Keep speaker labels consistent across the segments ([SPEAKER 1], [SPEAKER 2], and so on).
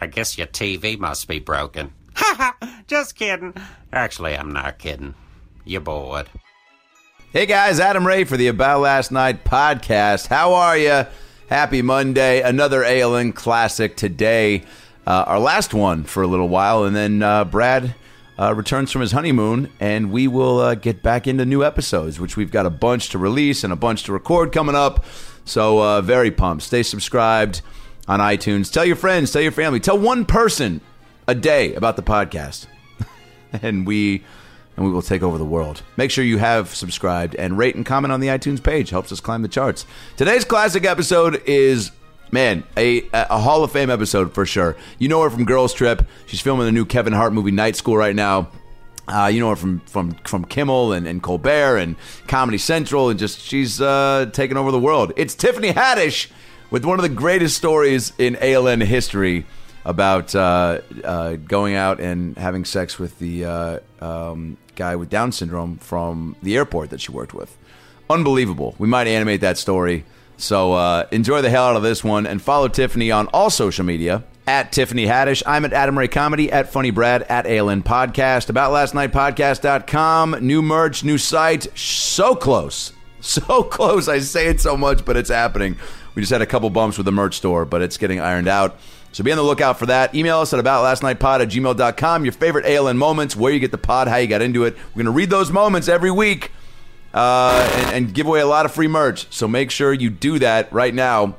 [SPEAKER 1] I guess your TV must be broken. Ha ha! Just kidding. Actually, I'm not kidding. You're bored.
[SPEAKER 2] Hey guys, Adam Ray for the About Last Night podcast. How are you? Happy Monday. Another ALN classic today. Uh, our last one for a little while, and then uh, Brad uh, returns from his honeymoon, and we will uh, get back into new episodes, which we've got a bunch to release and a bunch to record coming up. So, uh, very pumped. Stay subscribed on iTunes. Tell your friends, tell your family, tell one person a day about the podcast and we and we will take over the world. Make sure you have subscribed and rate and comment on the iTunes page. Helps us climb the charts. Today's classic episode is man a a Hall of Fame episode for sure. You know her from Girls Trip. She's filming the new Kevin Hart movie Night School right now. Uh, you know her from from from Kimmel and, and Colbert and Comedy Central and just she's uh, taking over the world. It's Tiffany Haddish with one of the greatest stories in ALN history about uh, uh, going out and having sex with the uh, um, guy with Down syndrome from the airport that she worked with. Unbelievable. We might animate that story. So uh, enjoy the hell out of this one and follow Tiffany on all social media at Tiffany Haddish. I'm at Adam Ray Comedy, at Funny Brad, at ALN Podcast, about last night podcast.com. New merch, new site. So close. So close. I say it so much, but it's happening. We just had a couple bumps with the merch store, but it's getting ironed out. So be on the lookout for that. Email us at aboutlastnightpod at gmail.com. Your favorite ALN moments, where you get the pod, how you got into it. We're going to read those moments every week uh, and, and give away a lot of free merch. So make sure you do that right now.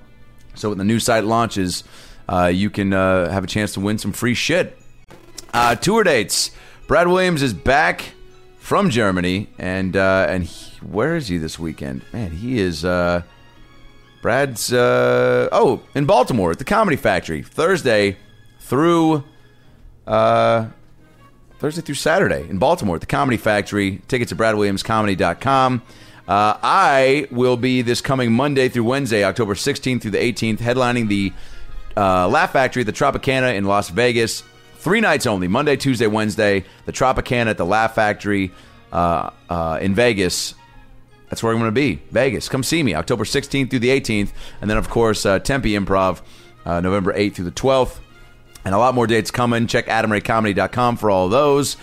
[SPEAKER 2] So when the new site launches, uh, you can uh, have a chance to win some free shit. Uh, tour dates. Brad Williams is back from Germany, and uh, and he, where is he this weekend? Man, he is. Uh, Brad's uh, oh in Baltimore at the Comedy Factory Thursday through uh, Thursday through Saturday in Baltimore at the Comedy Factory. Tickets at bradwilliamscomedy.com. Uh, I will be this coming Monday through Wednesday, October 16th through the 18th, headlining the uh, Laugh Factory at the Tropicana in Las Vegas. Three nights only Monday, Tuesday, Wednesday. The Tropicana at the Laugh Factory uh, uh, in Vegas. That's where I'm going to be. Vegas. Come see me October 16th through the 18th. And then, of course, uh, Tempe Improv uh, November 8th through the 12th. And a lot more dates coming. Check adamraycomedy.com for all those.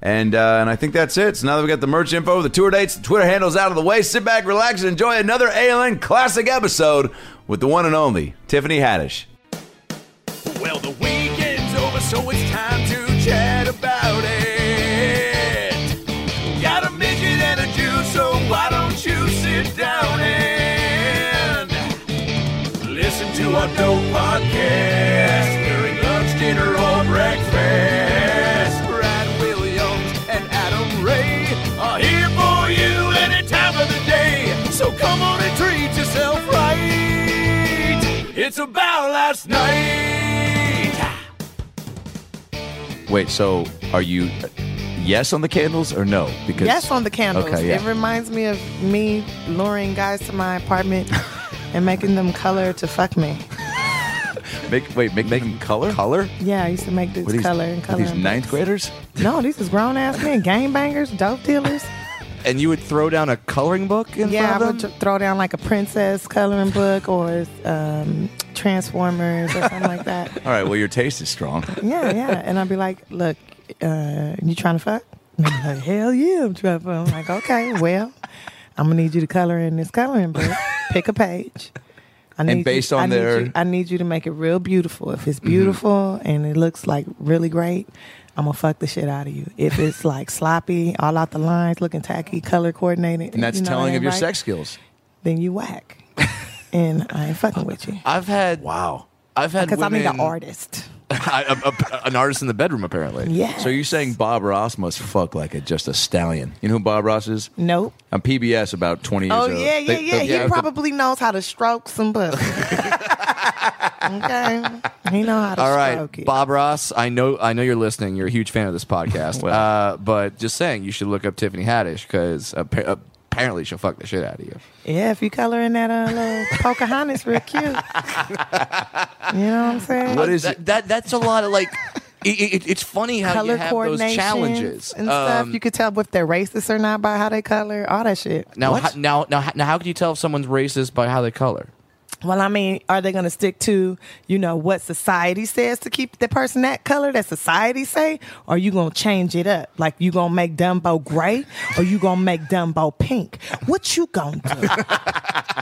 [SPEAKER 2] And uh, and I think that's it. So now that we got the merch info, the tour dates, the Twitter handles out of the way, sit back, relax, and enjoy another ALN classic episode with the one and only Tiffany Haddish.
[SPEAKER 3] Well, the weekend's over, so it's time to chat about it. Got a midget and a Jew, so why don't you sit down and listen to our dope podcast during lunch, dinner, or breakfast? Brad Williams and Adam Ray are here for you any time of the day. So come on and treat yourself right. It's about last night.
[SPEAKER 2] Wait, so are you yes on the candles or no? Because
[SPEAKER 4] Yes, on the candles.
[SPEAKER 2] Okay, yeah.
[SPEAKER 4] It reminds me of me luring guys to my apartment and making them color to fuck me.
[SPEAKER 2] make wait make them color color.
[SPEAKER 4] Yeah, I used to make this
[SPEAKER 2] What are these,
[SPEAKER 4] color and
[SPEAKER 2] what
[SPEAKER 4] color.
[SPEAKER 2] are these
[SPEAKER 4] and-
[SPEAKER 2] ninth graders?
[SPEAKER 4] No, these is grown ass men, gangbangers, dope dealers.
[SPEAKER 5] and you would throw down a coloring book in
[SPEAKER 4] Yeah, I
[SPEAKER 5] front of
[SPEAKER 4] would
[SPEAKER 5] them?
[SPEAKER 4] th- throw down like a princess coloring book or um, Transformers or something like that.
[SPEAKER 2] All right, well your taste is strong.
[SPEAKER 4] Yeah, yeah. And I'd be like, look, uh, you trying to fuck? And I'm like, hell yeah, I'm trying to fuck. I'm like, okay, well, I'm gonna need you to color in this coloring book. Pick a page. I need
[SPEAKER 2] based
[SPEAKER 4] you,
[SPEAKER 2] on
[SPEAKER 4] I need
[SPEAKER 2] their- Mm-hmm.
[SPEAKER 4] you- I need you to make it real beautiful. If it's beautiful and it looks like really great, I'm gonna fuck the shit out of you. If it's like sloppy, all out the lines, looking tacky, color coordinated,
[SPEAKER 2] And that's
[SPEAKER 4] you know,
[SPEAKER 2] telling
[SPEAKER 4] it
[SPEAKER 2] of your
[SPEAKER 4] ain't right,
[SPEAKER 2] sex skills.
[SPEAKER 4] then you whack. and I ain't fucking with you
[SPEAKER 5] I've had
[SPEAKER 2] Wow.
[SPEAKER 5] I've had
[SPEAKER 4] because I need an
[SPEAKER 5] women-
[SPEAKER 4] artist.
[SPEAKER 5] I- a- a- an artist in the bedroom apparently.
[SPEAKER 4] Yeah.
[SPEAKER 2] So you're saying Bob Ross must fuck like a just a stallion. You know who Bob Ross is?
[SPEAKER 4] Nope.
[SPEAKER 2] On PBS about 20 years
[SPEAKER 4] Oh
[SPEAKER 2] ago.
[SPEAKER 4] yeah, yeah,
[SPEAKER 2] They-
[SPEAKER 4] yeah.
[SPEAKER 2] they-
[SPEAKER 4] he probably knows how to stroke some pussy. Okay. He know how to
[SPEAKER 6] All right,
[SPEAKER 4] stroke it.
[SPEAKER 6] Bob Ross. I know, I know you're listening. You're a huge fan of this podcast. uh, but just saying, you should look up Tiffany Haddish because apparently she'll fuck the shit out of you.
[SPEAKER 4] Yeah, if you color in that uh, little Pocahontas real cute. you know what I'm saying?
[SPEAKER 2] What is
[SPEAKER 6] that,
[SPEAKER 2] it?
[SPEAKER 6] That that's a lot of like. It, it, it's funny how
[SPEAKER 4] color
[SPEAKER 6] you have those
[SPEAKER 4] coordination
[SPEAKER 6] challenges
[SPEAKER 4] and stuff.
[SPEAKER 6] Um,
[SPEAKER 4] You could tell if they're racist or not by how they color, all that shit.
[SPEAKER 6] now, how, now, now, now, how can you tell if someone's racist by how they color?
[SPEAKER 4] Well, I mean, are they going to stick to, you know, what society says to keep the person that color that society say? Or you going to change it up? Like, you going to make Dumbo gray or you going to make Dumbo pink? What you going to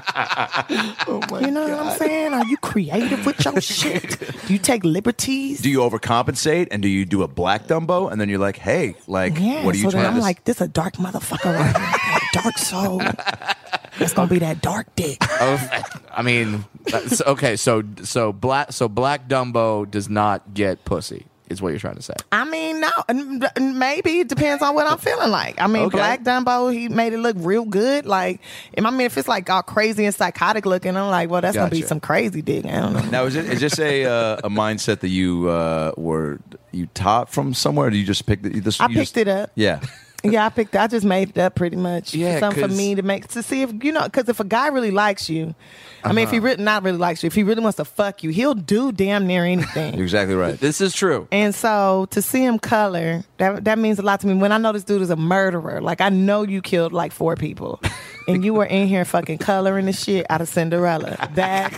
[SPEAKER 4] do? you know what I'm saying? Are you creative with your shit? Do you take liberties?
[SPEAKER 2] Do you overcompensate and do you do a black Dumbo and then you're like, hey, like,
[SPEAKER 4] yeah,
[SPEAKER 2] what are you
[SPEAKER 4] so then
[SPEAKER 2] trying
[SPEAKER 4] I'm
[SPEAKER 2] to?
[SPEAKER 4] like, this a dark motherfucker right here. A dark soul. That's going to be that dark dick.
[SPEAKER 6] Of- Oh, I mean, that's- okay, so so black so black Dumbo does not get pussy. Is what you're trying to say?
[SPEAKER 4] I mean, no, n- n- maybe it depends on what I'm feeling like. I mean,
[SPEAKER 6] Okay.
[SPEAKER 4] Black Dumbo, he made it look real good. Like, I mean, if it's like all crazy and psychotic looking, I'm like, well, that's gonna be
[SPEAKER 6] Gotcha.
[SPEAKER 4] some crazy dick. I don't know.
[SPEAKER 2] now is it is this a uh, a mindset that you uh, were you taught from somewhere? Or do you just pick the, this?
[SPEAKER 4] I
[SPEAKER 2] you just-
[SPEAKER 4] picked it up.
[SPEAKER 2] Yeah.
[SPEAKER 4] Yeah, I picked. I just made it up pretty much.
[SPEAKER 6] Yeah,
[SPEAKER 4] something for
[SPEAKER 6] 'cause-
[SPEAKER 4] me to make to see if you know. Because if a guy really likes you, I mean, if he
[SPEAKER 6] Uh-huh.
[SPEAKER 4] really not really likes you, if he really wants to fuck you, he'll do damn near anything.
[SPEAKER 2] You're exactly right.
[SPEAKER 6] This is true.
[SPEAKER 4] And so to see him color, that that means a lot to me. When I know this dude is a murderer, like I know you killed like four people, and you were in here fucking coloring the shit out of Cinderella. That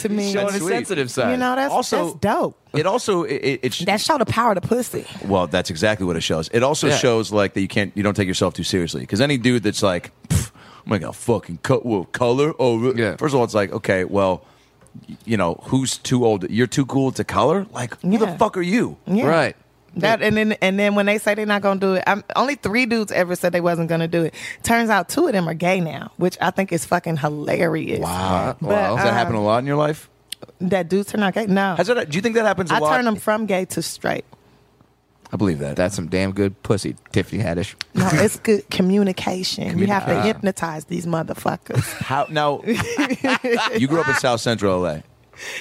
[SPEAKER 4] to me,
[SPEAKER 6] Showing his
[SPEAKER 2] sweet.
[SPEAKER 6] sensitive side.
[SPEAKER 4] you know, that's
[SPEAKER 2] Also-
[SPEAKER 4] that's dope.
[SPEAKER 2] It also it, it, it sh-
[SPEAKER 4] That show the power to pussy.
[SPEAKER 2] well that's exactly what it shows. It also
[SPEAKER 6] Yeah.
[SPEAKER 2] shows like that you can't you don't take yourself too seriously because any dude that's like "Pff, I'm like a fucking co- well, color oh
[SPEAKER 6] Yeah.
[SPEAKER 2] first of all it's like okay well y- you know who's too old you're too cool to color like who the
[SPEAKER 4] Yeah.
[SPEAKER 2] fuck are you
[SPEAKER 4] Yeah.
[SPEAKER 6] right?
[SPEAKER 4] That and then and then when they say they're not gonna do it, I'm, only three dudes ever said they wasn't gonna do it. Turns out two of them are gay now, which I think is fucking hilarious.
[SPEAKER 2] wow
[SPEAKER 6] Wow.
[SPEAKER 2] does that happen
[SPEAKER 4] um,
[SPEAKER 2] a lot in your life
[SPEAKER 4] That dudes are not gay. No,
[SPEAKER 2] Has that, do you think that happens a
[SPEAKER 4] I
[SPEAKER 2] lot
[SPEAKER 4] turned them from gay to straight.
[SPEAKER 2] I believe that
[SPEAKER 6] That's some damn good pussy, Tiffany Haddish.
[SPEAKER 4] No, it's good communication. You have to
[SPEAKER 2] Communication.
[SPEAKER 4] hypnotize these motherfuckers.
[SPEAKER 2] how now you grew up in South Central LA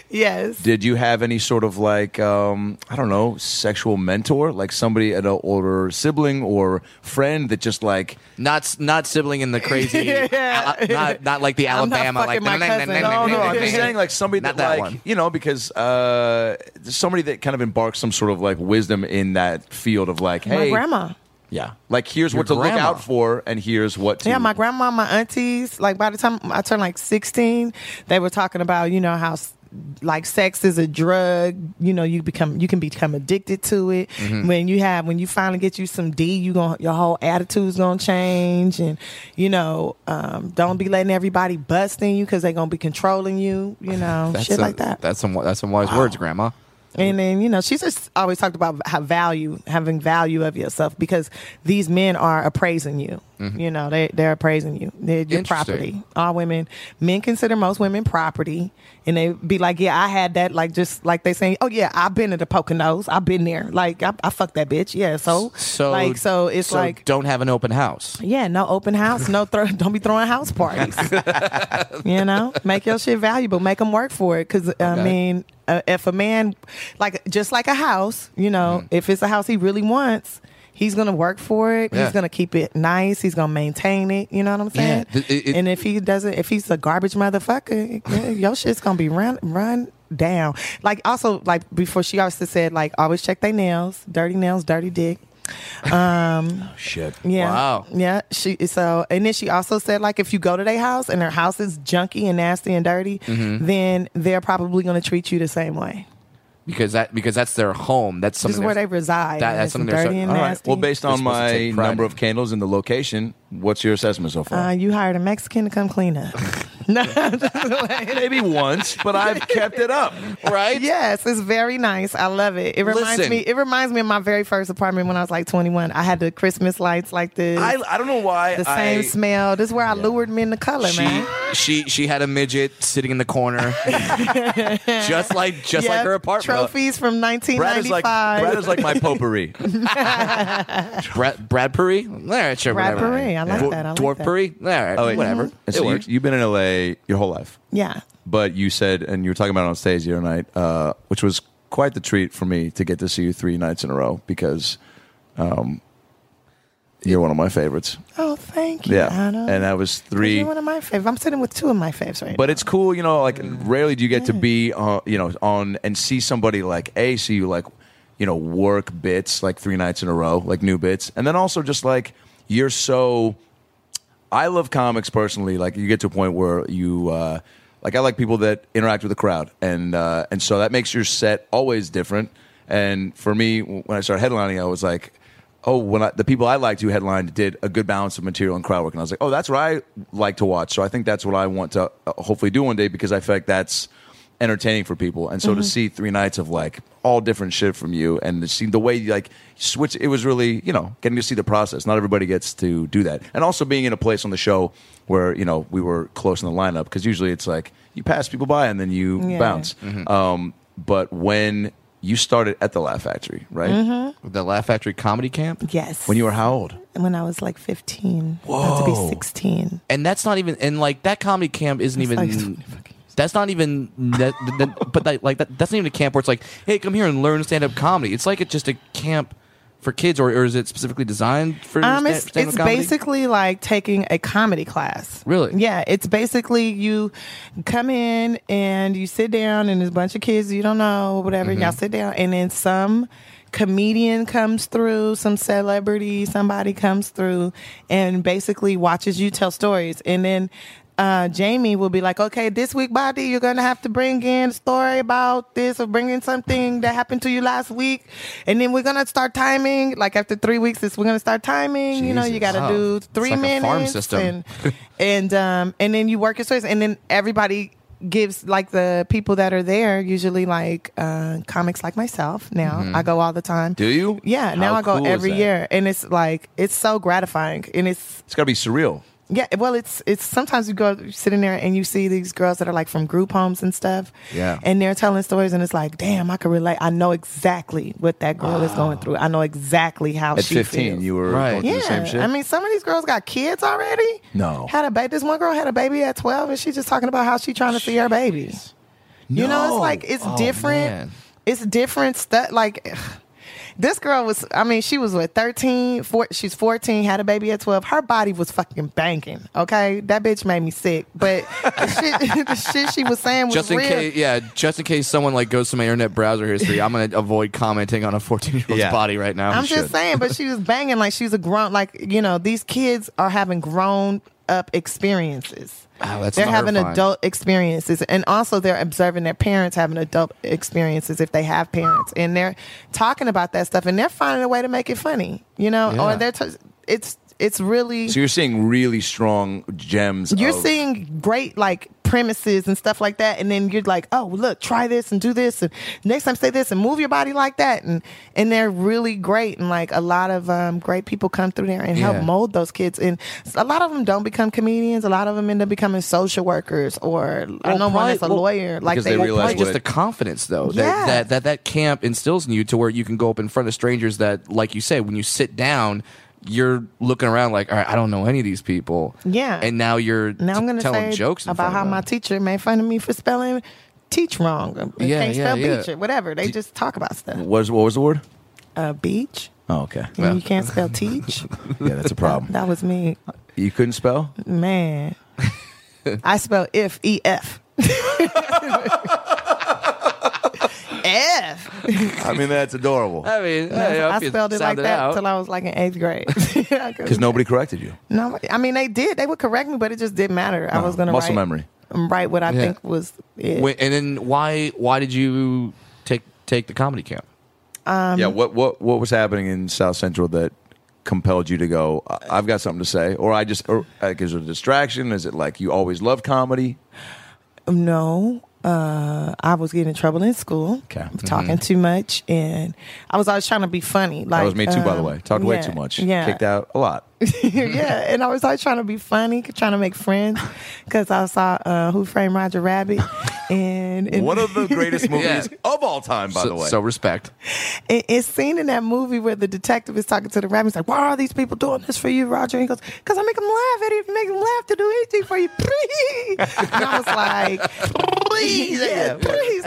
[SPEAKER 4] yes.
[SPEAKER 2] Did you have any sort of like um, I don't know sexual mentor, like somebody an older sibling or friend that just like
[SPEAKER 6] Not s- not sibling in the crazy.
[SPEAKER 4] Yeah.
[SPEAKER 6] Al- not, not like the
[SPEAKER 4] I'm not
[SPEAKER 6] Alabama. Like
[SPEAKER 4] fucking my cousin.
[SPEAKER 2] no, no, I'm
[SPEAKER 4] I'm
[SPEAKER 2] just
[SPEAKER 4] just
[SPEAKER 2] saying like somebody
[SPEAKER 6] Not
[SPEAKER 2] that, like
[SPEAKER 6] that one.
[SPEAKER 2] you know because uh, somebody that kind of embarks some sort of like wisdom in that field of like
[SPEAKER 4] my
[SPEAKER 2] hey
[SPEAKER 4] grandma.
[SPEAKER 2] yeah like here's what to
[SPEAKER 6] Your
[SPEAKER 2] look
[SPEAKER 6] grandma.
[SPEAKER 2] out for and here's what to
[SPEAKER 4] Yeah, my grandma, my aunties. Like by the time I turned like sixteen, they were talking about you know how s- like sex is a drug. You know you become you can become addicted to it.
[SPEAKER 2] Mm-hmm.
[SPEAKER 4] When you have when you finally get you some D, you going your whole attitude's gonna change, and you know um, don't be letting everybody bust in you because they gonna be controlling you. You know shit
[SPEAKER 6] a-
[SPEAKER 4] like that.
[SPEAKER 6] That's some that's some wise words, Grandma.
[SPEAKER 4] And then, you know, she's just always talked about how value, having value of yourself because these men are appraising you. You know, they, they're appraising you. They're your
[SPEAKER 6] Mm-hmm. Interesting.
[SPEAKER 4] property. All women, men consider most women property. And they be like, yeah, I had that. Like, just like they saying, oh, yeah, I've been to the Poconos. I've been there. Like, I, I fucked that bitch. Yeah. So,
[SPEAKER 6] So
[SPEAKER 4] like, so it's
[SPEAKER 6] so
[SPEAKER 4] like,
[SPEAKER 6] don't have an open house.
[SPEAKER 4] yeah, no open house, no throw, don't be throwing house parties. you know, make your shit valuable, make them work for it. Because I
[SPEAKER 6] Okay.
[SPEAKER 4] mean, uh, if a man, like just like a house, you know,
[SPEAKER 6] Mm-hmm.
[SPEAKER 4] if it's a house he really wants, he's gonna work for it.
[SPEAKER 6] Yeah.
[SPEAKER 4] He's gonna keep it nice. He's gonna maintain it. You know what I'm saying?
[SPEAKER 6] th- it- it-
[SPEAKER 4] and if he doesn't, if he's a garbage motherfucker, yeah, your shit's gonna be run run down. Like also, like before, she also said, like always check their nails, dirty nails, dirty dick.
[SPEAKER 2] shit
[SPEAKER 4] Yeah.
[SPEAKER 6] Wow.
[SPEAKER 4] Yeah. She so and then she also said like if you go to their house and their house is junky and nasty and dirty,
[SPEAKER 2] Mm-hmm.
[SPEAKER 4] then they're probably going to treat you the same way.
[SPEAKER 6] Because that because that's their home. That's
[SPEAKER 4] This
[SPEAKER 6] something
[SPEAKER 4] is where they
[SPEAKER 6] that's-
[SPEAKER 4] reside.
[SPEAKER 6] that-
[SPEAKER 4] and
[SPEAKER 6] that's
[SPEAKER 4] it's
[SPEAKER 6] something they're
[SPEAKER 4] dirty
[SPEAKER 6] so-
[SPEAKER 4] and
[SPEAKER 2] all right
[SPEAKER 4] nasty.
[SPEAKER 2] well based on
[SPEAKER 6] supposed to
[SPEAKER 2] my
[SPEAKER 6] take pride
[SPEAKER 2] number
[SPEAKER 6] in
[SPEAKER 2] of candles and the location what's your assessment so far
[SPEAKER 4] uh, you hired a Mexican to come clean up. no, I'm just playing.
[SPEAKER 2] maybe once but I've kept it up
[SPEAKER 6] right.
[SPEAKER 4] Yes, it's very nice. I love it. It reminds
[SPEAKER 6] Listen.
[SPEAKER 4] me. It reminds me of my very first apartment when I was like 21. I had the Christmas lights like this,
[SPEAKER 2] I, I don't know why
[SPEAKER 4] the same
[SPEAKER 2] I,
[SPEAKER 4] smell. This is where I lured men to color,
[SPEAKER 2] She
[SPEAKER 4] man.
[SPEAKER 6] she she had a midget sitting in the corner, just like just
[SPEAKER 4] Yeah,
[SPEAKER 6] like her apartment.
[SPEAKER 4] Trophies from
[SPEAKER 2] Brad is like
[SPEAKER 4] 1995.
[SPEAKER 2] Brad is like my potpourri.
[SPEAKER 6] Brad Bradbury, all right, sure,
[SPEAKER 4] Brad
[SPEAKER 6] whatever.
[SPEAKER 4] Perry. I like
[SPEAKER 6] Dwar-
[SPEAKER 4] that, I like
[SPEAKER 6] Dwarf
[SPEAKER 4] that.
[SPEAKER 6] Perry, all right,
[SPEAKER 2] Oh, wait.
[SPEAKER 6] whatever. It
[SPEAKER 2] So
[SPEAKER 6] works.
[SPEAKER 2] You, have been in LA your whole life,
[SPEAKER 4] yeah.
[SPEAKER 2] but you said, and you were talking about it on stage the other night, uh, which was quite the treat for me to get to see you three nights in a row because um, you're one of my favorites.
[SPEAKER 4] Oh, thank you.
[SPEAKER 2] Yeah,
[SPEAKER 4] Adam.
[SPEAKER 2] and that was three.
[SPEAKER 4] You're one of my faves. I'm sitting with two of my faves right
[SPEAKER 2] But it's cool, you know. Like rarely do you get to be, uh, you know, on and see somebody like a see you like, you know, work bits like three nights in a row, like new bits, and then also just like you're so. I love comics personally. Like you get to a point where you, uh, like I like people that interact with the crowd, and uh, and so that makes your set always different. And for me, w- when I started headlining, I was like. Oh, when I, the people I liked who headlined did a good balance of material and crowd work, and I was like, "Oh, that's what I like to watch." So I think that's what I want to uh, hopefully do one day because I feel like that's entertaining for people. And so
[SPEAKER 4] Mm-hmm.
[SPEAKER 2] to see three nights of like all different shit from you and to see the way you like switch, it was really, you know, getting to see the process. Not everybody gets to do that. And also being in a place on the show where, you know, we were close in the lineup because usually it's like you pass people by and then you
[SPEAKER 4] Yeah.
[SPEAKER 2] bounce.
[SPEAKER 4] Mm-hmm.
[SPEAKER 2] Um, but when you started at the Laugh Factory, right?
[SPEAKER 4] Mm-hmm.
[SPEAKER 6] the Laugh Factory Comedy Camp,
[SPEAKER 4] Yes.
[SPEAKER 2] When you were how old?
[SPEAKER 4] when I was like 15. About to
[SPEAKER 2] Whoa.
[SPEAKER 4] be 16.
[SPEAKER 6] and that's not even and like that comedy camp isn't
[SPEAKER 4] It's like 20
[SPEAKER 6] even.
[SPEAKER 4] fucking years.
[SPEAKER 6] That's not even, that, that- but that, like that, that's not even a camp where it's like, hey, come here and learn stand up comedy. It's like it's just a camp for kids, or, or is it specifically designed for
[SPEAKER 4] Um,
[SPEAKER 6] sta-
[SPEAKER 4] it's
[SPEAKER 6] stand-up
[SPEAKER 4] it's
[SPEAKER 6] comedy?
[SPEAKER 4] basically like taking a comedy class.
[SPEAKER 6] Really?
[SPEAKER 4] Yeah. It's basically you come in and you sit down, and there's a bunch of kids you don't know, whatever. Y'all sit down, and then some comedian comes through, some celebrity, somebody comes through, and basically watches you tell stories, and then. Uh, Jamie will be like, okay, this week, Bobby, you're gonna have to bring in a story about this or bring in something that happened to you last week, and then we're gonna start timing. Like after three weeks, this we're gonna start timing. You know, you
[SPEAKER 6] Jesus.
[SPEAKER 4] gotta
[SPEAKER 6] Wow.
[SPEAKER 4] do
[SPEAKER 2] oh,
[SPEAKER 6] It's
[SPEAKER 4] three
[SPEAKER 6] like a
[SPEAKER 4] minutes.
[SPEAKER 6] farm system.
[SPEAKER 4] And and and, um and then you work your stories and then everybody gives like the people that are there usually like uh comics like myself now i go all the time
[SPEAKER 2] Do you?
[SPEAKER 4] yeah now
[SPEAKER 2] Mm-hmm. How
[SPEAKER 4] i go
[SPEAKER 2] cool is
[SPEAKER 4] every
[SPEAKER 2] that?
[SPEAKER 4] year and it's like it's so gratifying and it's
[SPEAKER 2] It's got to be surreal.
[SPEAKER 4] yeah well it's it's sometimes you go you're sitting there and you see these girls that are like from group homes and stuff
[SPEAKER 2] Yeah.
[SPEAKER 4] and they're telling stories and it's like damn i can relate i know exactly what that girl is going through i know exactly how
[SPEAKER 2] At
[SPEAKER 4] she
[SPEAKER 2] 15,
[SPEAKER 4] feels.
[SPEAKER 2] you were
[SPEAKER 6] Right.
[SPEAKER 2] going through
[SPEAKER 4] Yeah,
[SPEAKER 2] the same shit.
[SPEAKER 4] I mean, some of these girls got kids already.
[SPEAKER 2] No.
[SPEAKER 4] had a baby. This one girl had a baby at twelve, and she's just talking about how she's trying to see her baby. You know,
[SPEAKER 2] No. Oh,
[SPEAKER 4] it's like it's different.
[SPEAKER 6] man.
[SPEAKER 4] It's different stuff. Like this girl was. I mean, she was what 13, four, She's fourteen. Had a baby at twelve. Her body was fucking banging. Okay, that bitch made me sick. But the shit, the shit she was saying was
[SPEAKER 6] just in
[SPEAKER 4] real.
[SPEAKER 6] case, yeah, just in case someone like goes to my internet browser history, I'm gonna avoid commenting on a 14 year old's
[SPEAKER 2] Yeah.
[SPEAKER 6] body right now.
[SPEAKER 4] I'm just saying, but she was banging like she's a grown. Like you know, these kids are having grown up experiences.
[SPEAKER 6] Wow, Oh, that's
[SPEAKER 4] they're
[SPEAKER 6] not
[SPEAKER 4] having
[SPEAKER 6] horrifying.
[SPEAKER 4] adult experiences, and also they're observing their parents having adult experiences if they have parents, and they're talking about that stuff, and they're finding a way to make it funny, you know,
[SPEAKER 6] Yeah.
[SPEAKER 4] or they're t- it's it's really.
[SPEAKER 2] so you're seeing really strong gems.
[SPEAKER 4] You're
[SPEAKER 2] of-
[SPEAKER 4] seeing great like premises and stuff like that, and then you're like, oh, look, try this and do this, and next time say this and move your body like that, and and they're really great, and like a lot of um, great people come through there and
[SPEAKER 6] Yeah.
[SPEAKER 4] help mold those kids, and a lot of them don't become comedians, a lot of them end up becoming social workers, or I
[SPEAKER 6] Well,
[SPEAKER 4] know one
[SPEAKER 6] probably-
[SPEAKER 4] is a
[SPEAKER 6] well,
[SPEAKER 4] lawyer, like
[SPEAKER 2] because they realize
[SPEAKER 6] Probably
[SPEAKER 2] what-
[SPEAKER 6] just the confidence, though, that,
[SPEAKER 4] Yeah.
[SPEAKER 6] that that that camp instills in you to where you can go up in front of strangers. That, like you say, when you sit down, you're looking around like, all right, I don't know any of these people.
[SPEAKER 4] Yeah.
[SPEAKER 6] and now you're
[SPEAKER 4] Now I'm
[SPEAKER 6] t-
[SPEAKER 4] gonna
[SPEAKER 6] telling
[SPEAKER 4] say
[SPEAKER 6] jokes in
[SPEAKER 4] about
[SPEAKER 6] front
[SPEAKER 4] how
[SPEAKER 6] of
[SPEAKER 4] my
[SPEAKER 6] them.
[SPEAKER 4] teacher made fun of me for spelling teach wrong. They
[SPEAKER 6] Yeah,
[SPEAKER 4] can't
[SPEAKER 6] yeah,
[SPEAKER 4] spell
[SPEAKER 6] yeah.
[SPEAKER 4] beach or whatever. They just talk about stuff.
[SPEAKER 2] What was, what was the word?
[SPEAKER 4] Uh, beach.
[SPEAKER 2] Oh, okay.
[SPEAKER 4] And you can't spell teach.
[SPEAKER 2] Yeah, that's a problem.
[SPEAKER 4] that was me.
[SPEAKER 2] You couldn't spell?
[SPEAKER 4] Man, I spell if E F. F.
[SPEAKER 2] I mean, that's adorable.
[SPEAKER 6] I mean, hey,
[SPEAKER 4] I
[SPEAKER 6] if you
[SPEAKER 4] spelled it like
[SPEAKER 6] sound
[SPEAKER 4] that
[SPEAKER 6] out.
[SPEAKER 4] until I was like in eighth grade.
[SPEAKER 2] Because nobody corrected you.
[SPEAKER 4] no, I mean they did. They would correct me, but it just didn't matter. I was gonna
[SPEAKER 2] muscle
[SPEAKER 4] write,
[SPEAKER 2] memory.
[SPEAKER 4] write what I
[SPEAKER 6] Yeah.
[SPEAKER 4] think was it.
[SPEAKER 6] Wait, and then why why did you take take the comedy camp?
[SPEAKER 4] Um,
[SPEAKER 2] yeah. What what what was happening in South Central that compelled you to go? "I- I've got something to say, or I just or, uh, like is it a distraction? Is it like you always loved comedy?
[SPEAKER 4] No, uh, I was getting in trouble in school.
[SPEAKER 2] Okay.
[SPEAKER 4] talking
[SPEAKER 6] Mm-hmm.
[SPEAKER 4] too much, and I was always trying to be funny. Like
[SPEAKER 2] that was me too, by the
[SPEAKER 4] um,
[SPEAKER 2] way. Talked way
[SPEAKER 4] yeah,
[SPEAKER 2] too much.
[SPEAKER 4] Yeah,
[SPEAKER 2] kicked out a lot.
[SPEAKER 4] yeah, and I was always trying to be funny, trying to make friends, because I saw uh, Who Framed Roger Rabbit, and, and
[SPEAKER 2] One of the greatest movies
[SPEAKER 6] Yeah.
[SPEAKER 2] of all time, by
[SPEAKER 6] so,
[SPEAKER 2] the way.
[SPEAKER 6] so respect.
[SPEAKER 4] it, it's seen in that movie where the detective is talking to the rabbit. He's like, "Why are these people doing this for you, Roger?" And he goes, "Cause I make them laugh. I didn't make them laugh to do anything for you." and I was like, "Please, yeah, please."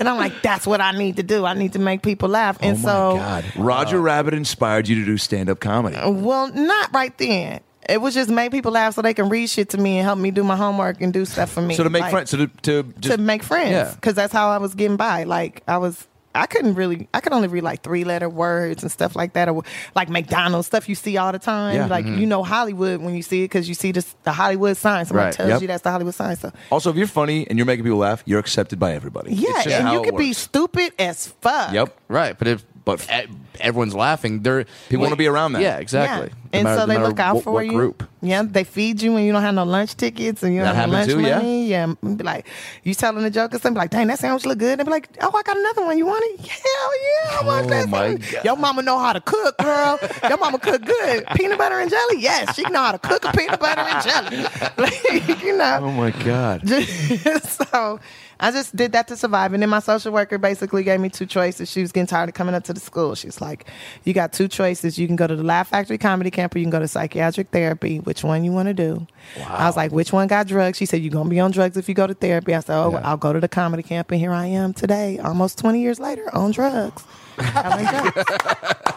[SPEAKER 4] And I'm like, "That's what I need to do. I need to make people laugh." And
[SPEAKER 2] Oh
[SPEAKER 4] so, uh, Oh
[SPEAKER 2] Roger Rabbit inspired you to do stand up comedy.
[SPEAKER 4] well, not right then. It was just make people laugh so they can read shit to me and help me do my homework and do stuff for me.
[SPEAKER 2] so to make
[SPEAKER 4] Like-
[SPEAKER 2] friends, so to, to just
[SPEAKER 4] to make friends
[SPEAKER 6] Yeah.
[SPEAKER 4] because that's how I was getting by. Like I was, I couldn't really, I could only read like three letter words and stuff like that, or like McDonald's stuff you see all the time.
[SPEAKER 2] Yeah.
[SPEAKER 4] Like
[SPEAKER 6] Mm-hmm.
[SPEAKER 4] you know Hollywood when you see it because you see this the Hollywood sign. Somebody
[SPEAKER 6] Right.
[SPEAKER 4] tells
[SPEAKER 2] Yep.
[SPEAKER 4] you that's the Hollywood sign. So
[SPEAKER 2] also if you're funny and you're making people laugh, you're accepted by everybody.
[SPEAKER 4] yeah,
[SPEAKER 6] just
[SPEAKER 4] and
[SPEAKER 6] how
[SPEAKER 4] you
[SPEAKER 6] it
[SPEAKER 4] could be
[SPEAKER 6] works.
[SPEAKER 4] stupid as fuck.
[SPEAKER 2] Yep.
[SPEAKER 6] Right, but if
[SPEAKER 2] But-
[SPEAKER 6] but e, everyone's laughing, they're
[SPEAKER 2] People wanna be around that.
[SPEAKER 6] Yeah,
[SPEAKER 4] Yeah.
[SPEAKER 6] exactly. No
[SPEAKER 4] And
[SPEAKER 6] matter-
[SPEAKER 4] so they
[SPEAKER 6] no matter
[SPEAKER 4] look out
[SPEAKER 6] what-
[SPEAKER 4] for
[SPEAKER 6] what
[SPEAKER 4] you.
[SPEAKER 6] Group.
[SPEAKER 4] Yeah, they feed you and you don't have no lunch tickets and you don't
[SPEAKER 2] That
[SPEAKER 4] have no lunch
[SPEAKER 2] happened too, yeah?
[SPEAKER 4] money. Yeah. and Be like, you telling a joke or something, be like, dang, that sandwich look good. And be like, oh, I got another one. You want it? Hell yeah, I want
[SPEAKER 2] Oh,
[SPEAKER 4] that
[SPEAKER 2] my
[SPEAKER 4] sandwich.
[SPEAKER 2] God.
[SPEAKER 4] Your mama know how to cook, girl. Your mama cook good. Peanut butter and jelly? Yes, she know how to cook a peanut butter and jelly. like, you know.
[SPEAKER 2] Oh my god.
[SPEAKER 4] so I just did that to survive. And then my social worker basically gave me two choices. She was getting tired of coming up to the school. She's like, You got two choices. You can go to the Laugh Factory Comedy Camp or you can go to psychiatric therapy. Which one you want to do? I was like, Which one got drugs? She said, You're going to be on drugs if you go to therapy. I said, Oh, I'll go to the comedy camp. And here I am today, almost 20 years later, on drugs. Having drugs.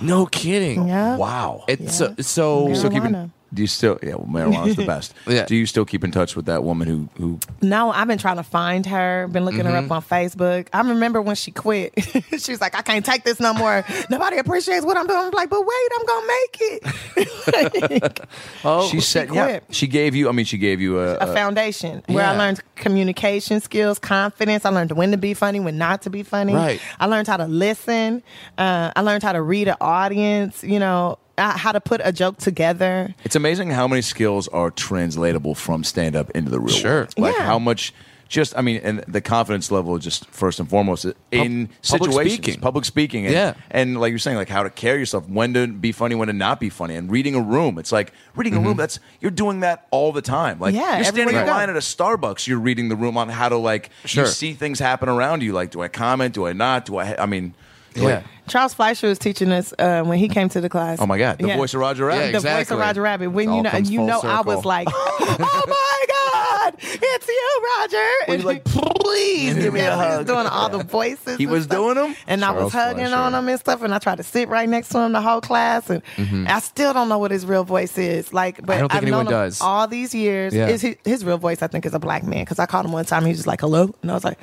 [SPEAKER 6] No kidding.
[SPEAKER 4] Yeah.
[SPEAKER 2] Wow.
[SPEAKER 6] It's
[SPEAKER 4] Yeah.
[SPEAKER 6] so, so
[SPEAKER 2] So keep in,
[SPEAKER 4] Marijuana.
[SPEAKER 2] do you still yeah, well, marijuana's the best.
[SPEAKER 6] Yeah.
[SPEAKER 2] Do you still keep in touch with that woman who who
[SPEAKER 4] No, I've been trying to find her, been looking
[SPEAKER 2] Mm-hmm.
[SPEAKER 4] her up on Facebook. I remember when she quit. she was like, I can't take this no more. Nobody appreciates what I'm doing. I'm like, but wait, I'm going to make it. Like,
[SPEAKER 6] oh,
[SPEAKER 2] she set yeah,
[SPEAKER 4] quit.
[SPEAKER 2] she gave you I mean she gave you a,
[SPEAKER 4] a foundation where I
[SPEAKER 6] Yeah.
[SPEAKER 4] learned communication skills, confidence. I learned when to be funny, when not to be funny.
[SPEAKER 6] Right.
[SPEAKER 4] I learned how to listen. Uh, I learned how to read an audience, you know, uh, how to put a joke together.
[SPEAKER 2] It's amazing how many skills are translatable from stand up into the real
[SPEAKER 6] Sure.
[SPEAKER 2] world. Like
[SPEAKER 4] Yeah.
[SPEAKER 2] how much just I mean and the confidence level is just first and foremost in
[SPEAKER 6] public
[SPEAKER 2] situations
[SPEAKER 6] speaking.
[SPEAKER 2] public speaking and,
[SPEAKER 6] Yeah.
[SPEAKER 2] and like you're saying like how to carry yourself when to be funny when to not be funny and reading a room it's like reading
[SPEAKER 6] Mm-hmm.
[SPEAKER 2] a room that's you're doing that all the time like
[SPEAKER 4] Yeah,
[SPEAKER 2] you're standing
[SPEAKER 4] everywhere
[SPEAKER 2] in
[SPEAKER 4] you
[SPEAKER 2] line
[SPEAKER 4] go.
[SPEAKER 2] at a Starbucks you're reading the room on how to like
[SPEAKER 6] Sure.
[SPEAKER 2] you see things happen around you like do I comment do I not do I I mean
[SPEAKER 6] yeah.
[SPEAKER 4] Charles Fleischer was teaching us uh, when he came to the class.
[SPEAKER 2] oh my god the
[SPEAKER 4] Yeah.
[SPEAKER 2] voice of Roger Rabbit
[SPEAKER 6] Yeah,
[SPEAKER 4] the voice
[SPEAKER 6] exactly.
[SPEAKER 4] of Roger Rabbit.
[SPEAKER 6] It
[SPEAKER 4] When you
[SPEAKER 6] all
[SPEAKER 4] know,
[SPEAKER 6] comes
[SPEAKER 4] you
[SPEAKER 6] full
[SPEAKER 4] know, I was
[SPEAKER 6] circle.
[SPEAKER 4] like, "Oh my God, it's you, Roger!" And
[SPEAKER 2] you're like,
[SPEAKER 4] "Please give
[SPEAKER 2] me a hug."
[SPEAKER 4] Doing all the voices.
[SPEAKER 2] He
[SPEAKER 4] and
[SPEAKER 2] was
[SPEAKER 4] stuff.
[SPEAKER 2] doing 'em?
[SPEAKER 4] and I was
[SPEAKER 6] Charles
[SPEAKER 4] hugging
[SPEAKER 6] Fleischer.
[SPEAKER 4] on him and stuff. And I tried to sit right next to him the whole class, and I still don't know what his real voice is. Like, but
[SPEAKER 6] Mm-hmm. I don't think
[SPEAKER 4] have
[SPEAKER 6] anyone
[SPEAKER 4] known him
[SPEAKER 6] does.
[SPEAKER 4] all these years.
[SPEAKER 6] Yeah.
[SPEAKER 4] Is his, his real voice? I think is a black man because I called him one time. He was just like, "Hello," and I was like,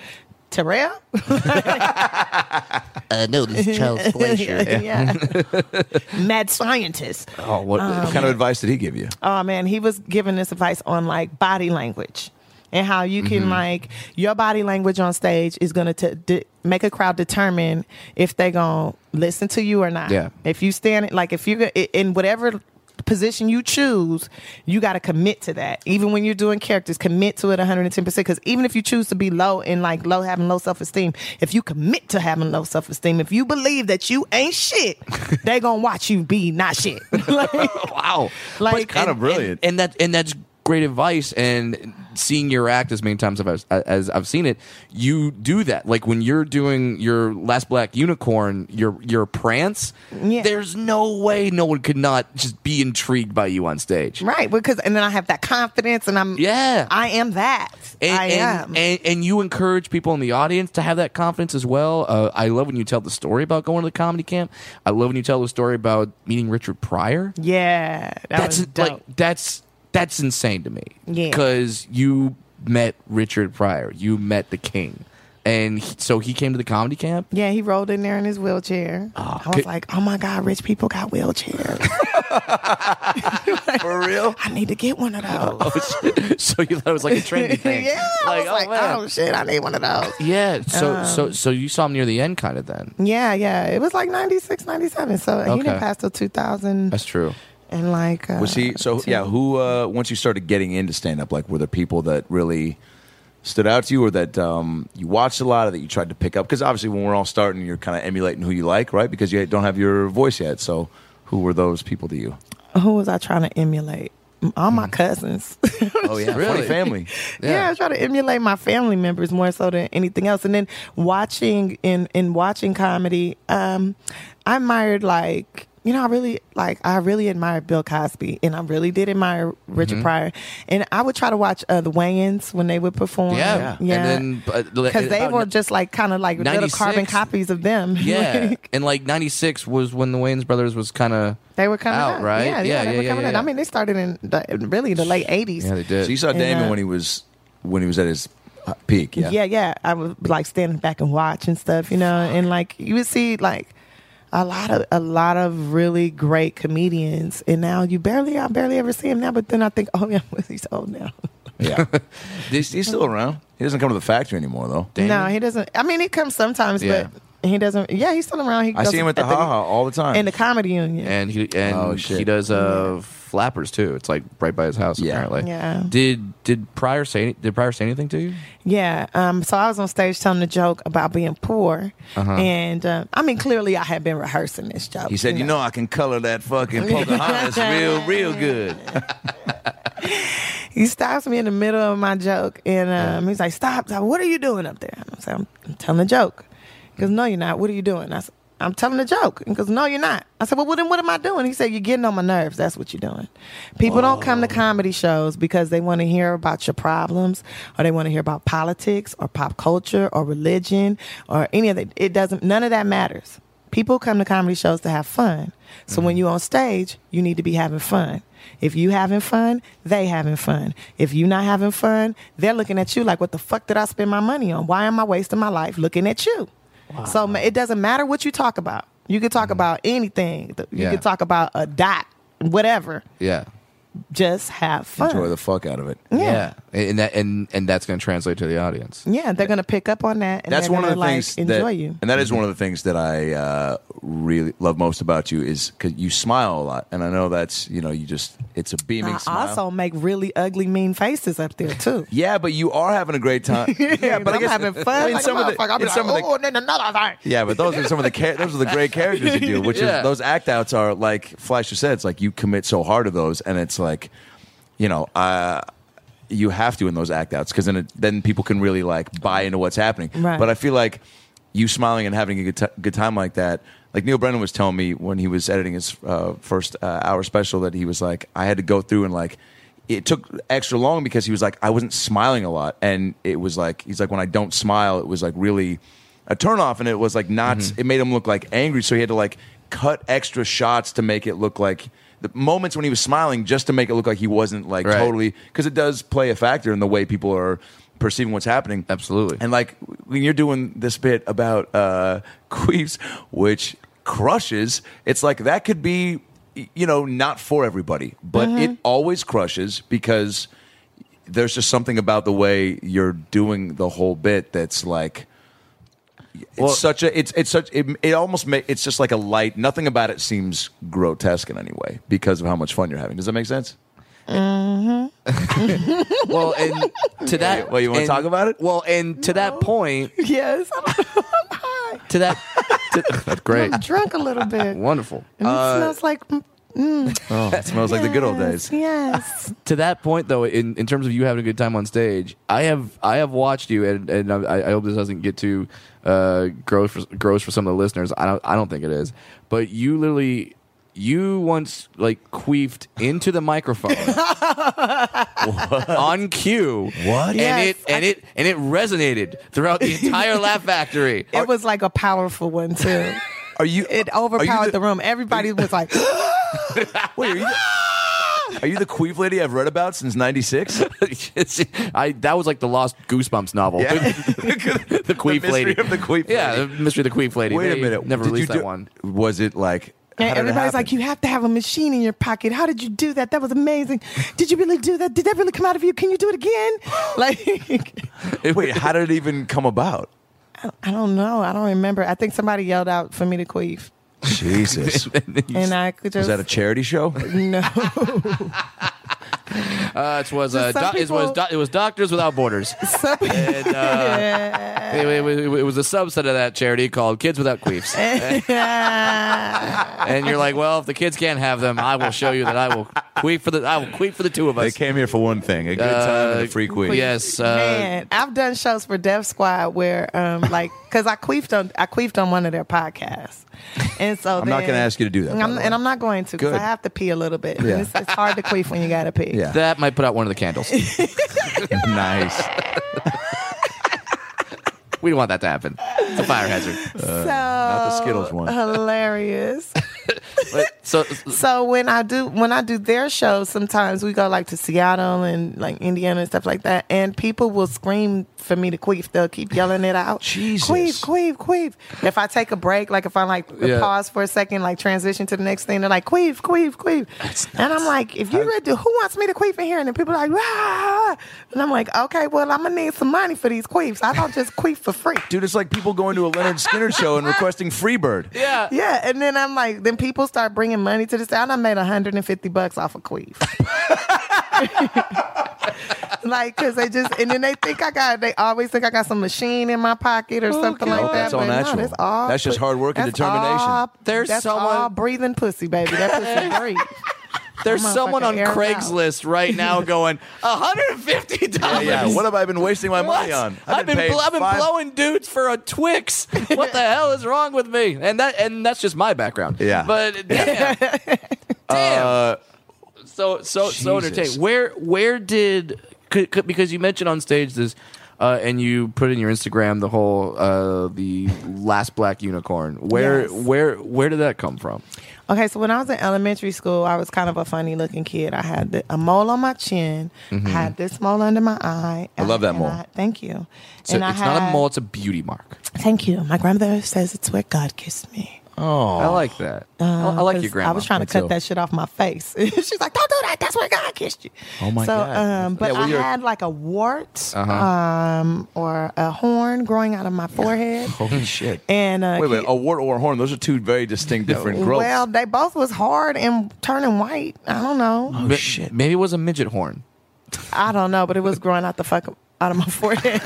[SPEAKER 4] "Terrell."
[SPEAKER 1] Uh, no, this is Charles Fleischer.
[SPEAKER 4] yeah, mad scientist.
[SPEAKER 6] Oh, what?
[SPEAKER 4] Um,
[SPEAKER 2] what kind of advice did he give you
[SPEAKER 4] oh man, he was giving this advice on like body language and how you can like your body language on stage is going to de- make a crowd determine if they going to listen to you or not.
[SPEAKER 6] Yeah.
[SPEAKER 4] If you stand like if you i- in whatever position you choose, you got to commit to that. Even when you're doing characters, commit to it 110% cuz even if you choose to be low and like low having low self-esteem, if you commit to having low self-esteem, if you believe that you ain't shit, they going to watch you be not shit. Like-
[SPEAKER 6] wow.
[SPEAKER 4] Like-
[SPEAKER 6] But-
[SPEAKER 4] It's kinda
[SPEAKER 6] and-
[SPEAKER 2] brilliant.
[SPEAKER 6] And, and that and that's great advice. And seeing your act as many times as I've, as I've seen it, you do that. Like when you're doing your Last Black Unicorn, your your prance.
[SPEAKER 4] Yeah.
[SPEAKER 6] There's no way no one could not just be intrigued by you on stage.
[SPEAKER 4] Right, because and then I have that confidence, and I'm
[SPEAKER 6] Yeah.
[SPEAKER 4] I am that.
[SPEAKER 6] And,
[SPEAKER 4] I
[SPEAKER 6] and-
[SPEAKER 4] am.
[SPEAKER 6] And, and you encourage people in the audience to have that confidence as well. Uh, I love when you tell the story about going to the comedy camp. I love when you tell the story about meeting Richard Pryor.
[SPEAKER 4] yeah, that
[SPEAKER 6] that's
[SPEAKER 4] was dope.
[SPEAKER 6] like that's that's insane to me.
[SPEAKER 4] Yeah.
[SPEAKER 6] because you met Richard Pryor, you met the King, and he- so he came to the comedy camp.
[SPEAKER 4] yeah, he rolled in there in his wheelchair. I was
[SPEAKER 6] could-
[SPEAKER 4] like, oh my god, rich people got wheelchairs.
[SPEAKER 2] for real
[SPEAKER 4] I need to get one of those.
[SPEAKER 6] Oh, so you thought it was like a trendy thing.
[SPEAKER 4] yeah, I was like,
[SPEAKER 6] man.
[SPEAKER 4] oh shit, Um, I need one of those.
[SPEAKER 6] yeah. So so so you saw him near the end, kind of. Then
[SPEAKER 4] Yeah, yeah, it was like 96, 97. So he didn't
[SPEAKER 6] Okay.
[SPEAKER 4] pass till two thousand
[SPEAKER 6] that's true.
[SPEAKER 4] and like uh,
[SPEAKER 2] Was he so?
[SPEAKER 4] two-
[SPEAKER 2] Yeah. Who uh, once you started getting into stand up, like were there people that really stood out to you, or that um, you watched a lot of that you tried to pick up? Because obviously, when we're all starting, you're kind of emulating who you like, right? Because you don't have your voice yet. So, who were those people to you?
[SPEAKER 4] who was I trying to emulate? All
[SPEAKER 6] Mm.
[SPEAKER 4] my cousins.
[SPEAKER 2] Oh yeah,
[SPEAKER 6] Really?
[SPEAKER 2] funny family.
[SPEAKER 6] Yeah.
[SPEAKER 4] Yeah. I try to emulate my family members more so than anything else. And then watching in in watching comedy, um, I admired like you know I really like I really admired Bill Cosby, and I really did admire
[SPEAKER 6] Mm-hmm.
[SPEAKER 4] Richard Pryor. And I would try to watch uh, the Wayans when they would perform.
[SPEAKER 6] Yeah. Yeah. And then, but-
[SPEAKER 4] because they
[SPEAKER 6] about
[SPEAKER 4] were just like kind of like little
[SPEAKER 6] 96?
[SPEAKER 4] carbon copies of them.
[SPEAKER 6] Yeah,
[SPEAKER 4] Like,
[SPEAKER 6] and like '96 was when the Wayne's brothers was kind of
[SPEAKER 4] they were coming
[SPEAKER 6] Out,
[SPEAKER 4] up.
[SPEAKER 6] right?
[SPEAKER 4] Yeah, yeah,
[SPEAKER 6] Yeah,
[SPEAKER 4] they
[SPEAKER 6] yeah,
[SPEAKER 4] were
[SPEAKER 6] yeah,
[SPEAKER 4] coming up.
[SPEAKER 6] yeah.
[SPEAKER 4] I mean, they started in the, really the late '80s.
[SPEAKER 6] yeah they did.
[SPEAKER 2] So you saw
[SPEAKER 4] And,
[SPEAKER 2] Damon
[SPEAKER 4] uh,
[SPEAKER 2] when he was when he was at his uh, peak. Yeah.
[SPEAKER 4] yeah, yeah. I would like stand back and watch and stuff, you know, and like you would see like a lot of a lot of really great comedians, and now you barely I barely ever see him now. But then I think, oh yeah, he's old now.
[SPEAKER 2] yeah. he's, he's still around. He doesn't come to the factory anymore though.
[SPEAKER 4] No, he doesn't. I mean, he comes sometimes,
[SPEAKER 6] Yeah.
[SPEAKER 4] but he doesn't. Yeah, he's still around. He
[SPEAKER 2] I
[SPEAKER 4] goes
[SPEAKER 2] see him at the
[SPEAKER 4] at
[SPEAKER 2] Ha Ha all the time.
[SPEAKER 4] in the comedy union.
[SPEAKER 6] and he and
[SPEAKER 2] Oh, shit.
[SPEAKER 6] he does uh flappers too. It's like right by his house
[SPEAKER 2] Yeah.
[SPEAKER 6] apparently.
[SPEAKER 4] Yeah.
[SPEAKER 6] Did did Pryor say any- did Pryor say anything to you?
[SPEAKER 4] Yeah. Um, so I was on stage telling a joke about being poor, and uh, I mean, clearly I had been rehearsing this joke.
[SPEAKER 2] Uh-huh. he said, "You know, I can color that fucking Pocahontas real, real good."
[SPEAKER 4] he stops me in the middle of my joke and um, he's like, "Stop! Stop. What are you doing up there?" And I'm like, I'm, I'm telling a joke. He goes, "No, you're not. What are you doing?" I said, "I'm telling a joke." He goes, "No, you're not." I said, "Well, well, then what am I doing?" He said, "You're getting on my nerves. That's what you're doing. People don't come to comedy shows because they want to hear about your problems or they want to hear about politics or pop culture or religion or any of that. It doesn't. None of that matters." People come to comedy shows to have fun. So
[SPEAKER 2] Mm-hmm.
[SPEAKER 4] when you're on stage, you need to be having fun. If you having fun, they having fun. If you not having fun, they're looking at you like, what the fuck did I spend my money on? Why am I wasting my life looking at you? So ma- it doesn't matter what you talk about. You could
[SPEAKER 2] Mm-hmm.
[SPEAKER 4] talk about anything. Th- You
[SPEAKER 6] Yeah.
[SPEAKER 4] could talk about a dot, whatever.
[SPEAKER 6] Yeah.
[SPEAKER 4] Just have fun.
[SPEAKER 2] Enjoy the fuck out of it.
[SPEAKER 6] Yeah. And that and and that's going to translate to the audience.
[SPEAKER 4] yeah, they're gonna pick up on that. And
[SPEAKER 2] That's
[SPEAKER 4] they're
[SPEAKER 2] one of the
[SPEAKER 4] gonna, like,
[SPEAKER 2] things
[SPEAKER 4] Enjoy
[SPEAKER 2] that,
[SPEAKER 4] you.
[SPEAKER 2] and that is one of the things that I uh, really love most about you is because you smile a lot, and I know that's you know you just it's a beaming
[SPEAKER 4] I
[SPEAKER 2] smile.
[SPEAKER 4] also make really ugly, mean faces up there too.
[SPEAKER 2] yeah, but you are having a great time. yeah, but I
[SPEAKER 4] I'm
[SPEAKER 2] guess
[SPEAKER 4] having fun.
[SPEAKER 2] in
[SPEAKER 4] like
[SPEAKER 2] some
[SPEAKER 4] a
[SPEAKER 2] of the-
[SPEAKER 4] motherfucker. I'll be
[SPEAKER 2] in
[SPEAKER 4] like,
[SPEAKER 2] some of the-
[SPEAKER 4] "Oh, and then another thing.
[SPEAKER 2] Yeah, but those are some of the char- those are the great characters you do, which
[SPEAKER 6] Yeah.
[SPEAKER 2] is those act outs are like Fleischer said, it's like you commit so hard to those, and it's like, you know, uh, you have to in those act outs because then it, then people can really like buy into what's happening.
[SPEAKER 4] Right.
[SPEAKER 2] But I feel like you smiling and having a good, t- good time like that. Like Neil Brennan was telling me when he was editing his uh, first uh, hour special that he was like, I had to go through and like. It took extra long because he was like, I wasn't smiling a lot, and it was like he's like, when I don't smile, it was like really a turnoff, and it was like not. It made him look like angry, so he had to like cut extra shots to make it look like the moments when he was smiling, just to make it look like he wasn't like
[SPEAKER 6] Right.
[SPEAKER 2] totally because it does play a factor in the way people are perceiving what's happening.
[SPEAKER 6] Absolutely.
[SPEAKER 2] And like when you're doing this bit about uh, queefs, which crushes, it's like that could be, y- you know, not for everybody, but it always crushes because there's just something about the way you're doing the whole bit that's like. It's such a it's it's such it, it almost ma- it's just like a light nothing about it seems grotesque in any way because of how much fun you're having. Does that make sense?
[SPEAKER 6] Well, and to that
[SPEAKER 2] Well, you wanna
[SPEAKER 6] and-
[SPEAKER 2] talk about it?
[SPEAKER 6] Well, and to that point,
[SPEAKER 4] Yes, I don't know. I'm high.
[SPEAKER 6] to that to, that's great.
[SPEAKER 4] I'm drunk a little bit. and
[SPEAKER 6] Wonderful. Uh,
[SPEAKER 4] it smells like mm,
[SPEAKER 2] Oh, It smells like the Uh, good old days.
[SPEAKER 4] Yes.
[SPEAKER 6] to that point though in, in terms of you having a good time on stage i have i have watched you and, and I, I hope this doesn't get too uh, gross for, gross for some of the listeners i don't i don't think it is but you literally you once like queefed into the microphone on cue
[SPEAKER 2] What?
[SPEAKER 6] and
[SPEAKER 4] Yes,
[SPEAKER 6] it and it and it resonated throughout the entire laugh factory
[SPEAKER 4] it was like a powerful one too.
[SPEAKER 2] Are you?
[SPEAKER 4] It
[SPEAKER 2] are
[SPEAKER 4] overpowered
[SPEAKER 2] you
[SPEAKER 4] the, room. Everybody was like,
[SPEAKER 2] Wait, are you? The, are you the queef lady I've read about since '96?
[SPEAKER 6] I that was like the lost goosebumps novel
[SPEAKER 2] the
[SPEAKER 6] queef
[SPEAKER 2] mystery
[SPEAKER 6] lady.
[SPEAKER 2] of the queef.
[SPEAKER 6] yeah the
[SPEAKER 2] lady.
[SPEAKER 6] mystery of the queef lady
[SPEAKER 2] Wait a
[SPEAKER 6] They
[SPEAKER 2] minute.
[SPEAKER 6] never
[SPEAKER 2] Did you
[SPEAKER 6] released
[SPEAKER 2] do-
[SPEAKER 6] that one
[SPEAKER 2] Was it like? how
[SPEAKER 4] and
[SPEAKER 2] did it
[SPEAKER 4] everybody's
[SPEAKER 2] happen?
[SPEAKER 4] like, you have to have a machine in your pocket. How did you do that? That was amazing. Did you really do that? Did that really come out of you? Can you do it again? Like,
[SPEAKER 2] Wait, how did it even come about?
[SPEAKER 4] I don't know. I don't remember. I think somebody yelled out for me to queef,
[SPEAKER 2] Jesus.
[SPEAKER 4] and I could just
[SPEAKER 2] Was that a charity show?
[SPEAKER 4] no.
[SPEAKER 6] Uh, it was uh,
[SPEAKER 4] Just some
[SPEAKER 6] doc- it was
[SPEAKER 4] people-
[SPEAKER 6] doc- it was Doctors Without Borders.
[SPEAKER 4] Some-
[SPEAKER 6] And, uh, it, it was- it was a subset of that charity called Kids Without Queefs. and you're like, well, if the kids can't have them, I will show you that I will queef for the I will queef for the two of
[SPEAKER 2] They
[SPEAKER 6] us. Uh,
[SPEAKER 2] came here for one thing: a good time and a free queen.
[SPEAKER 6] Yes, uh,
[SPEAKER 4] Man, I've done shows for Dev Squad where, um, like, because I queefed on I queefed on one of their podcasts, and so
[SPEAKER 2] I'm not
[SPEAKER 4] then-
[SPEAKER 2] gonna ask you to do that, by
[SPEAKER 4] I'm-
[SPEAKER 2] the way.
[SPEAKER 4] and I'm not going to because I
[SPEAKER 2] Good.
[SPEAKER 4] have to pee a little bit.
[SPEAKER 2] Yeah.
[SPEAKER 4] It's, it's hard to queef when you gotta pee.
[SPEAKER 2] Yeah.
[SPEAKER 6] that might put out one of the candles.
[SPEAKER 2] nice.
[SPEAKER 6] we don't want that to happen. It's a fire hazard.
[SPEAKER 4] so
[SPEAKER 2] the Skittles one.
[SPEAKER 4] hilarious.
[SPEAKER 6] But, so
[SPEAKER 4] so when I do when I do their shows, sometimes we go like to Seattle and like Indiana and stuff like that, and people will scream for me to queef. They'll keep yelling it out.
[SPEAKER 2] Jesus.
[SPEAKER 4] queef, queef, queef. If I take a break, like if I like
[SPEAKER 6] Yeah.
[SPEAKER 4] pause for a second, like transition to the next thing, they're like queef, queef, queef, and I'm like, if you read the, who wants me to queef in here? And then people are like, ah, and I'm like, okay, well I'm gonna need some money for these queefs. I don't just queef for free.
[SPEAKER 2] Dude, it's like people going to a Leonard Skinner show and requesting Freebird.
[SPEAKER 6] yeah,
[SPEAKER 4] Yeah, and then I'm like, then people start bringing money to the side. I made 150 bucks off of Queef. like, cause they just, and then they think I got, they always think I got some machine in my pocket or something like
[SPEAKER 2] Nope, Oh, that's
[SPEAKER 4] that.
[SPEAKER 2] all
[SPEAKER 4] but no,
[SPEAKER 2] natural.
[SPEAKER 4] that's all.
[SPEAKER 2] That's just hard work and
[SPEAKER 4] that's
[SPEAKER 2] determination.
[SPEAKER 4] all-
[SPEAKER 6] There's
[SPEAKER 4] that's
[SPEAKER 6] someone-
[SPEAKER 4] all breathing pussy, baby. That pussy breathe.
[SPEAKER 6] there's
[SPEAKER 4] Motherfucker
[SPEAKER 6] someone on
[SPEAKER 4] airs out.
[SPEAKER 6] Craigslist right now going 150
[SPEAKER 2] Yeah,
[SPEAKER 6] dollars.
[SPEAKER 2] yeah. What have I been wasting my
[SPEAKER 6] What?
[SPEAKER 2] money on?
[SPEAKER 6] I've been,
[SPEAKER 2] paid
[SPEAKER 6] bl- I've been
[SPEAKER 2] five-
[SPEAKER 6] blowing dudes for a Twix. What the hell is wrong with me? And that and that's just my background.
[SPEAKER 2] Yeah. Uh,
[SPEAKER 6] But damn, damn. so so so
[SPEAKER 2] Jesus.
[SPEAKER 6] entertaining. Where where did could, could, because you mentioned on stage this. Uh, and you put in your Instagram the whole uh, the last black unicorn. Where
[SPEAKER 4] Yes.
[SPEAKER 6] where where did that come from?
[SPEAKER 4] Okay, so when I was in elementary school, I was kind of a funny looking kid. I had the, a mole on my chin, I had this mole under my eye. I
[SPEAKER 2] Mm-hmm. love that
[SPEAKER 4] and
[SPEAKER 2] mole.
[SPEAKER 4] I- thank you.
[SPEAKER 6] So
[SPEAKER 4] And I
[SPEAKER 6] it's not a
[SPEAKER 4] had-
[SPEAKER 6] mole; it's a beauty mark.
[SPEAKER 4] Thank you. My grandmother says it's where God kissed me.
[SPEAKER 6] I like that. I- I, like your
[SPEAKER 4] Uh, 'Cause
[SPEAKER 6] grandma.
[SPEAKER 4] I was trying to
[SPEAKER 6] Me
[SPEAKER 4] cut
[SPEAKER 6] too.
[SPEAKER 4] that shit off my face. She's like, "Don't do that. That's where God kissed you." Oh
[SPEAKER 6] my
[SPEAKER 4] so,
[SPEAKER 6] God.
[SPEAKER 4] Um, but
[SPEAKER 2] Yeah, well,
[SPEAKER 4] I
[SPEAKER 2] you're-
[SPEAKER 4] had like a wart
[SPEAKER 6] Uh-huh.
[SPEAKER 4] um, or a horn growing out of my forehead,
[SPEAKER 2] Holy shit.
[SPEAKER 4] and uh,
[SPEAKER 2] Wait, wait.
[SPEAKER 4] ki-
[SPEAKER 2] A wart or a horn? Those are two very distinct, different growths.
[SPEAKER 4] well, they both was hard and turning white. I don't know.
[SPEAKER 6] Ma- Maybe it was a midget horn.
[SPEAKER 4] I don't know, but it was growing out the fuck out of my forehead.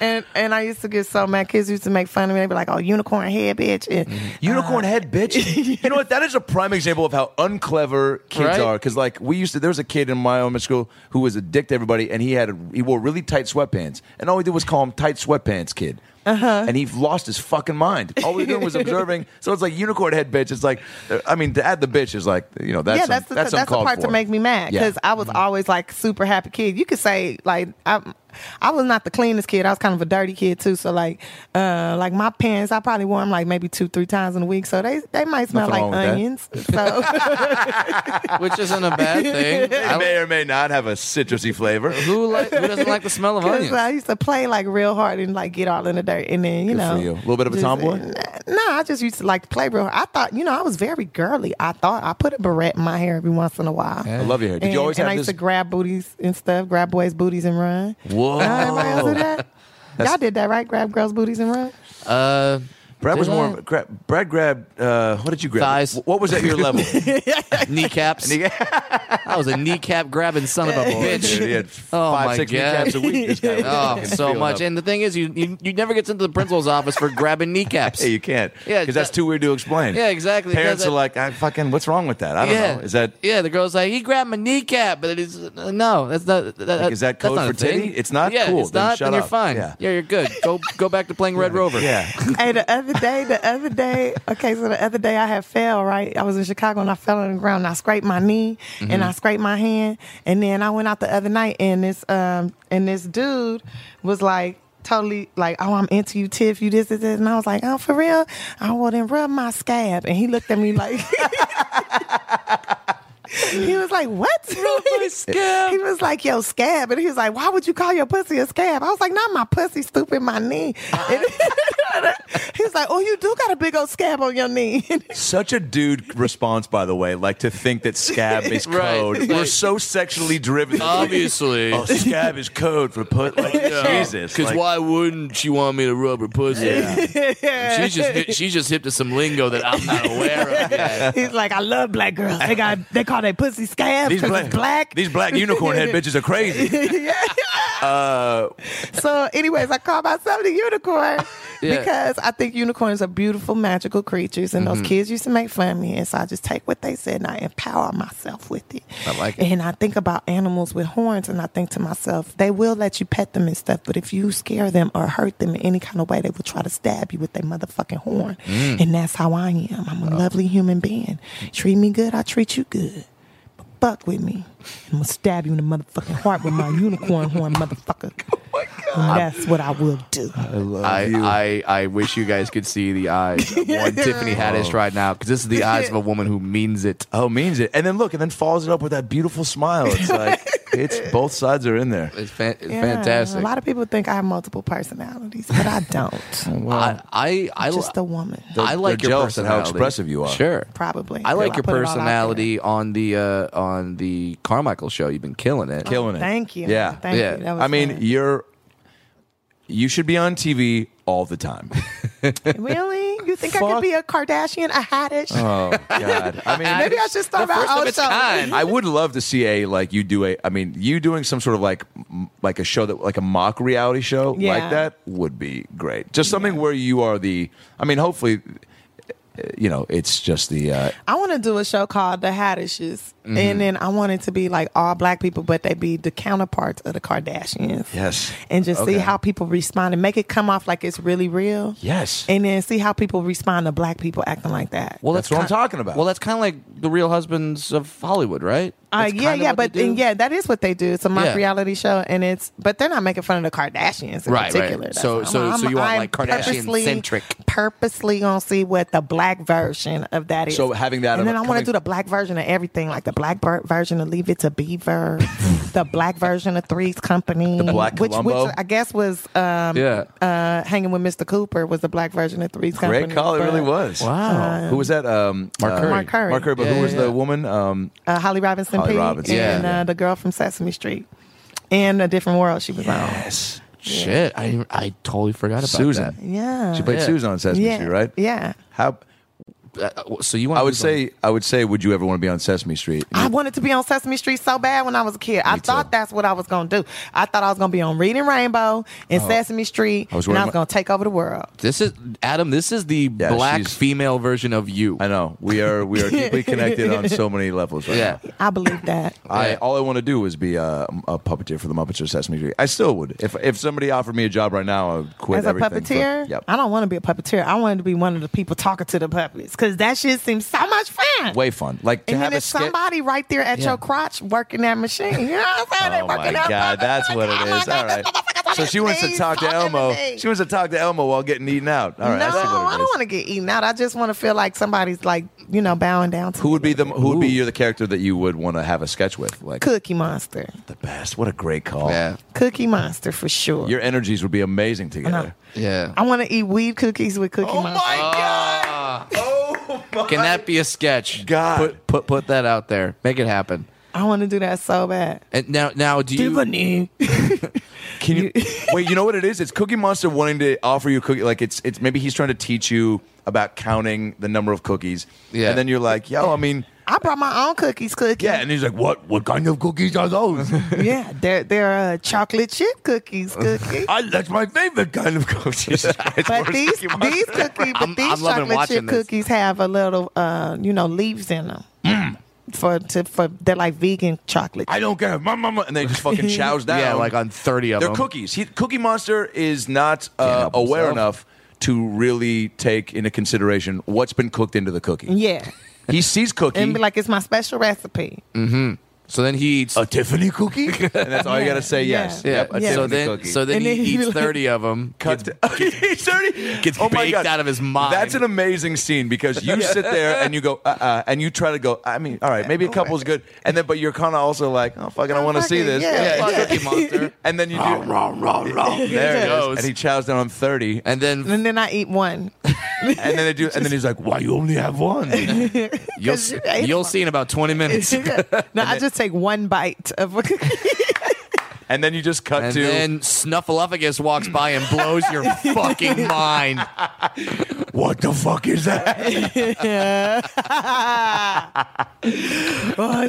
[SPEAKER 4] and and I used to get so mad. Kids used to make fun of me. They'd be like, "Oh, unicorn head, bitch." And,
[SPEAKER 6] Mm-hmm.
[SPEAKER 4] Uh,
[SPEAKER 2] Unicorn head, bitch. you know what? That is a prime example of how unclever kids
[SPEAKER 6] Right?
[SPEAKER 2] are. Because like we used to, there was a kid in my own school who was a dick to everybody, and he had a, he wore really tight sweatpants, and all we did was call him tight sweatpants kid. Uh-huh. And he lost his fucking mind. All we were doing was observing. So it's like unicorn head bitch. It's like, I mean, to add the bitch is like, you know, that's
[SPEAKER 4] yeah, that's the, that's, the
[SPEAKER 2] uncalled
[SPEAKER 4] part
[SPEAKER 2] for.
[SPEAKER 4] to make me mad
[SPEAKER 2] Yeah. Mm-hmm.
[SPEAKER 4] because I was always like super happy kid. You could say like I, I was not the cleanest kid. I was kind of a dirty kid too. So like, uh, like my pants, I probably wore them like maybe two three times in a week. So they they might smell
[SPEAKER 2] Nothing wrong
[SPEAKER 4] like
[SPEAKER 2] with
[SPEAKER 4] onions. So
[SPEAKER 6] which isn't a bad thing.
[SPEAKER 2] It
[SPEAKER 6] I-
[SPEAKER 2] may or may not have a citrusy flavor.
[SPEAKER 6] who like who doesn't like the smell of
[SPEAKER 4] 'cause
[SPEAKER 6] onions?
[SPEAKER 4] I used to play like real hard and like get all in the dirt and then you
[SPEAKER 2] Good
[SPEAKER 4] know
[SPEAKER 2] for you. A little bit of a
[SPEAKER 4] just-
[SPEAKER 2] tomboy?
[SPEAKER 4] Nah, nah, I just used to like to play real. hard. I thought you know I was very girly. I thought I put a beret in my hair every once in a while.
[SPEAKER 2] I love your hair. Did
[SPEAKER 4] and,
[SPEAKER 2] you always
[SPEAKER 4] and
[SPEAKER 2] have
[SPEAKER 4] I used
[SPEAKER 2] this?
[SPEAKER 4] to grab booties and stuff, grab boys' booties and run.
[SPEAKER 2] Whoa.
[SPEAKER 4] Uh, everybody else do that? Y'all did that, right? Grab girls' booties and run?
[SPEAKER 6] Uh,
[SPEAKER 2] Brad was
[SPEAKER 6] Did
[SPEAKER 2] more.
[SPEAKER 6] I?
[SPEAKER 2] of a- Gra- Brad grabbed. Uh, what did you grab?
[SPEAKER 6] Thighs.
[SPEAKER 2] What was at your level?
[SPEAKER 6] kneecaps. I was a kneecap grabbing son of a
[SPEAKER 2] Dude, he
[SPEAKER 6] bitch.
[SPEAKER 2] had
[SPEAKER 6] Oh
[SPEAKER 2] five,
[SPEAKER 6] my
[SPEAKER 2] six
[SPEAKER 6] God.
[SPEAKER 2] kneecaps a week. This guy was
[SPEAKER 6] Oh,
[SPEAKER 2] fucking
[SPEAKER 6] so
[SPEAKER 2] feeling
[SPEAKER 6] much.
[SPEAKER 2] up.
[SPEAKER 6] And the thing is, you, you you never get sent to the principal's office for grabbing kneecaps.
[SPEAKER 2] Hey, you can't.
[SPEAKER 6] Yeah,
[SPEAKER 2] because that's
[SPEAKER 6] that-
[SPEAKER 2] too weird to explain.
[SPEAKER 6] Yeah, exactly.
[SPEAKER 2] Parents
[SPEAKER 6] Yeah,
[SPEAKER 2] are
[SPEAKER 6] that-
[SPEAKER 2] like, I fucking. What's wrong with that? I don't
[SPEAKER 6] yeah,
[SPEAKER 2] know. Is that
[SPEAKER 6] yeah? The girl's like, he grabbed my kneecap, but it's uh, no, that's not. That,
[SPEAKER 2] Like, is that
[SPEAKER 6] that's
[SPEAKER 2] code
[SPEAKER 6] not
[SPEAKER 2] for
[SPEAKER 6] a thing.
[SPEAKER 2] titty? It's not?
[SPEAKER 6] Yeah,
[SPEAKER 2] Cool,
[SPEAKER 6] it's
[SPEAKER 2] then
[SPEAKER 6] not.
[SPEAKER 2] shut
[SPEAKER 6] you're
[SPEAKER 2] up.
[SPEAKER 6] fine.
[SPEAKER 2] Yeah.
[SPEAKER 6] Yeah. you're good. Go go back to playing Red Rover.
[SPEAKER 2] yeah?
[SPEAKER 4] hey, the other day, the other day, okay, so the other day I had fell, right? I was in Chicago and I fell on the ground and I scraped my knee and I scraped my hand. And then I went out the other night and this um and this dude was like totally like, Oh, I'm into you, Tiff, you this, this, this. And I was like, Oh, for real? I well then rub my scab. And he looked at me like He was like, What?
[SPEAKER 6] scab.
[SPEAKER 4] He was like, Yo, scab. And he was like, Why would you call your pussy a scab? I was like, Not my pussy, stupid, my knee. And- He's It's like, oh, you do got a big old scab on your knee.
[SPEAKER 2] Such a dude response, by the way. Like to think that scab is
[SPEAKER 6] Right,
[SPEAKER 2] code.
[SPEAKER 6] like-
[SPEAKER 2] We're so sexually driven.
[SPEAKER 6] Obviously.
[SPEAKER 2] Oh, scab is code for put. Like, Jesus.
[SPEAKER 6] Because
[SPEAKER 2] like-
[SPEAKER 6] why wouldn't she want me to rub her pussy? She's just hit, she's just hip to some lingo that I'm not aware of. Yet.
[SPEAKER 4] He's like, I love black girls. They got they call their pussy scab
[SPEAKER 2] These
[SPEAKER 4] because
[SPEAKER 2] black,
[SPEAKER 4] it's black.
[SPEAKER 2] these black unicorn head bitches are crazy. Uh,
[SPEAKER 4] So, anyways, I call myself the unicorn
[SPEAKER 6] Yeah.
[SPEAKER 4] because I think unicorns are beautiful, magical creatures, and
[SPEAKER 6] Mm-hmm.
[SPEAKER 4] those kids used to make fun of me. And so I just take what they said and I empower myself with it. I
[SPEAKER 6] like it.
[SPEAKER 4] And I think about animals with horns, and I think to myself, they will let you pet them and stuff, but if you scare them or hurt them in any kind of way, they will try to stab you with their motherfucking horn.
[SPEAKER 6] Mm.
[SPEAKER 4] And that's how I am. I'm
[SPEAKER 6] Oh.
[SPEAKER 4] a lovely human being. Treat me good, I treat you good. But Fuck with me. I'm gonna stab you in the motherfucking heart with my unicorn horn,
[SPEAKER 6] Oh
[SPEAKER 4] motherfucker. And that's what I will do.
[SPEAKER 6] I, I I wish you guys could see the eyes of one Tiffany Haddish right now because this is the eyes of a woman who means it.
[SPEAKER 2] Oh, means it. And then look, and then follows it up with that beautiful smile. It's like, it's both sides are in there.
[SPEAKER 6] It's, fan, it's
[SPEAKER 4] Yeah,
[SPEAKER 6] fantastic.
[SPEAKER 4] A lot of people think I have multiple personalities, but I don't. I'm
[SPEAKER 6] I I I,
[SPEAKER 4] just a woman,
[SPEAKER 6] I like
[SPEAKER 2] they're
[SPEAKER 6] your
[SPEAKER 2] jealous of how
[SPEAKER 6] personality.
[SPEAKER 2] expressive you are.
[SPEAKER 6] Sure.
[SPEAKER 4] probably.
[SPEAKER 6] I like
[SPEAKER 4] Feel
[SPEAKER 6] your
[SPEAKER 4] put it all out
[SPEAKER 6] personality on the uh, on the Carmichael show. You've been killing it.
[SPEAKER 4] there.
[SPEAKER 2] Killing it.
[SPEAKER 4] Oh, Thank you.
[SPEAKER 2] Yeah.
[SPEAKER 4] Thank
[SPEAKER 6] Yeah.
[SPEAKER 4] you. That was
[SPEAKER 2] I mean,
[SPEAKER 4] fun.
[SPEAKER 2] you're, you should be on TV all the time.
[SPEAKER 4] really? You think I
[SPEAKER 2] Fuck.
[SPEAKER 4] could be a Kardashian, a Haddish?
[SPEAKER 6] Uh-huh.
[SPEAKER 2] Oh, God. I mean,
[SPEAKER 4] Maybe I should start my own show.
[SPEAKER 2] I would love to see a like you do a. I mean, you doing some sort of like m- like a show that like a mock reality show
[SPEAKER 4] Yeah.
[SPEAKER 2] like that would be great. Just something where you are the. I mean, hopefully, uh, you know, it's just the. Uh,
[SPEAKER 4] I want to do a show called The Haddishes,
[SPEAKER 6] Mm-hmm.
[SPEAKER 4] and then I want it to be like all black people, but they be the counterparts of the Kardashians.
[SPEAKER 2] Yes.
[SPEAKER 4] and just see
[SPEAKER 2] Okay.
[SPEAKER 4] how people respond and make it come off like it's really real.
[SPEAKER 2] Yes.
[SPEAKER 4] and then see how people respond to black people acting like that.
[SPEAKER 6] Well,
[SPEAKER 2] That's what I'm
[SPEAKER 6] kin-
[SPEAKER 2] talking about.
[SPEAKER 6] Well, that's kind of like the Real Husbands of Hollywood, right?
[SPEAKER 4] Uh,
[SPEAKER 6] That's
[SPEAKER 4] yeah,
[SPEAKER 6] kinda
[SPEAKER 4] yeah,
[SPEAKER 6] what they
[SPEAKER 4] but and
[SPEAKER 6] do.
[SPEAKER 4] yeah, that is what they do. It's a mock
[SPEAKER 6] Yeah.
[SPEAKER 4] reality show, and it's but they're not making fun of the Kardashians in
[SPEAKER 6] Right, right.
[SPEAKER 4] particular. That's
[SPEAKER 6] So-
[SPEAKER 4] why
[SPEAKER 6] so- so you want, like,
[SPEAKER 4] purposely-
[SPEAKER 6] Kardashian-centric.
[SPEAKER 4] Purposely gonna see what the black version of that is.
[SPEAKER 2] So having that
[SPEAKER 4] and
[SPEAKER 2] of-
[SPEAKER 4] then I want
[SPEAKER 2] coming-
[SPEAKER 4] to do the black version of everything, like the black ver- version of Leave It to Beaver, the black version of Three's Company,
[SPEAKER 2] The Black
[SPEAKER 4] which
[SPEAKER 2] Columbo?
[SPEAKER 4] which I guess was um,
[SPEAKER 6] Yeah.
[SPEAKER 4] uh, hanging with Mr. Cooper was the black version of Three's Company.
[SPEAKER 2] Great call, it
[SPEAKER 4] but,
[SPEAKER 2] really was.
[SPEAKER 4] uh,
[SPEAKER 6] Wow.
[SPEAKER 2] who was that? Um,
[SPEAKER 6] Mark Curry.
[SPEAKER 4] Mark Curry.
[SPEAKER 2] Mark Curry, but
[SPEAKER 6] Yeah,
[SPEAKER 2] who was
[SPEAKER 6] yeah, yeah.
[SPEAKER 2] the woman? Um,
[SPEAKER 4] uh, Holly Robinson
[SPEAKER 2] Holly
[SPEAKER 4] Pete
[SPEAKER 2] Robinson,
[SPEAKER 4] and
[SPEAKER 6] yeah.
[SPEAKER 4] uh, the girl from Sesame Street and a different world she was
[SPEAKER 2] yes,
[SPEAKER 6] Shit, I didn't- I totally forgot about
[SPEAKER 2] Susan.
[SPEAKER 4] on. Yeah.
[SPEAKER 2] She played
[SPEAKER 6] Yeah.
[SPEAKER 2] Susan on Sesame
[SPEAKER 4] yeah.
[SPEAKER 2] Street, right?
[SPEAKER 4] Yeah.
[SPEAKER 2] How?
[SPEAKER 6] that. Uh, So you want?
[SPEAKER 2] I would say, I would say, would you ever want to be on Sesame Street?
[SPEAKER 4] I wanted to be on Sesame Street so bad when I was a kid. I thought that's what I was going to do. I thought I was going to be on Reading Rainbow and Sesame Street,
[SPEAKER 2] Uh-huh. I was
[SPEAKER 4] and
[SPEAKER 2] wearing
[SPEAKER 4] I was
[SPEAKER 2] my-
[SPEAKER 4] going to take over the world.
[SPEAKER 6] this is Adam. This is the
[SPEAKER 2] Yeah,
[SPEAKER 6] black
[SPEAKER 2] she's-
[SPEAKER 6] female version of you.
[SPEAKER 2] I know we are we are deeply connected on so many levels right
[SPEAKER 6] Yeah.
[SPEAKER 2] now.
[SPEAKER 4] I believe that.
[SPEAKER 2] I
[SPEAKER 6] Yeah.
[SPEAKER 2] all I want to do is be a, a puppeteer for the Muppets or Sesame Street. I still would. If if somebody offered me a job right now, I would quit
[SPEAKER 4] As a
[SPEAKER 2] everything for-
[SPEAKER 4] puppeteer,
[SPEAKER 2] yep.
[SPEAKER 4] I don't want to be a puppeteer. I wanted to be one of the people talking to the puppets because that shit seems so much fun.
[SPEAKER 2] Way fun. Like to
[SPEAKER 4] and
[SPEAKER 2] have a
[SPEAKER 4] then it's
[SPEAKER 2] skit.
[SPEAKER 4] somebody right there at your crotch working that machine. You know what I'm saying?
[SPEAKER 2] Oh
[SPEAKER 4] They
[SPEAKER 2] my
[SPEAKER 4] working that
[SPEAKER 2] god, that's what it is. All right. So she wants to
[SPEAKER 4] Please
[SPEAKER 2] talk to
[SPEAKER 4] talk to
[SPEAKER 2] Elmo.
[SPEAKER 4] me.
[SPEAKER 2] She wants to talk to Elmo while getting eaten out. All right.
[SPEAKER 4] no,
[SPEAKER 2] I see what it
[SPEAKER 4] I don't
[SPEAKER 2] is.
[SPEAKER 4] want to get eaten out. I just want to feel like somebody's like you know bowing down to
[SPEAKER 2] Who
[SPEAKER 4] me.
[SPEAKER 2] would be the Who would be you the character that you would want to have a sketch with? Like
[SPEAKER 4] Cookie Monster.
[SPEAKER 2] the best. What a great call.
[SPEAKER 6] Yeah,
[SPEAKER 4] Cookie Monster for sure.
[SPEAKER 2] Your energies would be amazing together.
[SPEAKER 6] yeah. Oh
[SPEAKER 4] I want to eat weed cookies with Cookie Monster.
[SPEAKER 6] Ah.
[SPEAKER 4] Oh
[SPEAKER 6] Can that be a sketch?
[SPEAKER 2] God.
[SPEAKER 6] put put put that out there. Make it happen.
[SPEAKER 4] I want to do that so bad.
[SPEAKER 6] And now now do you?
[SPEAKER 2] Can you wait? You know what it is? It's Cookie Monster wanting to offer you cookie. Like it's it's maybe he's trying to teach you about counting the number of cookies.
[SPEAKER 6] Yeah.
[SPEAKER 2] And then you're like, yo, I mean,
[SPEAKER 4] I brought my own cookies, cookie.
[SPEAKER 2] yeah. And he's like, what? What kind of cookies are those?
[SPEAKER 4] yeah. They're they're uh, chocolate chip cookies, cookie.
[SPEAKER 2] I, that's my favorite kind of cookies.
[SPEAKER 4] But these these cookies, but
[SPEAKER 6] I'm-
[SPEAKER 4] these
[SPEAKER 6] I'm loving
[SPEAKER 4] chocolate
[SPEAKER 6] watching
[SPEAKER 4] chip
[SPEAKER 6] this.
[SPEAKER 4] cookies have a little, uh, you know, leaves in them.
[SPEAKER 6] Mm.
[SPEAKER 4] For to for they're like vegan chocolate.
[SPEAKER 2] I don't care. My mama, and they just fucking chows down.
[SPEAKER 6] yeah, like on thirty of
[SPEAKER 2] They're
[SPEAKER 6] them.
[SPEAKER 2] cookies. He, Cookie Monster is not uh,
[SPEAKER 6] help
[SPEAKER 2] aware
[SPEAKER 6] himself.
[SPEAKER 2] enough to really take into consideration what's been cooked into the cookie.
[SPEAKER 4] yeah,
[SPEAKER 2] He sees cookie.
[SPEAKER 4] and be like, it's my special recipe.
[SPEAKER 6] So then he eats.
[SPEAKER 2] A Tiffany cookie? and that's all you got to say.
[SPEAKER 4] Yeah.
[SPEAKER 2] Yes.
[SPEAKER 6] yeah.
[SPEAKER 2] Yep. A
[SPEAKER 6] so
[SPEAKER 2] Tiffany
[SPEAKER 6] then,
[SPEAKER 2] cookie.
[SPEAKER 6] so then
[SPEAKER 4] And
[SPEAKER 6] he
[SPEAKER 4] then he'd be
[SPEAKER 6] eats
[SPEAKER 4] like-
[SPEAKER 6] thirty of them.
[SPEAKER 2] Cut. he's dirty.
[SPEAKER 6] gets baked out of his mind.
[SPEAKER 2] That's an amazing scene because you sit there and you go, uh, uh, and you try to go. I mean, all right, maybe a couple's good, and then but you're kind of also like, oh fucking, I want to see this.
[SPEAKER 4] yeah,
[SPEAKER 2] Fuck
[SPEAKER 6] yeah.
[SPEAKER 2] Cookie Monster. and then you do. there it
[SPEAKER 6] goes.
[SPEAKER 2] goes. And he chows down on thirty, and,
[SPEAKER 6] and then
[SPEAKER 4] And then I eat one.
[SPEAKER 2] and then they do, and then he's like, why you only have one?
[SPEAKER 6] you'll
[SPEAKER 4] 'Cause
[SPEAKER 6] see,
[SPEAKER 4] you ate
[SPEAKER 6] you'll
[SPEAKER 4] one.
[SPEAKER 6] see in about twenty minutes.
[SPEAKER 4] no, I just take one bite of a cookie.
[SPEAKER 2] and then you just cut
[SPEAKER 6] And
[SPEAKER 2] to.
[SPEAKER 6] then Snuffleupagus walks by and blows your fucking mind.
[SPEAKER 2] what the fuck is that?
[SPEAKER 4] oh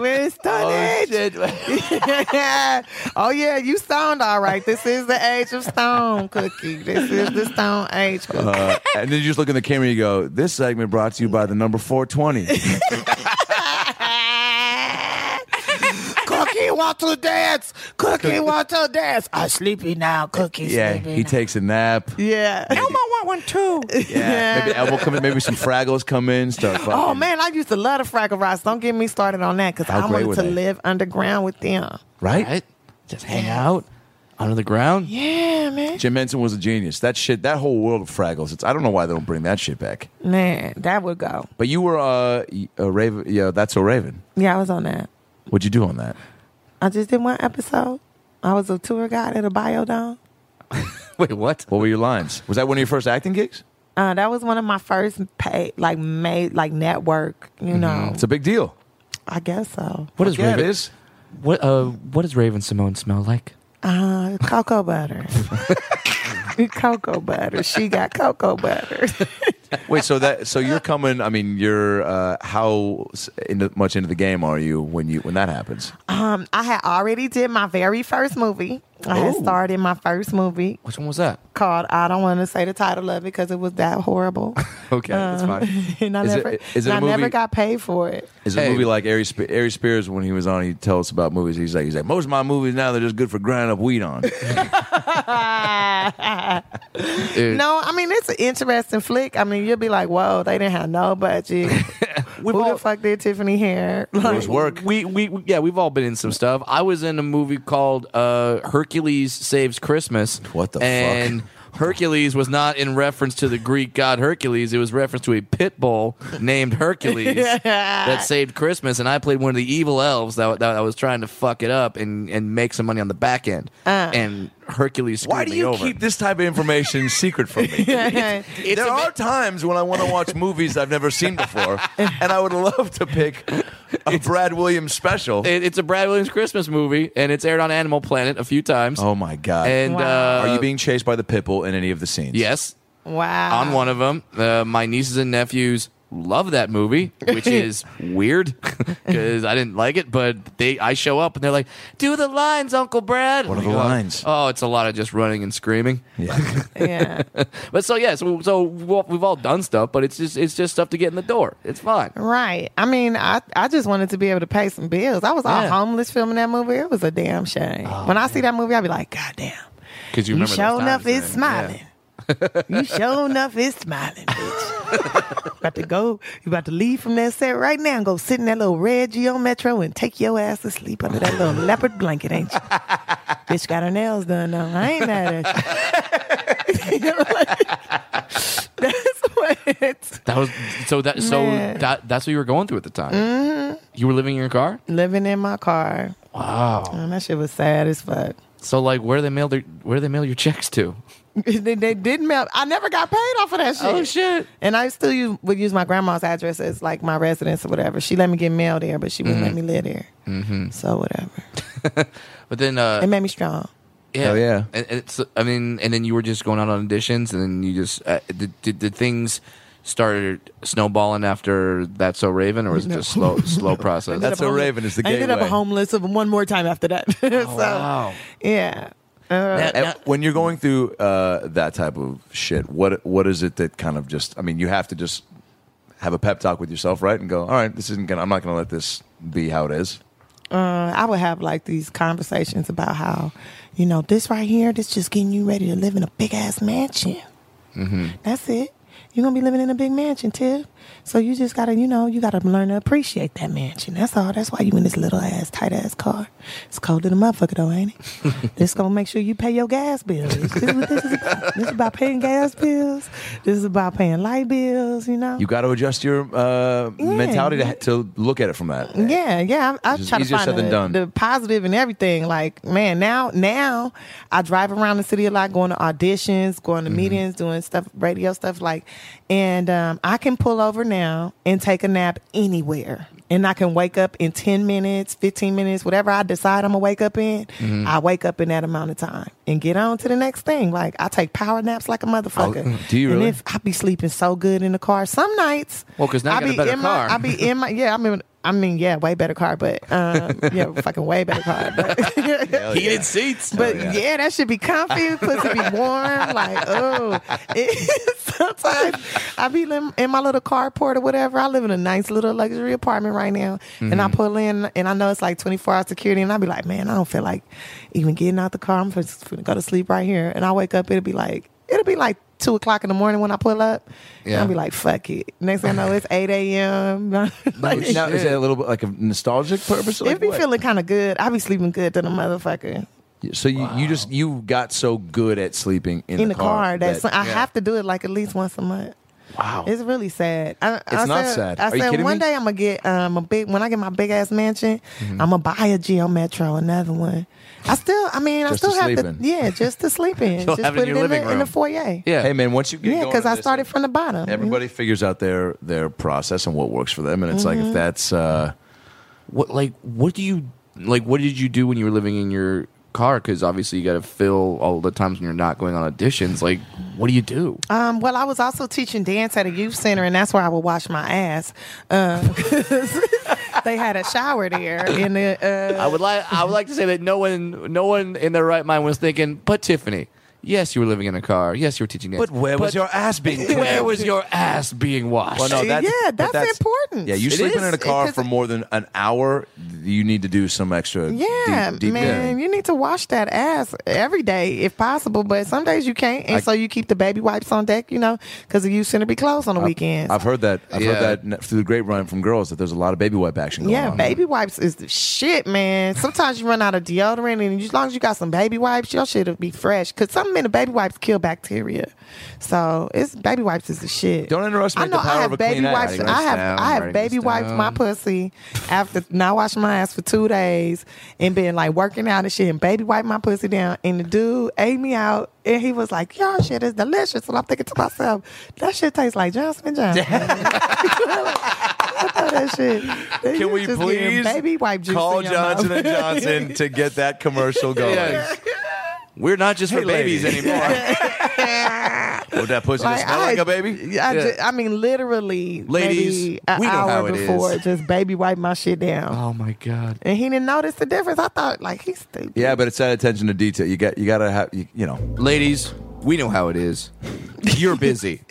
[SPEAKER 4] where's Stone Age? oh yeah, you stoned all right. This is the age of stone cookie. This is the stone age cookie.
[SPEAKER 2] Uh, and then you just look in the camera and you go, this segment brought to you by the number 420. Uh-huh.
[SPEAKER 4] Cookie want to dance. Cookie want to dance. I'm sleepy now. Cookie
[SPEAKER 2] yeah,
[SPEAKER 4] sleepy.
[SPEAKER 2] he
[SPEAKER 4] now.
[SPEAKER 2] takes a nap.
[SPEAKER 4] yeah.
[SPEAKER 2] want one too. Yeah. Maybe elbow come in, maybe some Fraggles come in, start fucking.
[SPEAKER 4] Oh man, I used to love the Fraggle Rocks. Don't get me started on that because
[SPEAKER 2] How
[SPEAKER 4] I
[SPEAKER 2] great
[SPEAKER 4] wanted
[SPEAKER 2] were
[SPEAKER 4] to
[SPEAKER 2] they?
[SPEAKER 4] live underground with them.
[SPEAKER 2] Right?
[SPEAKER 6] Right? Just hang out under the ground.
[SPEAKER 4] Yeah, man.
[SPEAKER 2] Jim Henson was a genius. That shit, that whole world of Fraggles. It's I don't know why they don't bring that shit back.
[SPEAKER 4] Man, that would go.
[SPEAKER 2] But you were uh, a Raven. Yeah, that's a Raven.
[SPEAKER 4] Yeah, I was on that.
[SPEAKER 2] What'd you do on that?
[SPEAKER 4] I just did one episode. I was a tour guide at a biodome.
[SPEAKER 6] Wait, what?
[SPEAKER 2] What were your lines? Was that one of your first acting gigs?
[SPEAKER 4] Uh, that was one of my first paid, like made, like network. You know,
[SPEAKER 2] Mm-hmm. It's a big deal.
[SPEAKER 4] I guess so.
[SPEAKER 6] What is
[SPEAKER 2] yeah, it
[SPEAKER 6] Raven?
[SPEAKER 2] is.
[SPEAKER 6] What uh? What does Raven Simone smell like?
[SPEAKER 4] Uh, cocoa butter, cocoa butter. She got cocoa butter.
[SPEAKER 2] Wait, so that so you're coming? I mean, you're uh, how s- into, much into the game are you when you when that happens?
[SPEAKER 4] Um, I had already did my very first movie. I had
[SPEAKER 2] Ooh.
[SPEAKER 4] started my first movie
[SPEAKER 6] Which one was that?
[SPEAKER 4] called I don't want to say the title of it because it was that horrible,
[SPEAKER 6] Okay, that's fine.
[SPEAKER 4] and I
[SPEAKER 2] Is it-
[SPEAKER 4] never,
[SPEAKER 2] is it
[SPEAKER 4] and
[SPEAKER 2] a
[SPEAKER 4] I never
[SPEAKER 2] movie-
[SPEAKER 4] got paid for it.
[SPEAKER 2] Is it
[SPEAKER 6] Hey.
[SPEAKER 2] a movie like Ari, Spe- Ari Spears when he was on? He tells us about movies. He's like, he's like, most of my movies now they're just good for grinding up weed on.
[SPEAKER 6] Dude,
[SPEAKER 4] No, I mean it's an interesting flick. I mean you'll be like, whoa, they didn't have no budget. Who
[SPEAKER 6] all-
[SPEAKER 4] the fuck did Tiffany hair? Like,
[SPEAKER 2] was work.
[SPEAKER 6] We, we we- yeah, we've all been in some stuff. I was in a movie called uh, Hercules Saves Christmas.
[SPEAKER 2] What the
[SPEAKER 6] and
[SPEAKER 2] fuck?
[SPEAKER 6] Hercules was not in reference to the Greek god Hercules. It was reference to a pit bull named Hercules that saved Christmas. And I played one of the evil elves that, that, that was trying to fuck it up and, and make some money on the back end. and Hercules screwed
[SPEAKER 2] Uh. Why do
[SPEAKER 6] me
[SPEAKER 2] you
[SPEAKER 6] over.
[SPEAKER 2] keep this type of information secret from me?
[SPEAKER 6] It's
[SPEAKER 2] there
[SPEAKER 6] ama-
[SPEAKER 2] are times when I want to watch movies I've never seen before, and I would love to pick a Brad Williams special.
[SPEAKER 6] it- it's a Brad Williams Christmas movie, and it's aired on Animal Planet a few times.
[SPEAKER 2] oh my god!
[SPEAKER 6] and
[SPEAKER 4] Wow.
[SPEAKER 6] uh,
[SPEAKER 2] are you being chased by the pitbull in any of the scenes?
[SPEAKER 6] yes,
[SPEAKER 4] wow.
[SPEAKER 6] on one of them. Uh, my nieces and nephews love that movie, which is weird because I didn't like it. But they, I show up and they're like, "Do the lines, Uncle Brad."
[SPEAKER 2] What are
[SPEAKER 6] I'm
[SPEAKER 2] the
[SPEAKER 6] like, "Oh."
[SPEAKER 2] lines?
[SPEAKER 6] Oh, it's a lot of just running and screaming.
[SPEAKER 2] Yeah.
[SPEAKER 4] Yeah.
[SPEAKER 6] But so yeah, so, so we've we've all done stuff, but it's just it's just stuff to get in the door. It's fine.
[SPEAKER 4] Right. I mean, I, I just wanted to be able to pay some bills. I was all
[SPEAKER 6] Yeah.
[SPEAKER 4] homeless filming that movie. It was a damn shame. when I see that movie, I'll be like, God damn.
[SPEAKER 6] Because Oh,
[SPEAKER 4] You
[SPEAKER 6] you remember
[SPEAKER 4] show
[SPEAKER 6] those
[SPEAKER 4] enough
[SPEAKER 6] times,
[SPEAKER 4] is
[SPEAKER 6] man.
[SPEAKER 4] smiling. you show enough is smiling, bitch. about to go, you about to leave from that set right now and go sit in that little red Geo Metro and take your ass to sleep under that little leopard blanket, ain't you? bitch got her nails done though. I ain't mad at you. You know, like, that's what it's
[SPEAKER 6] That was so that so
[SPEAKER 4] Man.
[SPEAKER 6] that that's what you were going through at the time.
[SPEAKER 4] Mm-hmm.
[SPEAKER 6] You were living in your car.
[SPEAKER 4] living in my car.
[SPEAKER 6] Wow.
[SPEAKER 4] Man, that shit was sad as fuck.
[SPEAKER 6] So like, where they mail their where they mail your checks to?
[SPEAKER 4] they, they didn't mail. I never got paid off of that shit.
[SPEAKER 6] Oh shit.
[SPEAKER 4] And I still use, would use my grandma's address as like my residence or whatever. She let me get mail there, but she wouldn't let me live there. Mm-hmm. So whatever.
[SPEAKER 6] But then uh,
[SPEAKER 4] It made me strong.
[SPEAKER 6] Yeah,
[SPEAKER 2] Hell yeah.
[SPEAKER 6] And, and it's, I mean, and then you were just going out on auditions, and then you just uh, did, did, did things start snowballing after that. So Raven, or was it just slow slow process?
[SPEAKER 2] That's
[SPEAKER 4] Ended up
[SPEAKER 2] a
[SPEAKER 4] homeless.
[SPEAKER 2] Raven is the
[SPEAKER 4] I ended up
[SPEAKER 2] gateway.
[SPEAKER 4] homeless of- one more time after that. so,
[SPEAKER 6] wow.
[SPEAKER 4] Yeah. Uh,
[SPEAKER 2] And
[SPEAKER 6] Now-
[SPEAKER 2] when you're going through uh, that type of shit, what what is it that kind of just? I mean, you have to just have a pep talk with yourself, right? And go, all right, this isn't gonna. I'm not gonna let this be how it is.
[SPEAKER 4] uh, I would have like these conversations about how, you know, this right here, this just getting you ready to live in a big ass mansion. That's it. You're gonna be living in a big mansion, Tiff. So you just gotta, you know, you gotta learn to appreciate that mansion. That's all. That's why you in this little ass, tight ass car. It's cold than a motherfucker though, ain't it? this gonna make sure you pay your gas bills. This, is what this is about. This is about paying gas bills. This is about paying light bills, you know?
[SPEAKER 2] You got to adjust your uh,
[SPEAKER 4] Yeah.
[SPEAKER 2] mentality to, to look at it from that.
[SPEAKER 4] Yeah, yeah. I, I
[SPEAKER 2] It's
[SPEAKER 4] try to
[SPEAKER 2] easier
[SPEAKER 4] find
[SPEAKER 2] said than
[SPEAKER 4] the,
[SPEAKER 2] done.
[SPEAKER 4] the positive and everything. Like, man, now now I drive around the city a lot, going to auditions, going to
[SPEAKER 2] Mm-hmm.
[SPEAKER 4] meetings, doing stuff, radio stuff. Like, and um, I can pull over now and take a nap anywhere. And I can wake up in 10 minutes, 15 minutes, whatever I decide I'm going to wake up in.
[SPEAKER 2] Mm-hmm.
[SPEAKER 4] I wake up in that amount of time and get on to the next thing. Like, I take power naps like a motherfucker.
[SPEAKER 2] Oh, do you
[SPEAKER 4] and
[SPEAKER 2] really?
[SPEAKER 4] If I be sleeping so good in the car. Some nights.
[SPEAKER 6] Well, 'cause now you
[SPEAKER 4] I
[SPEAKER 6] got a
[SPEAKER 4] be
[SPEAKER 6] better
[SPEAKER 4] in
[SPEAKER 6] car.
[SPEAKER 4] My, I be in my yeah. I mean, I mean, yeah, way better car, but um, yeah, fucking way better car. But,
[SPEAKER 6] Heated seats.
[SPEAKER 4] but yeah. that should be comfy. Pussy be warm. Like oh, It- sometimes I be in, in my little carport or whatever. I live in a nice little luxury apartment right now, and I pull in, and I know it's like twenty four hour security, and I be like, man, I don't feel like even getting out the car. I'm just gonna go to sleep right here, and I wake up, it'll be like it'll be like two o'clock in the morning when I pull up. And
[SPEAKER 6] Yeah.
[SPEAKER 4] I'll be like, fuck it. Next thing I know, it's 8 a.m. like,
[SPEAKER 2] now, is it a little bit like a nostalgic purpose? Like
[SPEAKER 4] it be
[SPEAKER 2] what?
[SPEAKER 4] feeling kind of good. I be sleeping good than a motherfucker
[SPEAKER 2] so you, you just you got so good at sleeping in,
[SPEAKER 4] in the car. That's
[SPEAKER 2] that-
[SPEAKER 4] I have to do it like at least once a month.
[SPEAKER 2] wow.
[SPEAKER 4] It's really sad. I, it's I
[SPEAKER 2] not
[SPEAKER 4] said,
[SPEAKER 2] sad.
[SPEAKER 4] I
[SPEAKER 2] Are you
[SPEAKER 4] said
[SPEAKER 2] kidding
[SPEAKER 4] one
[SPEAKER 2] me?
[SPEAKER 4] day I'm gonna get um a big when I get my big ass mansion,
[SPEAKER 2] Mm-hmm.
[SPEAKER 4] I'm gonna buy a Geo Metro, another one. I still, I mean,
[SPEAKER 2] Just
[SPEAKER 4] I still
[SPEAKER 2] to sleep
[SPEAKER 4] have to,
[SPEAKER 2] in.
[SPEAKER 4] yeah, just to sleep in,
[SPEAKER 6] You'll
[SPEAKER 4] just
[SPEAKER 6] have it
[SPEAKER 4] put it
[SPEAKER 6] in your
[SPEAKER 4] in the,
[SPEAKER 6] living
[SPEAKER 4] in the
[SPEAKER 6] room.
[SPEAKER 4] foyer.
[SPEAKER 6] Yeah.
[SPEAKER 2] Hey man, once you get
[SPEAKER 4] yeah,
[SPEAKER 2] because
[SPEAKER 4] because I started from the bottom.
[SPEAKER 2] Everybody figures out their their process and what works for them, and it's
[SPEAKER 4] Mm-hmm.
[SPEAKER 2] like if that's uh,
[SPEAKER 6] what like what do you like what did you do when you were living in your car because obviously you got to fill all the times when you're not going on auditions like what do you do
[SPEAKER 4] Um, well, I was also teaching dance at a youth center, and that's where I would wash my ass. Um, 'cause they had a shower there, and the, uh,
[SPEAKER 6] i would like i would like to say that no one no one in their right mind was thinking but tiffany yes you were living in a car yes you were teaching dance
[SPEAKER 2] ass being?
[SPEAKER 6] where was your ass being washed
[SPEAKER 2] Well, no, that's,
[SPEAKER 4] Yeah,
[SPEAKER 2] but
[SPEAKER 4] that's important.
[SPEAKER 2] Yeah, you
[SPEAKER 4] It
[SPEAKER 2] sleeping
[SPEAKER 4] is,
[SPEAKER 2] in a car
[SPEAKER 4] because-
[SPEAKER 2] for more than an hour, you need to do some extra.
[SPEAKER 4] yeah,
[SPEAKER 2] deep, deep
[SPEAKER 4] man,
[SPEAKER 2] cleaning.
[SPEAKER 4] you need to wash that ass every day if possible. But some days you can't, and
[SPEAKER 2] I-
[SPEAKER 4] so you keep the baby wipes on deck, you know, because the youth center be closed on the weekends.
[SPEAKER 2] I've heard that. I've
[SPEAKER 6] Yeah.
[SPEAKER 2] heard that through the grapevine from girls that there's a lot of baby wipe action. Going
[SPEAKER 4] yeah,
[SPEAKER 2] on.
[SPEAKER 4] baby wipes is the shit, man. Sometimes you run out of deodorant, and as long as you got some baby wipes, your shit'll be fresh. Cause something in the baby wipes kill bacteria, so it's baby wipes is the shit.
[SPEAKER 2] Don't underestimate
[SPEAKER 4] I know
[SPEAKER 2] the power
[SPEAKER 4] I
[SPEAKER 2] of
[SPEAKER 4] have
[SPEAKER 2] a
[SPEAKER 4] baby
[SPEAKER 2] clean ass,
[SPEAKER 4] wipes.
[SPEAKER 2] right?
[SPEAKER 4] I have
[SPEAKER 6] down,
[SPEAKER 4] I
[SPEAKER 6] writing
[SPEAKER 4] have baby
[SPEAKER 6] this
[SPEAKER 4] wiped my
[SPEAKER 6] down.
[SPEAKER 4] pussy after not washing my ass for two days and been like working out and shit and baby wiped my pussy down and the dude ate me out and he was like, "Y'all shit is delicious," and I'm thinking to myself, "That shit tastes like Johnson and Johnson." I know that shit.
[SPEAKER 2] Can we
[SPEAKER 4] Just getting
[SPEAKER 2] please
[SPEAKER 4] baby wipe juice
[SPEAKER 2] call
[SPEAKER 4] in your
[SPEAKER 2] Johnson
[SPEAKER 4] mouth.
[SPEAKER 2] and Johnson to get that commercial going?
[SPEAKER 6] Yes. we're not just for babies
[SPEAKER 2] ladies.
[SPEAKER 6] anymore
[SPEAKER 2] Would that pussy to smell like a baby?
[SPEAKER 4] Yeah, I, ju- I mean, literally,
[SPEAKER 2] Ladies,
[SPEAKER 4] maybe an
[SPEAKER 2] we know
[SPEAKER 4] hour
[SPEAKER 2] how it is.
[SPEAKER 4] before, just baby wipe my shit down.
[SPEAKER 6] oh my god
[SPEAKER 4] And he didn't notice the difference. I thought, like, he's stupid.
[SPEAKER 2] Yeah, but it's that attention to detail. You got you gotta have you, you know.
[SPEAKER 6] ladies we know how it is you're busy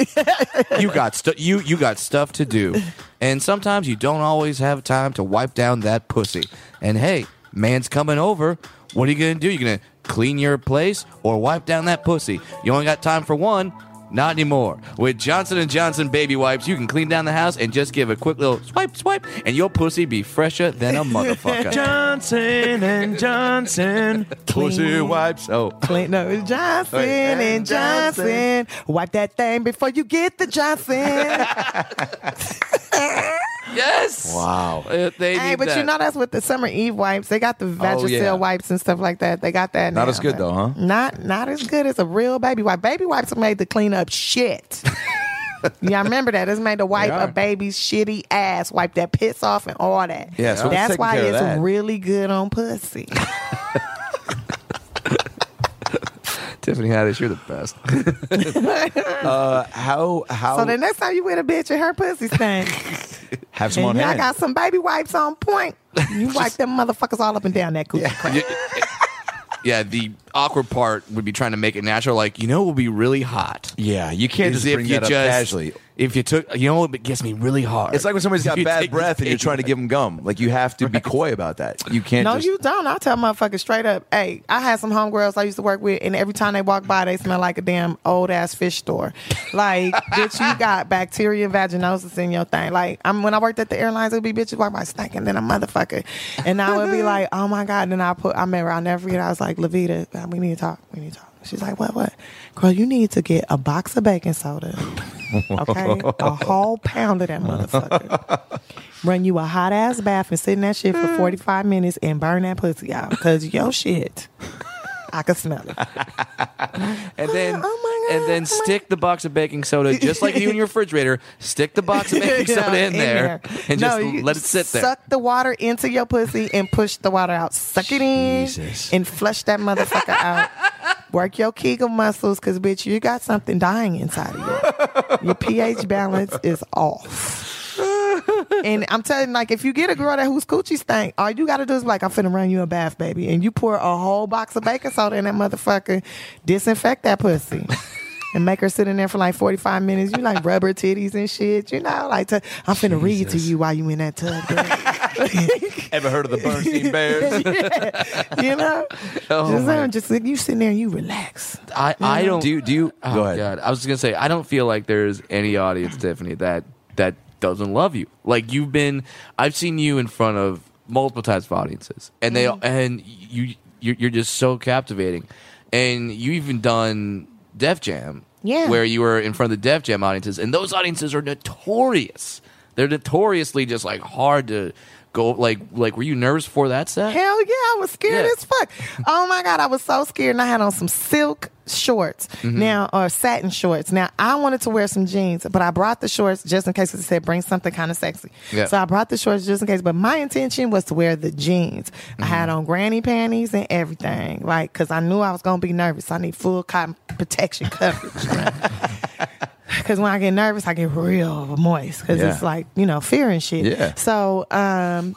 [SPEAKER 6] you got stu- you you got stuff to do and sometimes you don't always have time to wipe down that pussy and hey man's coming over what are you gonna do you gonna clean your place or wipe down that pussy you only got time for one not anymore with johnson & johnson baby wipes you can clean down the house and just give a quick little swipe swipe and your pussy be fresher than a motherfucker
[SPEAKER 2] Johnson and Johnson pussy wipes. Oh,
[SPEAKER 4] Clean, no, it's Johnson
[SPEAKER 2] Wait,
[SPEAKER 4] and
[SPEAKER 2] and
[SPEAKER 4] Johnson.
[SPEAKER 2] Johnson.
[SPEAKER 4] Wipe that thing before you get the Johnson.
[SPEAKER 6] yes
[SPEAKER 2] wow.
[SPEAKER 6] Uh, they
[SPEAKER 4] hey,
[SPEAKER 6] need
[SPEAKER 4] but you
[SPEAKER 6] that.
[SPEAKER 4] know that's what the summer eve wipes. They got the Vagisil
[SPEAKER 2] Oh, yeah.
[SPEAKER 4] wipes and stuff like that. They got that.
[SPEAKER 2] Not
[SPEAKER 4] now,
[SPEAKER 2] as good
[SPEAKER 4] but
[SPEAKER 2] though, huh?
[SPEAKER 4] Not not as good as a real baby wipe. Baby wipes are made to clean up shit. yeah, I remember that. It's made to wipe
[SPEAKER 2] are.
[SPEAKER 4] a baby's shitty ass, wipe that piss off and all that.
[SPEAKER 2] Yeah, so it's
[SPEAKER 4] that's
[SPEAKER 2] taking
[SPEAKER 4] why
[SPEAKER 2] care of
[SPEAKER 4] it's
[SPEAKER 2] that.
[SPEAKER 4] really good on pussy.
[SPEAKER 6] tiffany haddish you're the best
[SPEAKER 2] Uh, how how
[SPEAKER 4] so the next time you with a bitch and her pussy stank.
[SPEAKER 2] have some
[SPEAKER 4] And
[SPEAKER 2] on
[SPEAKER 4] y'all
[SPEAKER 2] hand?
[SPEAKER 4] got some baby wipes on point. You wipe them motherfuckers all up and down that coochie.
[SPEAKER 6] yeah, the awkward part would be trying to make it natural. Like, you know, it would be really hot.
[SPEAKER 2] Yeah, you can't
[SPEAKER 6] is
[SPEAKER 2] just bring that up casually.
[SPEAKER 6] If you took, you know, what it gets me really hard.
[SPEAKER 2] It's like when somebody's got
[SPEAKER 6] You
[SPEAKER 2] bad
[SPEAKER 6] take
[SPEAKER 2] breath
[SPEAKER 6] the
[SPEAKER 2] and you're
[SPEAKER 6] tape.
[SPEAKER 2] trying to give them gum. Like you have to be coy about that. You can't.
[SPEAKER 4] No,
[SPEAKER 2] just,
[SPEAKER 4] you don't. I tell motherfuckers straight up, hey, I had some homegirls I used to work with, and every time they walk by, they smell like a damn old ass fish store. Like, bitch, you got bacteria vaginosis in your thing. Like, I'm when I worked at the airlines, it'd be bitches walk by stinking than a motherfucker, and I would be like, oh my god. And then I put, I remember, I'll never forget. I was like, Levita, we need to talk. We need to talk. She's like, what, what? Girl, you need to get a box of baking soda. Okay, a whole pound of that motherfucker run you a hot ass bath and sit in that shit for
[SPEAKER 6] Mm.
[SPEAKER 4] 45 minutes and burn that pussy out because your shit. I can smell it.
[SPEAKER 6] and then
[SPEAKER 4] Oh my God,
[SPEAKER 6] and then
[SPEAKER 4] oh my-
[SPEAKER 6] stick the box of baking soda just like you in your refrigerator. Stick the box of baking soda in, there, and
[SPEAKER 4] No,
[SPEAKER 6] just
[SPEAKER 4] you
[SPEAKER 6] let it sit there.
[SPEAKER 4] Suck the water into your pussy and push the water out. Suck it in
[SPEAKER 2] Jesus.
[SPEAKER 4] and flush that motherfucker out. Work your Kegel muscles because, bitch, you got something dying inside of you. Your pH balance is off. and I'm telling you, like, if you get a girl that who's coochie stank, all you got to do is, be like, I'm finna run you a bath, baby. And you pour a whole box of baking soda in that motherfucker, disinfect that pussy. And make her sit in there for like 45 minutes. You like rubber titties and shit. You know, like, to, I'm finna read to you while you in that tub. girl.
[SPEAKER 2] ever heard of the Bernstein Bears?
[SPEAKER 4] you know?
[SPEAKER 6] Oh,
[SPEAKER 4] just,
[SPEAKER 6] my-
[SPEAKER 4] uh, just like, you sitting there and you relax.
[SPEAKER 6] I, I don't.
[SPEAKER 2] do you? Do you?
[SPEAKER 6] Oh,
[SPEAKER 2] go ahead.
[SPEAKER 6] God. I was just gonna say I don't feel like there's any audience, Tiffany, that that doesn't love you. Like you've been, I've seen you in front of multiple types of audiences, and they and you you're, you're just so captivating, and you even done Def Jam,
[SPEAKER 4] Yeah.
[SPEAKER 6] where you were in front of the Def Jam audiences, and those audiences are notorious. They're notoriously just like hard to go. Like like, were you nervous for that set?
[SPEAKER 4] Hell yeah, I was scared
[SPEAKER 6] Yeah.
[SPEAKER 4] as fuck. Oh my god, I was so scared, and I had on some silk shorts now or satin shorts. Now I wanted to wear some jeans, but I brought the shorts just in case because it said bring something kind of sexy.
[SPEAKER 6] Yeah.
[SPEAKER 4] So I brought the shorts just in case. But my intention was to wear the jeans. I had on granny panties and everything, like because I knew I was gonna be nervous. I need full cotton protection coverage. Because when I get nervous, I get real moist because
[SPEAKER 2] Yeah.
[SPEAKER 4] it's like you know fear and shit.
[SPEAKER 2] Yeah
[SPEAKER 4] So um,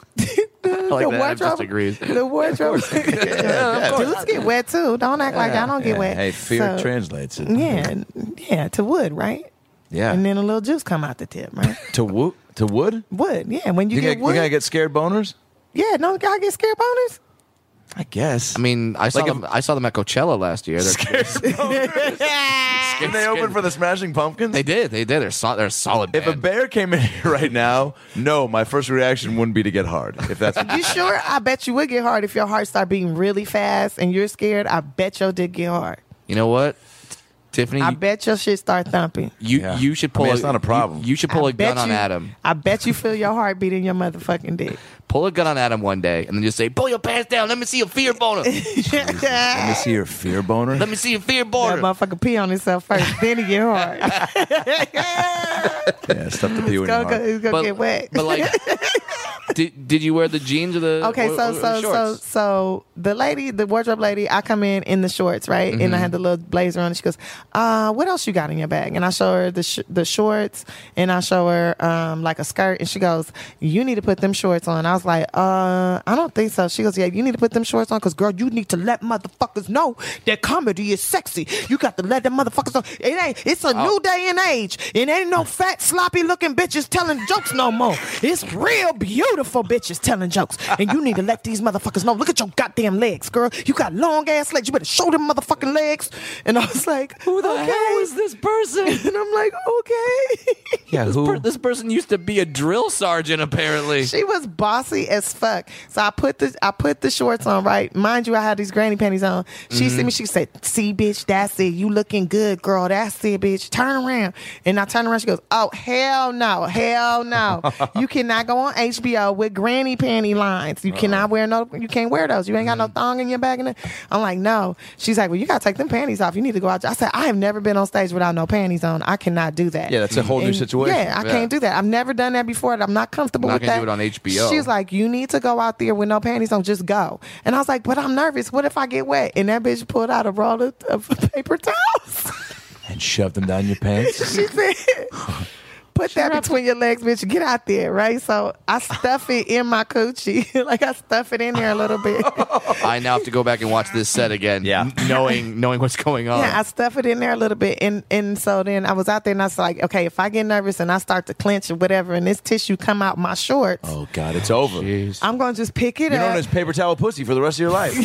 [SPEAKER 6] like that. Ev just agrees.
[SPEAKER 4] the wardrobe.
[SPEAKER 2] yeah, of
[SPEAKER 4] Dudes get wet too. Don't act like I don't get
[SPEAKER 2] Yeah.
[SPEAKER 4] wet.
[SPEAKER 2] Hey, fear
[SPEAKER 4] So,
[SPEAKER 2] translates it.
[SPEAKER 4] Yeah, yeah, to wood, right?
[SPEAKER 2] Yeah.
[SPEAKER 4] And then a little juice come out the tip, right?
[SPEAKER 2] to wood. To wood.
[SPEAKER 4] Wood, yeah. When you,
[SPEAKER 2] You,
[SPEAKER 4] get
[SPEAKER 2] gonna, you
[SPEAKER 4] wood,
[SPEAKER 2] gonna get scared boners?
[SPEAKER 4] yeah. No, y'all get scared boners.
[SPEAKER 2] I guess.
[SPEAKER 6] I mean, I saw
[SPEAKER 2] Like if-
[SPEAKER 6] them. I saw them at Coachella last year. They're-
[SPEAKER 2] Didn't they open for the Smashing Pumpkins?
[SPEAKER 6] They did. They did. They're, so, they're a solid.
[SPEAKER 2] If a
[SPEAKER 6] band.
[SPEAKER 2] bear came in here right now, no, my first reaction wouldn't be to get hard. If that's
[SPEAKER 4] You sure? I bet you would get hard if your heart start beating really fast and you're scared. I bet your dick get hard.
[SPEAKER 6] you know what, T- Tiffany,
[SPEAKER 4] I bet your shit start thumping.
[SPEAKER 6] you
[SPEAKER 2] Yeah.
[SPEAKER 6] you should
[SPEAKER 2] I
[SPEAKER 6] pull.
[SPEAKER 2] mean, it's not a problem.
[SPEAKER 6] You, you should pull
[SPEAKER 4] I
[SPEAKER 6] a gun
[SPEAKER 4] bet
[SPEAKER 6] on
[SPEAKER 4] you-
[SPEAKER 6] Adam.
[SPEAKER 4] I bet you feel your heart beating your motherfucking dick.
[SPEAKER 6] Pull a gun on Adam one day, and then just say, "Pull your pants down. Let me see a fear boner.
[SPEAKER 2] let me see your fear boner.
[SPEAKER 6] Let me see a fear
[SPEAKER 4] That
[SPEAKER 6] boner."
[SPEAKER 4] motherfucker pee on himself first, then he get hard.
[SPEAKER 2] yeah, stuff to pee when
[SPEAKER 4] Go,
[SPEAKER 2] you're
[SPEAKER 4] go,
[SPEAKER 2] hard.
[SPEAKER 4] it's gonna
[SPEAKER 6] But,
[SPEAKER 4] get wet.
[SPEAKER 6] but like, uh, did did you wear the jeans or the
[SPEAKER 4] Okay,
[SPEAKER 6] or-
[SPEAKER 4] so
[SPEAKER 6] or
[SPEAKER 4] so so
[SPEAKER 6] shorts?
[SPEAKER 4] so the lady, the wardrobe lady, I come in in the shorts, right? And
[SPEAKER 6] Mm-hmm.
[SPEAKER 4] I had the little blazer on. And she goes, "Uh, what else you got in your bag?" And I show her the sh- the shorts, and I show her um like a skirt, and she goes, "You need to put them shorts on." I was like, "Uh, I don't think so." She goes, "Yeah, you need to put them shorts on, cause girl, you need to let motherfuckers know that comedy is sexy. You got to let them motherfuckers know it ain't. It's a new day and age. It ain't no fat sloppy looking bitches telling jokes no more. It's real beautiful bitches telling jokes, and you need to let these motherfuckers know. Look at your goddamn legs, girl. You got long ass legs. You better show them motherfucking legs." And I was like, "Who the okay. hell is this person?" And I'm like, "Okay."
[SPEAKER 2] Yeah,
[SPEAKER 6] This, per- this person used to be a drill sergeant, apparently.
[SPEAKER 4] She was bossy as fuck. So I put the I put the shorts on, right? Mind you, I had these granny panties on. She see me, she said, See, bitch, that's it. You looking good, girl. That's it, bitch. Turn around. And I turn around, she goes, Oh, hell no, hell no. you cannot go on HBO with granny panty lines. You cannot wear no you can't wear those. You ain't got no thong in your bag. And that." I'm like, no. She's like, Well, you gotta take them panties off. You need to go out. I said, I have never been on stage without no panties on. I cannot do that.
[SPEAKER 2] Yeah, that's a whole new
[SPEAKER 4] And-
[SPEAKER 2] situation.
[SPEAKER 4] Yeah, I
[SPEAKER 6] Yeah.
[SPEAKER 4] can't do that. I've never done that before. and I'm not comfortable
[SPEAKER 6] Not
[SPEAKER 4] with
[SPEAKER 6] gonna
[SPEAKER 4] that.
[SPEAKER 6] do it on HBO.
[SPEAKER 4] She's like, you need to go out there with no panties on. Just go. And I was like, but I'm nervous. What if I get wet? And that bitch pulled out a roll of, of paper towels.
[SPEAKER 2] and shove them down your pants.
[SPEAKER 4] she said, Put that between your legs, bitch. Get out there, right? So I stuff it in my coochie, like I stuff it in there a little bit.
[SPEAKER 6] I now have to go back and watch this set again.
[SPEAKER 7] Yeah.
[SPEAKER 6] knowing knowing what's going on.
[SPEAKER 4] Yeah, I stuff it in there a little bit, and and so then I was out there, and I was like, okay, if I get nervous and I start to clench or whatever, and this tissue come out my shorts,
[SPEAKER 2] Oh God, it's over. You're
[SPEAKER 4] I'm gonna just pick it
[SPEAKER 2] known
[SPEAKER 4] up.
[SPEAKER 2] as paper towel pussy for the rest of your life.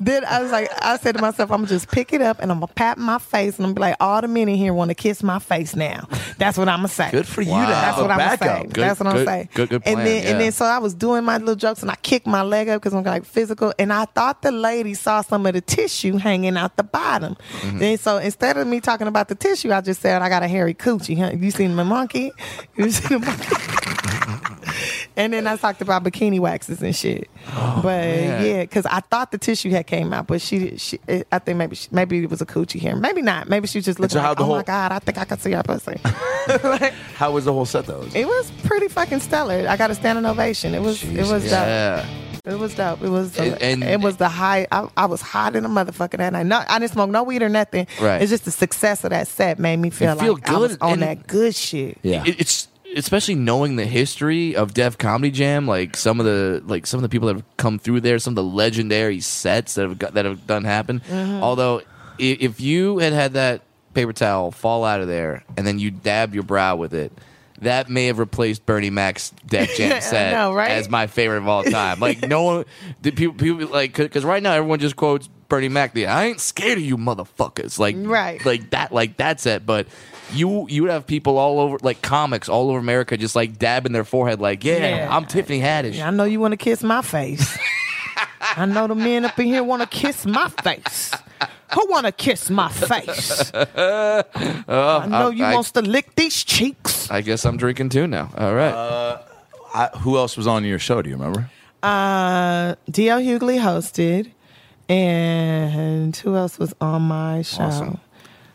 [SPEAKER 4] then I was like, I said to myself, I'm gonna just pick it up and I'm gonna pat my face, and I'm gonna be like, all the men in here want to kiss my face now. That's what I'm gonna say.
[SPEAKER 2] Good for you to
[SPEAKER 6] Wow.
[SPEAKER 2] have
[SPEAKER 4] That's what
[SPEAKER 2] a
[SPEAKER 4] I'm
[SPEAKER 2] backup.
[SPEAKER 4] saying.
[SPEAKER 6] Good-
[SPEAKER 4] That's what I'm
[SPEAKER 6] good-
[SPEAKER 4] saying.
[SPEAKER 6] good- good plan,
[SPEAKER 4] and then
[SPEAKER 6] yeah.
[SPEAKER 4] and then so I was doing my little jokes and I kicked my leg up because I'm like physical and I thought the lady saw some of the tissue hanging out the bottom.
[SPEAKER 6] Mm-hmm.
[SPEAKER 4] And so instead of me talking about the tissue, I just said I got a hairy coochie. Huh? You seen my monkey? You seen the monkey? And then I talked about bikini waxes and shit, but
[SPEAKER 6] Oh, man.
[SPEAKER 4] yeah, because I thought the tissue had came out, but she, she, it, I think maybe, she, maybe it was a coochie hair, maybe not, maybe she was just looking
[SPEAKER 2] so how'd
[SPEAKER 4] like,
[SPEAKER 2] the
[SPEAKER 4] oh
[SPEAKER 2] whole-
[SPEAKER 4] my god, I think I can see her pussy.
[SPEAKER 2] How was the whole set though?
[SPEAKER 4] It was pretty fucking stellar. I got a standing ovation. It was it was
[SPEAKER 6] Yeah.
[SPEAKER 4] dope. It was dope. It was
[SPEAKER 6] And- and-
[SPEAKER 4] it was the high. I, I was hot in a motherfucker that night. No, I didn't smoke no weed or nothing.
[SPEAKER 6] Right.
[SPEAKER 4] It's just the success of that set made me feel,
[SPEAKER 6] You feel
[SPEAKER 4] like I was
[SPEAKER 6] good
[SPEAKER 4] on
[SPEAKER 6] and-
[SPEAKER 4] that good shit.
[SPEAKER 2] Yeah.
[SPEAKER 6] It- it's especially knowing the history of Def Comedy Jam, like some of the like some of the people that have come through there, some of the legendary sets that have got, that have done happen.
[SPEAKER 4] Mm-hmm.
[SPEAKER 6] Although, i- if you had had that paper towel fall out of there and then you dab your brow with it. That may have replaced Bernie Mac's Def Jam
[SPEAKER 4] I
[SPEAKER 6] set
[SPEAKER 4] know, right?
[SPEAKER 6] as my favorite of all time. Like no one, did people, people like because right now everyone just quotes Bernie Mac. The I ain't scared of you motherfuckers. Like
[SPEAKER 4] Right.
[SPEAKER 6] like like that like that's it but you you would have people all over like comics all over america just like dabbing their forehead like yeah,
[SPEAKER 4] Yeah.
[SPEAKER 6] i'm tiffany haddish
[SPEAKER 4] I know you want to kiss my face. I know the men up in here want to kiss my face. Who want to kiss my face?
[SPEAKER 6] Oh,
[SPEAKER 4] I know you
[SPEAKER 6] I-
[SPEAKER 4] wants to lick these cheeks.
[SPEAKER 6] i guess i'm drinking too now all right
[SPEAKER 2] I, who else was on your show? Do you remember?
[SPEAKER 4] Uh, DL Hughley hosted, and who else was on my show?
[SPEAKER 2] Awesome.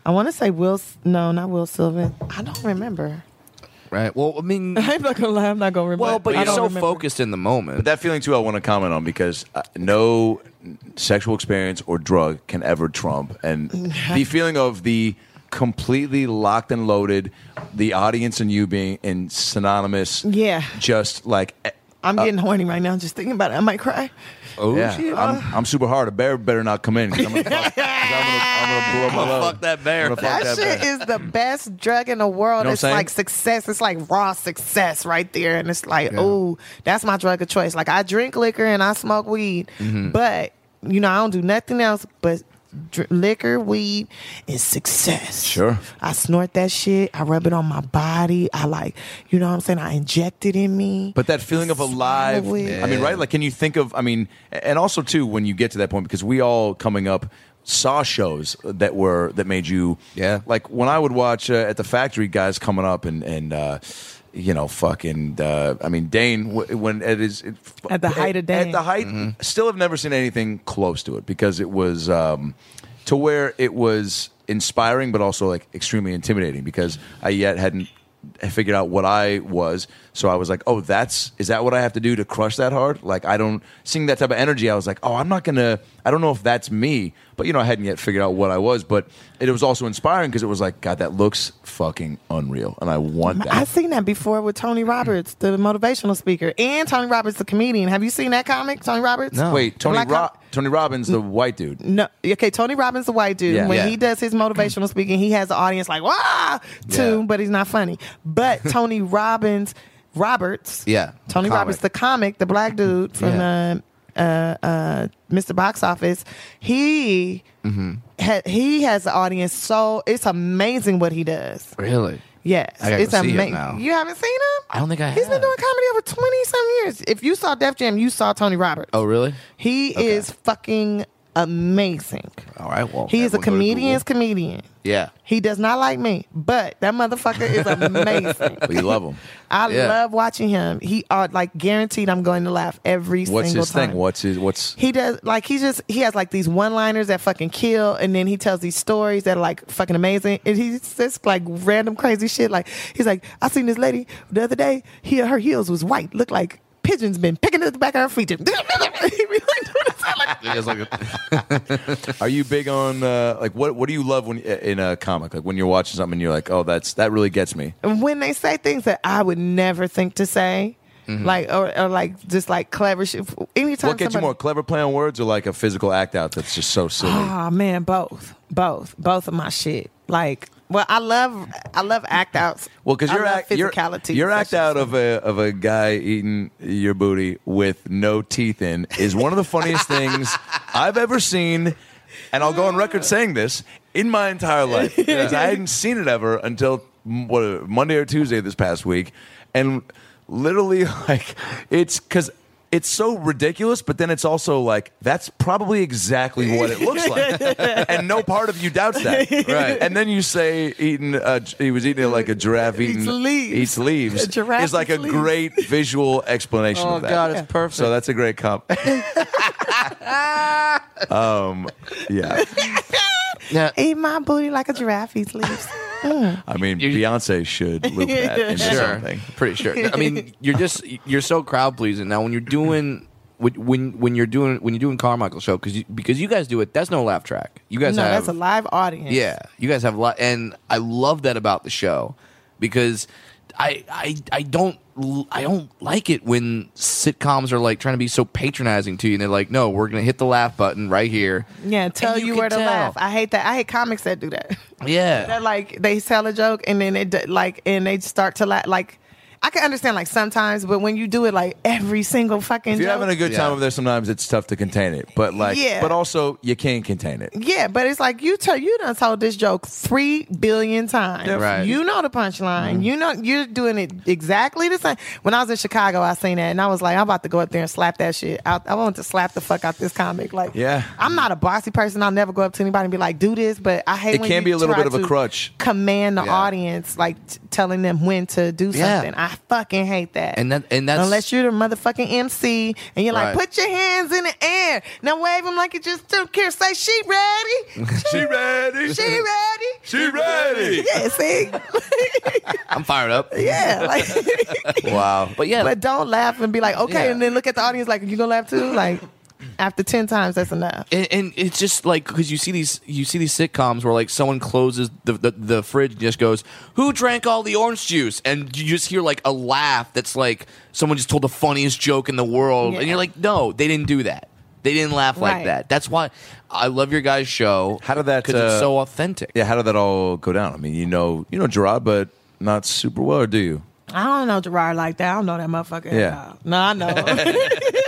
[SPEAKER 4] I want to say Will. S- No, not Will Sylvan. I don't remember.
[SPEAKER 6] right well i mean
[SPEAKER 4] I'm not gonna lie. I'm not gonna remember.
[SPEAKER 6] well but
[SPEAKER 4] I
[SPEAKER 6] you're
[SPEAKER 4] don't
[SPEAKER 6] so
[SPEAKER 4] remember.
[SPEAKER 6] focused in the moment
[SPEAKER 2] But that feeling too, I want to comment on because uh, no sexual experience or drug can ever trump, and the feeling of the completely locked and loaded, the audience and you being in synonymous,
[SPEAKER 4] Yeah.
[SPEAKER 2] just like. eh,
[SPEAKER 4] I'm getting horny right now. Just thinking about it, I might cry.
[SPEAKER 6] oh
[SPEAKER 2] yeah,
[SPEAKER 6] shit.
[SPEAKER 2] I'm, I'm super hard. A bear better not come in. 'cause I'm gonna, fuck, 'cause I'm gonna, I'm gonna blow my load.
[SPEAKER 6] fuck that bear.
[SPEAKER 2] I'm gonna fuck
[SPEAKER 4] That,
[SPEAKER 2] that
[SPEAKER 4] shit
[SPEAKER 2] bear.
[SPEAKER 4] is the best drug in the world.
[SPEAKER 2] what
[SPEAKER 4] it's
[SPEAKER 2] I'm saying?
[SPEAKER 4] like success. It's like raw success right there. And it's like, ooh, that's my drug of choice. Like I drink liquor and I smoke weed,
[SPEAKER 2] Mm-hmm.
[SPEAKER 4] but you know I don't do nothing else but dr- liquor, weed, and success.
[SPEAKER 2] Sure.
[SPEAKER 4] I snort that shit. I rub it on my body. I like, you know what I'm saying. I inject it in me.
[SPEAKER 2] But that feeling of
[SPEAKER 4] Swallow
[SPEAKER 2] alive,
[SPEAKER 4] it.
[SPEAKER 2] I mean, right? Like, can you think of, I mean, and also, too, when you get to that point, because we all coming up saw shows that were, that made you,
[SPEAKER 6] Yeah.
[SPEAKER 2] Like, when I would watch uh, at the factory, guys coming up and, and, uh, you know, fucking. Uh, I mean, Dane. w- When it is it,
[SPEAKER 4] At the height of
[SPEAKER 2] at-
[SPEAKER 4] Dane.
[SPEAKER 2] At the height, still have never seen anything close to it because it was um, to where it was inspiring, but also like extremely intimidating because I yet hadn't figured out what I was. So I was like, oh, that's is that what I have to do to crush that hard? Like I don't seeing that type of energy. I was like, oh, I'm not gonna. I don't know if that's me, but you know, I hadn't yet figured out what I was. But it was also inspiring because it was like, God, that looks fucking unreal, and I want that.
[SPEAKER 4] I've seen that before with Tony Roberts, the motivational speaker, and Tony Roberts, the comedian. Have you seen that comic, Tony Roberts?
[SPEAKER 6] No.
[SPEAKER 2] Wait, Tony
[SPEAKER 4] Black
[SPEAKER 2] Ro-
[SPEAKER 4] com-
[SPEAKER 2] Tony Robbins, the white dude.
[SPEAKER 4] No, okay. Tony Robbins, the white dude,
[SPEAKER 2] Yeah.
[SPEAKER 4] when
[SPEAKER 2] Yeah.
[SPEAKER 4] he does his motivational speaking, he has the audience like "Wah!" too,
[SPEAKER 2] Yeah.
[SPEAKER 4] but he's not funny. But Tony Robbins, Roberts,
[SPEAKER 6] Yeah,
[SPEAKER 4] Tony
[SPEAKER 6] comic.
[SPEAKER 4] Roberts, the comic, the black dude from
[SPEAKER 6] Yeah.
[SPEAKER 4] uh, uh, uh, Mr. Box Office, he ha- he has the audience. So it's amazing what he does.
[SPEAKER 6] really
[SPEAKER 4] Yes,
[SPEAKER 6] I gotta
[SPEAKER 4] it's
[SPEAKER 6] go see him
[SPEAKER 4] amazing.
[SPEAKER 6] now.
[SPEAKER 4] You haven't seen him?
[SPEAKER 6] I don't think I
[SPEAKER 4] He's
[SPEAKER 6] have.
[SPEAKER 4] been doing comedy over twenty some years. If you saw Def Jam, you saw Tony Roberts.
[SPEAKER 6] oh really
[SPEAKER 4] He is fucking amazing.
[SPEAKER 6] all right well
[SPEAKER 4] He is a
[SPEAKER 6] everyone Oh, go to
[SPEAKER 4] comedian's
[SPEAKER 6] Google.
[SPEAKER 4] comedian.
[SPEAKER 6] yeah
[SPEAKER 4] He does not like me, but that motherfucker is amazing.
[SPEAKER 2] But you love him.
[SPEAKER 4] I
[SPEAKER 6] Yeah.
[SPEAKER 4] love watching him. He are like guaranteed I'm going to laugh every
[SPEAKER 2] What's
[SPEAKER 4] single
[SPEAKER 2] his
[SPEAKER 4] time.
[SPEAKER 2] thing? What's his what's
[SPEAKER 4] He does like he just he has like these one liners that fucking kill, and then he tells these stories that are like fucking amazing, and he says like random crazy shit. Like he's like, I seen this lady the other day. He her heels was white, looked like. pigeon's been picking at the back of her feet. he really doing it. I'm like,
[SPEAKER 6] It's like a-
[SPEAKER 2] Are you big on uh, like what? What do you love when in a comic? Like when you're watching something, and you're like, oh, that's that really gets me.
[SPEAKER 4] when they say things that I would never think to say, like or, or like just like clever shit. Anytime
[SPEAKER 2] Mm-hmm. what gets you
[SPEAKER 4] somebody-
[SPEAKER 2] more clever play on words or like a physical act out that's just so silly?
[SPEAKER 4] Oh man, both, both, both of my shit. Like, well, I love, I love act outs.
[SPEAKER 2] Well, because
[SPEAKER 4] I
[SPEAKER 2] your
[SPEAKER 4] love
[SPEAKER 2] act, your,
[SPEAKER 4] physicality.
[SPEAKER 2] your
[SPEAKER 4] That's
[SPEAKER 2] act out
[SPEAKER 4] just-
[SPEAKER 2] of a of a guy eating your booty with no teeth in is one of the funniest things I've ever seen, and I'll go on record saying this in my entire life. 'Cause I hadn't seen it ever until mm, what, Monday or Tuesday this past week, and literally like it's because. It's so ridiculous, but then it's also like that's probably exactly what it looks like, and no part of you doubts that,
[SPEAKER 7] Right.
[SPEAKER 2] And then you say eating, uh, he was eating it like a giraffe eating
[SPEAKER 4] Eats leaves.
[SPEAKER 2] eats leaves
[SPEAKER 4] A giraffe
[SPEAKER 2] is like a
[SPEAKER 4] eats leaves.
[SPEAKER 2] great visual explanation
[SPEAKER 8] Oh,
[SPEAKER 2] of that.
[SPEAKER 8] God, it's Yeah. perfect.
[SPEAKER 2] So that's a great comp. um, yeah,
[SPEAKER 8] Yeah.
[SPEAKER 4] Eat my booty like a giraffe eats leaves.
[SPEAKER 2] I mean Beyonce should loop that into
[SPEAKER 6] sure,
[SPEAKER 2] something.
[SPEAKER 6] pretty sure. I mean, you're just you're so crowd pleasing now. When you're doing when- when when you're doing when you're doing Carmichael show because you, because you guys do it. That's no laugh track. You
[SPEAKER 4] no,
[SPEAKER 6] guys have
[SPEAKER 4] that's a live audience.
[SPEAKER 6] Yeah, you guys have a lot, and I love that about the show because I I I don't l- I don't like it when sitcoms are like trying to be so patronizing to you, and they're like, no, we're gonna hit the laugh button right here.
[SPEAKER 4] yeah. Tell
[SPEAKER 6] And
[SPEAKER 4] you,
[SPEAKER 6] you
[SPEAKER 4] where
[SPEAKER 6] can
[SPEAKER 4] to
[SPEAKER 6] tell.
[SPEAKER 4] laugh. I hate that. I hate comics that do that. They're
[SPEAKER 6] Yeah,
[SPEAKER 4] like they tell a joke and then it d- like and they start to laugh. Like I can understand like sometimes, but when you do it like every single fucking
[SPEAKER 2] If you're
[SPEAKER 4] joke,
[SPEAKER 2] having a good time
[SPEAKER 6] Yeah.
[SPEAKER 2] over there, sometimes it's tough to contain it. But like,
[SPEAKER 4] Yeah.
[SPEAKER 2] but also you can't contain it.
[SPEAKER 4] Yeah, but it's like you tell you done told this joke three billion times.
[SPEAKER 6] Right.
[SPEAKER 4] You know the punchline.
[SPEAKER 2] Mm-hmm.
[SPEAKER 4] You know you're doing it exactly the same. When I was in Chicago, I seen that and I was like, I'm about to go up there and slap that shit. out. I wanted to slap the fuck out this comic. Like,
[SPEAKER 2] Yeah.
[SPEAKER 4] I'm not a bossy person. I'll never go up to anybody and be like, do this. But I hate
[SPEAKER 2] It
[SPEAKER 4] when
[SPEAKER 2] can
[SPEAKER 4] you
[SPEAKER 2] be a little
[SPEAKER 4] try
[SPEAKER 2] bit of a
[SPEAKER 4] to
[SPEAKER 2] crutch.
[SPEAKER 4] Command the
[SPEAKER 6] Yeah.
[SPEAKER 4] audience, like t- telling them when to do
[SPEAKER 6] Yeah.
[SPEAKER 4] something. I fucking hate that.
[SPEAKER 6] and that and that's
[SPEAKER 4] Unless you're the motherfucking MC and you're like,
[SPEAKER 6] Right.
[SPEAKER 4] put your hands in the air. Now wave them like you just don't care. Say, she ready.
[SPEAKER 2] She ready?
[SPEAKER 4] She ready.
[SPEAKER 2] She ready?
[SPEAKER 4] Yeah, see?
[SPEAKER 6] I'm fired up.
[SPEAKER 4] Yeah. Like,
[SPEAKER 2] Wow.
[SPEAKER 6] But yeah,
[SPEAKER 4] but don't laugh and be like, okay.
[SPEAKER 6] Yeah.
[SPEAKER 4] And then look at the audience like, you gonna laugh too? Like, after 10 times, that's enough.
[SPEAKER 6] and, and it's just like because you see these you see these sitcoms where like someone closes the, the the fridge and just goes who drank all the orange juice and you just hear like a laugh that's like someone just told the funniest joke in the world and
[SPEAKER 4] Yeah.
[SPEAKER 6] you're like no they didn't do that they didn't laugh like
[SPEAKER 4] Right.
[SPEAKER 6] that that's why I love your guys show
[SPEAKER 2] How did that,
[SPEAKER 6] because
[SPEAKER 2] uh,
[SPEAKER 6] it's so authentic
[SPEAKER 2] Yeah. How did that all go down? I mean, you know, you know Gerard, but not super well, or do you?
[SPEAKER 4] I don't know Gerard like that. I don't know that motherfucker.
[SPEAKER 2] Yeah.
[SPEAKER 4] Yeah. No, I know. him.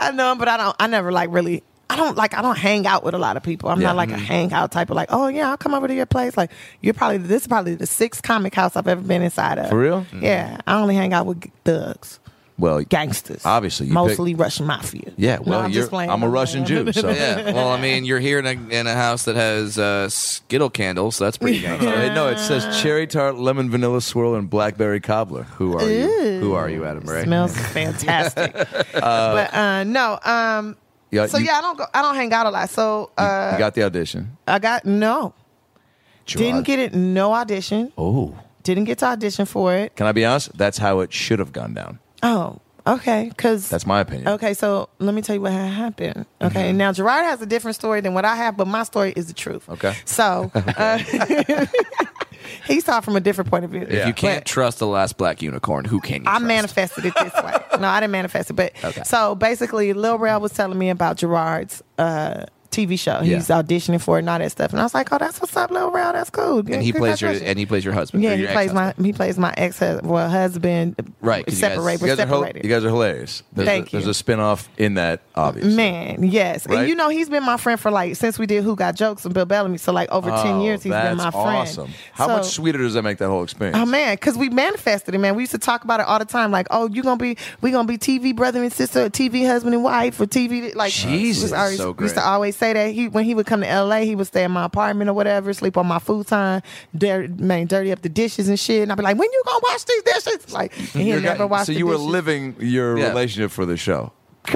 [SPEAKER 4] I know, him, but I don't. I never like really. I don't like. I don't hang out with a lot of people. I'm
[SPEAKER 2] Yeah. Mm-hmm.
[SPEAKER 4] not like a hangout type of like. Oh yeah, I'll come over to your place. Like you're probably this is probably the sixth comic house I've ever been inside of.
[SPEAKER 2] For real?
[SPEAKER 4] Yeah. I only hang out with thugs,
[SPEAKER 2] Well,
[SPEAKER 4] gangsters.
[SPEAKER 2] Obviously, you pick-
[SPEAKER 4] mostly Russian mafia.
[SPEAKER 2] Yeah,
[SPEAKER 4] No,
[SPEAKER 2] well,
[SPEAKER 4] I'm
[SPEAKER 2] you're,
[SPEAKER 4] just playing.
[SPEAKER 2] I'm a
[SPEAKER 4] I'm
[SPEAKER 2] Russian Jew,
[SPEAKER 4] playing.
[SPEAKER 2] so
[SPEAKER 6] yeah well I mean you're here in a, in a house that has uh, Skittle candles so that's pretty gangster.
[SPEAKER 2] Uh, no, it says cherry tart, lemon vanilla swirl, and blackberry cobbler. Who are you?
[SPEAKER 6] who are you Adam Ray
[SPEAKER 4] Smells fantastic. but uh, no. Um.
[SPEAKER 2] Yeah,
[SPEAKER 4] so
[SPEAKER 2] you-
[SPEAKER 4] yeah, I don't go. I don't hang out a lot. So uh,
[SPEAKER 2] you got the audition.
[SPEAKER 4] I got no. Didn't
[SPEAKER 2] Gerard.
[SPEAKER 4] get it. No audition.
[SPEAKER 2] Oh,
[SPEAKER 4] Didn't get to audition for it.
[SPEAKER 2] can I be honest? That's how it should have gone down.
[SPEAKER 4] Oh, okay. Cause
[SPEAKER 2] That's my opinion.
[SPEAKER 4] okay. So let me tell you what had happened. Okay. Now Gerard has a different story than what I have, but my story is the truth.
[SPEAKER 2] Okay.
[SPEAKER 4] So uh, he saw from a different point of view.
[SPEAKER 2] Yeah.
[SPEAKER 6] if you can't
[SPEAKER 4] But-
[SPEAKER 6] trust the last black unicorn who can you
[SPEAKER 4] I
[SPEAKER 6] trust?
[SPEAKER 4] manifested it this way. No, I didn't manifest it. But so basically, Lil Rel was telling me about Gerard's uh, TV show. He's
[SPEAKER 6] Yeah.
[SPEAKER 4] auditioning for it and all that stuff. And I was like, oh, that's what's up, Lil Rel. That's cool.
[SPEAKER 6] and he plays your and he plays your husband
[SPEAKER 4] Yeah,
[SPEAKER 6] or
[SPEAKER 4] he
[SPEAKER 6] your
[SPEAKER 4] plays
[SPEAKER 6] ex-husband.
[SPEAKER 4] my he plays my ex husband well husband
[SPEAKER 6] Right, 'cause you guys-
[SPEAKER 4] separate
[SPEAKER 2] you
[SPEAKER 4] we're
[SPEAKER 2] guys, are hil-
[SPEAKER 4] separated.
[SPEAKER 2] you guys are hilarious. There's
[SPEAKER 4] Thank
[SPEAKER 2] a, There's
[SPEAKER 4] you.
[SPEAKER 2] a spin-off in that, obviously.
[SPEAKER 4] Man, yes.
[SPEAKER 2] Right?
[SPEAKER 4] And you know, he's been my friend for like since we did Who Got Jokes and Bill Bellamy. So like over ten
[SPEAKER 2] Oh,
[SPEAKER 4] years he's
[SPEAKER 2] that's
[SPEAKER 4] been my friend.
[SPEAKER 2] awesome. How
[SPEAKER 4] So-
[SPEAKER 2] much sweeter does that make that whole experience?
[SPEAKER 4] Oh man, because we manifested it, man. We used to talk about it all the time, like, oh, you gonna be, we gonna be TV brother and sister, or TV husband and wife, or TV like.
[SPEAKER 6] Jesus,
[SPEAKER 4] we always-
[SPEAKER 6] so
[SPEAKER 4] we used
[SPEAKER 6] great.
[SPEAKER 4] to always say that he when he would come to L.A., he would stay in my apartment or whatever, sleep on my futon, dirty, man, dirty up the dishes and shit. And I'd be like, when you gonna wash these dishes? Like, and he
[SPEAKER 2] You're
[SPEAKER 4] never
[SPEAKER 2] got-
[SPEAKER 4] wash.
[SPEAKER 2] so
[SPEAKER 4] the
[SPEAKER 2] you were
[SPEAKER 4] dishes.
[SPEAKER 2] living your
[SPEAKER 6] Yeah.
[SPEAKER 2] relationship for the show.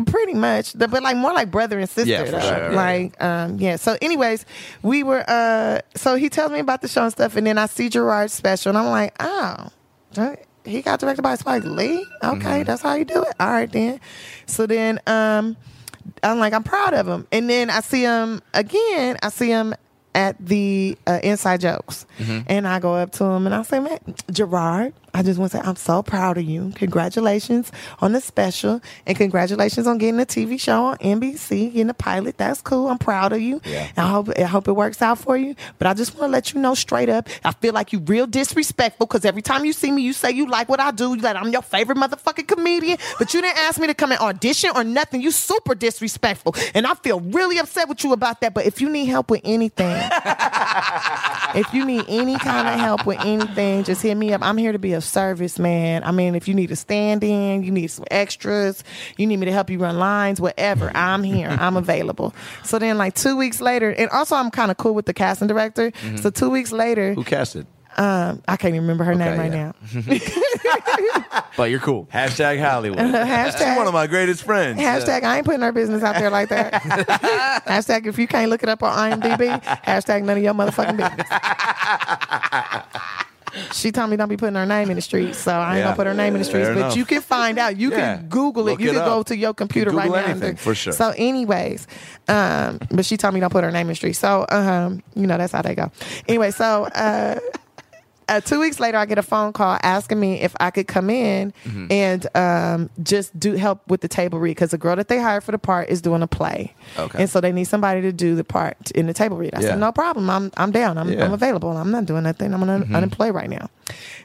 [SPEAKER 4] pretty much The- but like more like brother and sister
[SPEAKER 2] Yeah, for
[SPEAKER 4] though.
[SPEAKER 2] sure. Yeah,
[SPEAKER 4] like um yeah so anyways we were uh so he tells me about the show and stuff and then i see gerard's special and i'm like oh that- he got directed by Spike Lee. Okay,
[SPEAKER 2] Mm-hmm.
[SPEAKER 4] that's how you do it. All right then. So then um I'm like I'm proud of him. And then I see him again. I see him at the uh, Inside Jokes, and I go up to him and I say, "Man, Gerard, I just want to say I'm so proud of you. Congratulations on the special, and congratulations on getting a TV show on NBC, getting a pilot. That's cool. I'm proud of you.
[SPEAKER 2] Yeah.
[SPEAKER 4] I hope I hope it works out for you. But I just want to let you know straight up, I feel like you real disrespectful because every time you see me, you say you like what I do. You like I'm your favorite motherfucking comedian, but you didn't ask me to come and audition or nothing. You super disrespectful, and I feel really upset with you about that. But if you need help with anything, if you need any kind of help with anything, just hit me up. I'm here to be of service, man. I mean, if you need a stand in, you need some extras, you need me to help you run lines, whatever, I'm here. I'm available. So then, like two weeks later, and also I'm kind of cool with the casting director.
[SPEAKER 2] Mm-hmm.
[SPEAKER 4] So two weeks later,
[SPEAKER 2] Who cast it?
[SPEAKER 4] um, I can't even remember her name
[SPEAKER 2] Okay,
[SPEAKER 4] right
[SPEAKER 2] yeah.
[SPEAKER 4] now.
[SPEAKER 6] But you're cool.
[SPEAKER 2] Hashtag Hollywood.
[SPEAKER 4] Hashtag.
[SPEAKER 2] One of my greatest friends.
[SPEAKER 4] Hashtag I ain't putting her business out there like that. hashtag if you can't look it up on IMDb, hashtag none of your motherfucking business. She told me don't be putting her name in the streets, so I ain't
[SPEAKER 2] Yeah.
[SPEAKER 4] gonna put her name in the streets.
[SPEAKER 2] Fair
[SPEAKER 4] but
[SPEAKER 2] enough.
[SPEAKER 4] you can find out. You
[SPEAKER 2] Yeah.
[SPEAKER 4] can Google it.
[SPEAKER 2] Look
[SPEAKER 4] you
[SPEAKER 2] it
[SPEAKER 4] can go
[SPEAKER 2] up.
[SPEAKER 4] to your computer
[SPEAKER 2] Google
[SPEAKER 4] right now. and
[SPEAKER 2] anything,
[SPEAKER 4] do-
[SPEAKER 2] for sure.
[SPEAKER 4] So, anyways, um, but she told me don't put her name in the streets. So, um, you know that's how they go. Anyway, so. Uh, uh, two weeks later, I get a phone call asking me if I could come in
[SPEAKER 2] Mm-hmm.
[SPEAKER 4] and um, just do help with the table read because the girl that they hired for the part is doing a play,
[SPEAKER 2] Okay.
[SPEAKER 4] and so they need somebody to do the part in the table read. I
[SPEAKER 2] Yeah.
[SPEAKER 4] said, "No problem, I'm I'm down, I'm
[SPEAKER 2] Yeah.
[SPEAKER 4] I'm available. I'm not doing nothing. I'm un- unemployed right now."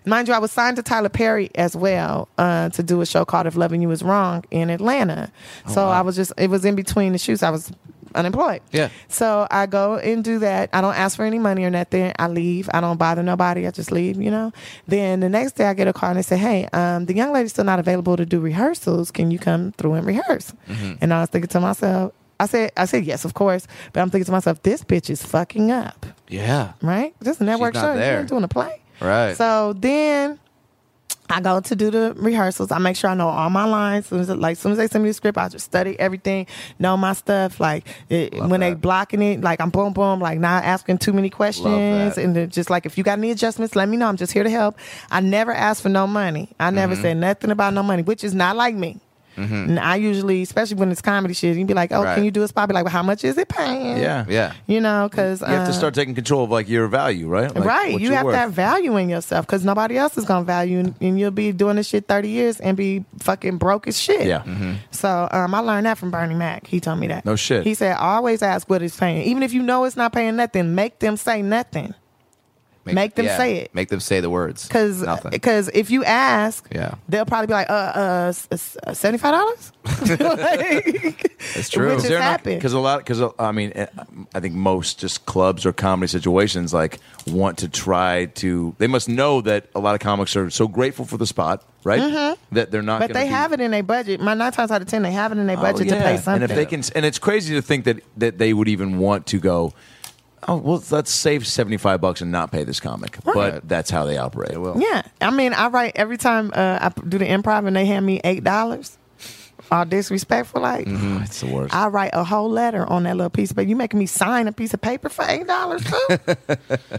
[SPEAKER 4] Mind you, I was signed to Tyler Perry as well uh, to do a show called "If Loving You Is Wrong" in Atlanta. so I was just it was in between the shoots. I was unemployed.
[SPEAKER 6] Yeah.
[SPEAKER 4] So I go and do that. I don't ask for any money or nothing. I leave. I don't bother nobody. I just leave, you know. Then the next day I get a call and they say, Hey, um, the young lady's still not available to do rehearsals. Can you come through and rehearse? And I was thinking to myself, I said, I said, yes, of course. But I'm thinking to myself, this bitch is fucking up,
[SPEAKER 6] Yeah.
[SPEAKER 4] right? This is a network
[SPEAKER 6] not
[SPEAKER 4] show. You
[SPEAKER 6] there.
[SPEAKER 4] ain't doing a play.
[SPEAKER 6] Right.
[SPEAKER 4] So then I go to do the rehearsals. I make sure I know all my lines. Soon as, like, soon as they send me the script, I just study everything, know my stuff. Like, it, when they blocking it, like I'm boom boom, like not asking too many questions, and then just like if you got any adjustments, let me know. I'm just here to help. I never ask for no money. I never
[SPEAKER 2] Mm-hmm.
[SPEAKER 4] said nothing about no money, which is not like me. And I usually, especially when it's comedy shit, you be like, "Oh,
[SPEAKER 6] Right.
[SPEAKER 4] can you do a spot?" Be like, "Well, how much is it paying?"
[SPEAKER 2] Yeah.
[SPEAKER 6] Yeah.
[SPEAKER 4] you know, because
[SPEAKER 2] You have to start taking control of like your value, right? Like,
[SPEAKER 4] Uh, right.
[SPEAKER 2] what
[SPEAKER 4] You
[SPEAKER 2] you're
[SPEAKER 4] have
[SPEAKER 2] worth.
[SPEAKER 4] to have value in yourself because nobody else is going to value and, and you'll be doing this shit 30 years and be fucking broke as shit.
[SPEAKER 2] Yeah.
[SPEAKER 4] So um, I learned that from Bernie Mac. He told me that.
[SPEAKER 2] No shit.
[SPEAKER 4] He said, always ask what it's paying. Even if you know it's not paying nothing, make them say nothing. Make them say it. uh,
[SPEAKER 6] Make them say the words.
[SPEAKER 4] Because
[SPEAKER 6] nothing.
[SPEAKER 4] if you ask,
[SPEAKER 6] Yeah.
[SPEAKER 4] they'll probably be like, uh, uh, seventy five dollars. It's
[SPEAKER 6] true.
[SPEAKER 4] Which has
[SPEAKER 2] They're not
[SPEAKER 4] happened.
[SPEAKER 2] because a lot because I mean eh, I think most just clubs or comedy situations like want to try to they must know that a lot of comics are so grateful for the spot right that they're not
[SPEAKER 4] Mm-hmm.
[SPEAKER 2] gonna
[SPEAKER 4] but they
[SPEAKER 2] be-
[SPEAKER 4] have it in their budget. My nine times out of ten, they have it in their
[SPEAKER 2] Oh,
[SPEAKER 4] budget to
[SPEAKER 2] yeah.
[SPEAKER 4] pay something.
[SPEAKER 2] and if they can and it's crazy to think that that they would even want to go oh well let's save seventy five bucks and not pay this comic but that's how they operate they will
[SPEAKER 4] Yeah, I mean, I write every time uh, I do the improv, and they hand me eight dollars. All disrespectful, like
[SPEAKER 2] Ah, it's the worst
[SPEAKER 4] I write a whole letter on that little piece, but you making me sign a piece of paper for eight dollars too.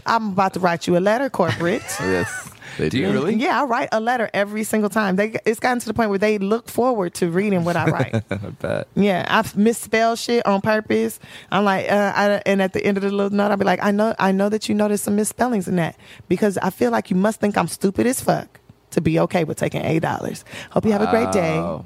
[SPEAKER 4] I'm about to write you a letter, corporate.
[SPEAKER 6] yes. They
[SPEAKER 2] do you really
[SPEAKER 4] Yeah, I write a letter every single time. They it's gotten to the point where they look forward to reading what I write.
[SPEAKER 6] bet.
[SPEAKER 4] Yeah, I've misspelled shit on purpose. I'm like, uh, I, and at the end of the little note, I'll be like, I know, I know that you noticed some misspellings in that because I feel like you must think I'm stupid as fuck to be okay with taking eight dollars. Hope you have a great day.
[SPEAKER 6] Oh.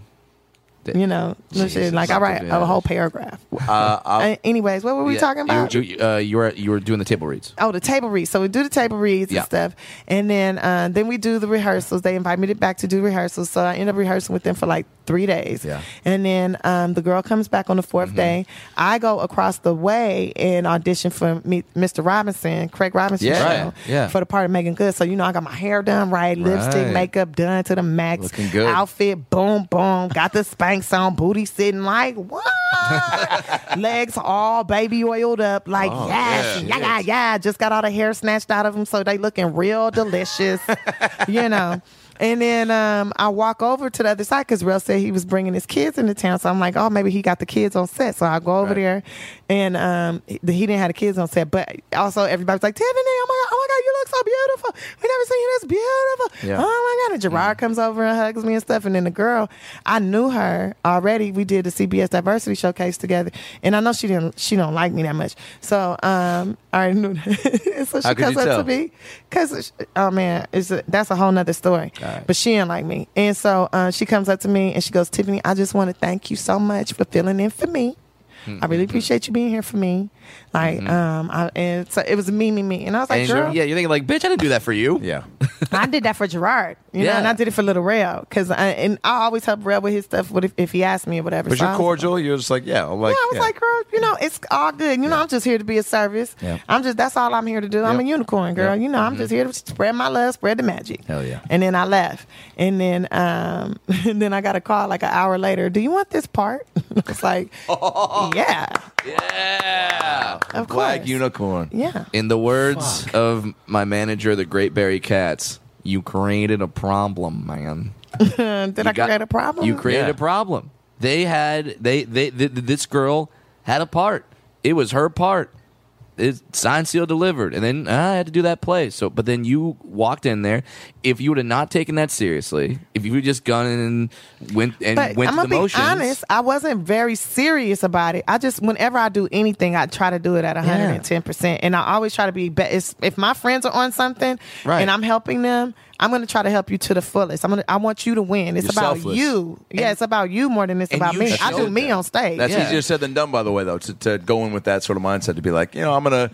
[SPEAKER 4] You know, no shit.
[SPEAKER 6] Jesus,
[SPEAKER 4] Like I write a
[SPEAKER 6] stupid
[SPEAKER 4] whole
[SPEAKER 6] ass.
[SPEAKER 4] paragraph.
[SPEAKER 2] uh, I'll-
[SPEAKER 4] Uh, anyways, what were we
[SPEAKER 6] Yeah,
[SPEAKER 4] talking about?
[SPEAKER 6] You, you, uh, you were you were doing the table reads.
[SPEAKER 4] Oh, the table reads. So we do the table reads
[SPEAKER 6] Yeah.
[SPEAKER 4] and stuff, and then uh, then we do the rehearsals. They invite me to- back to do rehearsals, so I end up rehearsing with them for like three days.
[SPEAKER 2] Yeah.
[SPEAKER 4] And then um, the girl comes back on the 4th
[SPEAKER 6] Mm-hmm.
[SPEAKER 4] day. I go across the way and audition for me, Mr. Robinson, Craig Robinson
[SPEAKER 2] Yeah.
[SPEAKER 4] show,
[SPEAKER 6] Right. Yeah.
[SPEAKER 4] for the part of Megan Good. So you know I got my hair done right, lipstick,
[SPEAKER 6] Right.
[SPEAKER 4] makeup done to the max,
[SPEAKER 6] Looking good.
[SPEAKER 4] outfit, boom, boom, got the spanks on, booty sitting like what, legs all baby oiled up, like
[SPEAKER 2] Oh,
[SPEAKER 4] yes,
[SPEAKER 2] yeah.
[SPEAKER 4] yeah, yeah, yeah. Just got all the hair snatched out of them, so they looking real delicious, you know. And then um, I walk over to the other side because Rel said he was bringing his kids into town. So I'm like, oh, maybe he got the kids on set. So I go over
[SPEAKER 6] Right.
[SPEAKER 4] there, and um, he he didn't have the kids on set. But also everybody's like, Tiffany, oh my god, oh my god, you look so beautiful. We never seen you this beautiful.
[SPEAKER 2] Yeah.
[SPEAKER 4] Oh my god, kind of.
[SPEAKER 2] Mm.
[SPEAKER 4] Gerard comes over and hugs me and stuff. And then the girl, I knew her already. We did the CBS Diversity Showcase together, and I know she didn't. She don't like me that much, so um, I already knew that. And so she
[SPEAKER 2] How could
[SPEAKER 4] comes
[SPEAKER 2] you
[SPEAKER 4] up
[SPEAKER 2] tell?
[SPEAKER 4] to me because oh man, it's a, that's a whole nother story. But she didn't like me, and so uh, she comes up to me and she goes, Tiffany, I just want to thank you so much for filling in for me. I
[SPEAKER 2] Mm-hmm.
[SPEAKER 4] really appreciate you being here for me. Like, um, I, and so it was me, me, me, and I was like,
[SPEAKER 6] And
[SPEAKER 4] girl,
[SPEAKER 6] you're- yeah, you're thinking like, bitch, I didn't do that for you.
[SPEAKER 2] Yeah.
[SPEAKER 4] I did that for Gerard, you know,
[SPEAKER 6] Yeah.
[SPEAKER 4] and I did it for Little Rail because I and I always help Rail with his stuff. What if, if he asked me or whatever?
[SPEAKER 2] But
[SPEAKER 4] so I
[SPEAKER 2] you're
[SPEAKER 4] was
[SPEAKER 2] cordial. You're just like, yeah. I'm
[SPEAKER 4] Like,
[SPEAKER 2] Like,
[SPEAKER 4] yeah, I was
[SPEAKER 2] yeah.
[SPEAKER 4] like, girl, you know, it's all good. You know, I'm just here to be a service.
[SPEAKER 2] Yeah.
[SPEAKER 4] I'm just that's all I'm here to do. I'm a
[SPEAKER 2] Yep.
[SPEAKER 4] unicorn, girl. You know, I'm just here to spread my love, spread the magic.
[SPEAKER 2] Hell yeah.
[SPEAKER 4] And then I left, and then um, and then I got a call like an hour later. Do you want this part? it's like, yeah,
[SPEAKER 6] Yeah.
[SPEAKER 4] of
[SPEAKER 2] black
[SPEAKER 4] course,
[SPEAKER 2] unicorn.
[SPEAKER 4] yeah.
[SPEAKER 6] In the words of my manager, the Great Barry Katz, you created a problem, man.
[SPEAKER 4] Did I
[SPEAKER 6] got-
[SPEAKER 4] create a problem?
[SPEAKER 6] You created
[SPEAKER 2] Yeah.
[SPEAKER 6] a problem. They had they they th- th- this girl had a part. It was her part. It's signed, sealed, delivered, and then ah, I had to do that play. So, but then you walked in there. If you would have not taken that seriously, if you had just gone in and went and
[SPEAKER 4] But
[SPEAKER 6] went
[SPEAKER 4] I'm
[SPEAKER 6] to
[SPEAKER 4] gonna
[SPEAKER 6] the
[SPEAKER 4] be
[SPEAKER 6] motions,
[SPEAKER 4] honest. I wasn't very serious about it. I just whenever I do anything, I try to do it at 110 percent, and I always try to be. Be- it's- if my friends are on something
[SPEAKER 6] Right.
[SPEAKER 4] and I'm helping them, I'm gonna try to help you to the fullest. I'm gonna. I want you to win. It's
[SPEAKER 2] You're
[SPEAKER 4] about
[SPEAKER 2] selfless.
[SPEAKER 4] you. Yeah, it's about you more than it's
[SPEAKER 6] and
[SPEAKER 4] about
[SPEAKER 6] you
[SPEAKER 4] me. I do
[SPEAKER 6] showed
[SPEAKER 4] me
[SPEAKER 6] that.
[SPEAKER 4] on stage.
[SPEAKER 2] That's
[SPEAKER 6] Yeah.
[SPEAKER 2] easier said than done, by the way, though, to, to go in with that sort of mindset to be like, you know, I'm gonna.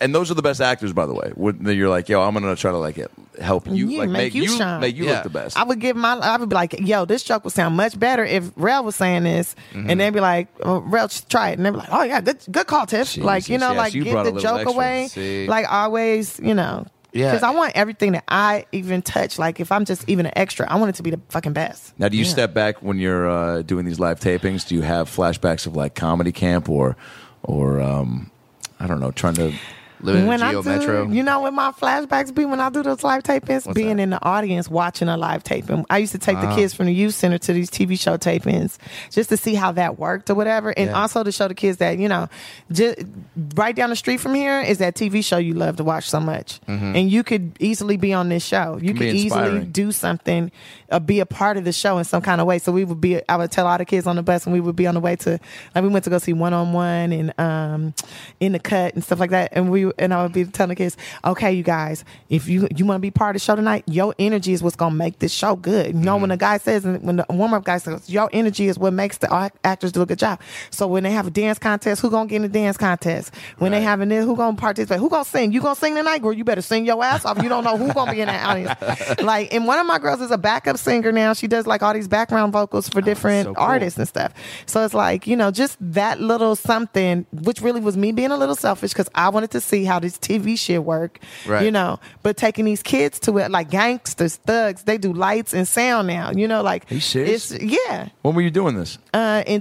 [SPEAKER 2] And those are the best actors, by the way. When you're like, yo, I'm gonna try to like help you,
[SPEAKER 4] Yeah,
[SPEAKER 2] like
[SPEAKER 4] make you shine.
[SPEAKER 2] make you
[SPEAKER 6] Yeah.
[SPEAKER 2] look the best.
[SPEAKER 4] I would give my. I would be like, "Yo, this joke would sound much better if Rel was saying this,"
[SPEAKER 2] Mm-hmm.
[SPEAKER 4] and they'd be like, oh, "Rel, just try it," and they'd be like, "Oh yeah, good, good call, Tiff." like you
[SPEAKER 2] Jesus,
[SPEAKER 4] know,
[SPEAKER 2] yes,
[SPEAKER 4] like
[SPEAKER 2] you
[SPEAKER 4] get
[SPEAKER 2] brought a
[SPEAKER 4] the
[SPEAKER 2] little
[SPEAKER 4] joke
[SPEAKER 2] extra.
[SPEAKER 4] away.
[SPEAKER 6] See?
[SPEAKER 4] Like always, you know.
[SPEAKER 6] Yeah.
[SPEAKER 4] Because I want everything that I even touch. Like if I'm just even an extra, I want it to be the fucking best.
[SPEAKER 2] now, do you step back when you're uh, doing these live tapings? Do you have flashbacks of like comedy camp or, or um, I don't know, trying to
[SPEAKER 6] living
[SPEAKER 4] when
[SPEAKER 6] in
[SPEAKER 4] I
[SPEAKER 6] Geo
[SPEAKER 4] do,
[SPEAKER 6] Metro.
[SPEAKER 4] you know, when my flashbacks be when I do those live tapings, being in the audience watching a live taping. I used to take the kids from the youth center to these TV show tapings just to see how that worked or whatever, and also to show the kids that you know, just right down the street from here is that TV show you love to watch so much,
[SPEAKER 6] Mm-hmm.
[SPEAKER 4] and you could easily be on this show. You
[SPEAKER 2] be
[SPEAKER 4] could easily
[SPEAKER 2] inspiring.
[SPEAKER 4] do something, uh, be a part of the show in some kind of way. So we would be. I would tell all the kids on the bus, and we would be on the way to. Like we went to go see One on One and um, in the cut and stuff like that. And we and I would be telling the kids, okay, you guys, if you you want to be part of the show tonight, your energy is what's gonna make this show good. You know when the guy says and when the warm up guy says, your energy is what makes the act- actors do a good job. So when they have a dance contest, who gonna get in the dance contest? When they have a who gonna participate? Who gonna sing? You gonna sing tonight, girl? You better sing your ass off. You don't know who gonna be in that audience. like, and one of my girls is a backup singer now. She does like all these background vocals for different
[SPEAKER 6] so cool.
[SPEAKER 4] artists and stuff. So it's like you know, just that little something, which really was me being a little selfish because I wanted to see how this TV shit work.
[SPEAKER 6] Right.
[SPEAKER 4] You know, but taking these kids to it, like gangsters, thugs, they do lights and sound now. You know, like
[SPEAKER 2] Are you serious?
[SPEAKER 4] It's, yeah,
[SPEAKER 2] when were you doing this?
[SPEAKER 4] uh, in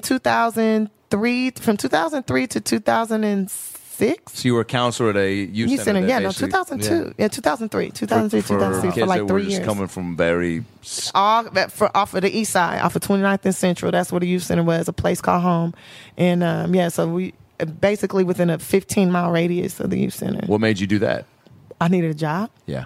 [SPEAKER 4] 2003, from 2003 to 2006.
[SPEAKER 2] So you were a counselor at a youth,
[SPEAKER 4] You center, yeah, no,
[SPEAKER 2] basically-
[SPEAKER 4] 2002, yeah, 2003, 2003,
[SPEAKER 2] for,
[SPEAKER 4] 2006, for,
[SPEAKER 2] kids
[SPEAKER 4] like
[SPEAKER 2] that
[SPEAKER 4] three
[SPEAKER 2] were
[SPEAKER 4] years.
[SPEAKER 2] just coming from very
[SPEAKER 4] All that for off of the east side, off of 29th and Central. That's where the youth center was, a place called home, and um, yeah, so we basically within a 15 mile radius of the youth center.
[SPEAKER 2] What made you do that?
[SPEAKER 4] I needed a job.
[SPEAKER 2] Yeah.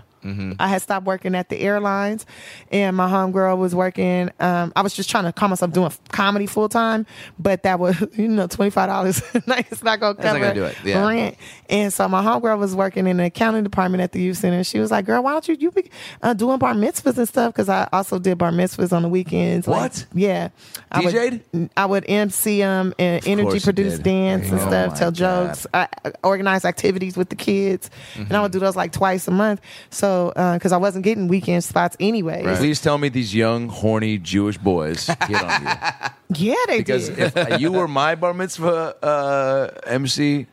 [SPEAKER 4] I had stopped working at the airlines, and my homegirl was working. Um, I was just trying to call myself doing f- comedy full time, but that was you know twenty five dollars. it's not gonna
[SPEAKER 6] That's not
[SPEAKER 4] cover
[SPEAKER 6] gonna do it, yeah.
[SPEAKER 4] rent. And so my homegirl was working in the accounting department at the youth center. and She was like, "Girl, why don't you you be uh, doing bar mitzvahs and stuff?" Because I also did bar mitzvahs on the weekends. Like,
[SPEAKER 2] What?
[SPEAKER 4] yeah, I
[SPEAKER 2] DJ'd?
[SPEAKER 4] would I would MC them and energy
[SPEAKER 2] course you
[SPEAKER 4] produce
[SPEAKER 2] did.
[SPEAKER 4] dance and
[SPEAKER 2] Oh
[SPEAKER 4] stuff,
[SPEAKER 2] my
[SPEAKER 4] tell
[SPEAKER 2] God.
[SPEAKER 4] jokes, I I organized activities with the kids, and I
[SPEAKER 2] Mm-hmm.
[SPEAKER 4] would do those like twice a month. So because I wasn't getting weekend spots anyway.
[SPEAKER 2] Please tell me these young, horny Jewish boys hit on you.
[SPEAKER 4] Yeah, they
[SPEAKER 2] Because
[SPEAKER 4] did.
[SPEAKER 2] if you were my bar mitzvah uh, MC,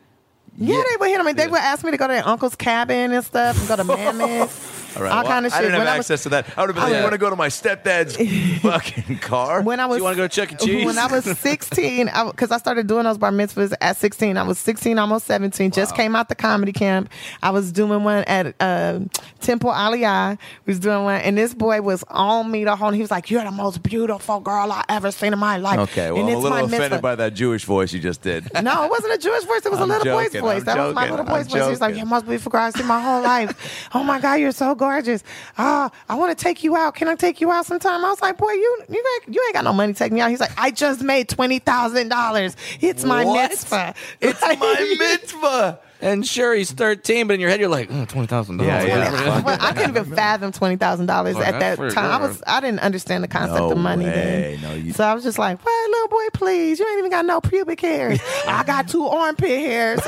[SPEAKER 4] yeah, they would hit them. They would ask me to go to their uncle's cabin and stuff, and go to Mammoth, all,
[SPEAKER 2] All right, well,
[SPEAKER 4] kind of shit.
[SPEAKER 2] I didn't have
[SPEAKER 4] When I was-
[SPEAKER 2] access to that. I would have been like,
[SPEAKER 6] Yeah.
[SPEAKER 2] I want to go to my stepdad's fucking car.
[SPEAKER 4] when I was,
[SPEAKER 6] you wanna go to Chuck E. Cheese?
[SPEAKER 4] When I was 16, because I, started doing those bar mitzvahs at 16. I was 16, almost 17. Just came out the comedy camp. I was doing one at uh, Temple Aliyah. We was doing one, and this boy was on me the whole. He was like, "You're the most beautiful girl I ever seen in my life."
[SPEAKER 2] okay, well,
[SPEAKER 4] and
[SPEAKER 2] I'm a
[SPEAKER 4] it's my
[SPEAKER 2] little offended
[SPEAKER 4] mitzvah.
[SPEAKER 2] by that Jewish voice you just did.
[SPEAKER 4] No, it wasn't a Jewish voice. It was a
[SPEAKER 2] I'm
[SPEAKER 4] little boy's
[SPEAKER 2] joking,
[SPEAKER 4] voice.
[SPEAKER 2] I'm
[SPEAKER 4] that was my
[SPEAKER 2] joking,
[SPEAKER 4] little
[SPEAKER 2] I'm
[SPEAKER 4] boy's voice. He was like,
[SPEAKER 2] joking.
[SPEAKER 4] "You're the most beautiful girl I've seen my whole life. Oh my God, you're so gorgeous. Ah, I want to take you out. Can I take you out sometime? I was like, boy, you you ain't, you ain't got no money to take me out. He's like, I just made twenty thousand dollars. It's my
[SPEAKER 6] What?
[SPEAKER 4] mitzvah.
[SPEAKER 6] It's my
[SPEAKER 2] mitzvah.
[SPEAKER 6] And sure, he's 13, but in your head, you're like, oh, $20,000.
[SPEAKER 7] Yeah, yeah.
[SPEAKER 4] I, well, I couldn't even fathom twenty thousand dollars
[SPEAKER 6] Like,
[SPEAKER 4] at
[SPEAKER 6] that's
[SPEAKER 4] that
[SPEAKER 6] pretty
[SPEAKER 4] time. I
[SPEAKER 6] good.
[SPEAKER 4] was I didn't understand the concept
[SPEAKER 2] No
[SPEAKER 4] of money
[SPEAKER 2] way.
[SPEAKER 4] then.
[SPEAKER 2] No, you-
[SPEAKER 4] so I was just like, "What, little boy? Please, you ain't even got no pubic hairs. I got two armpit hairs."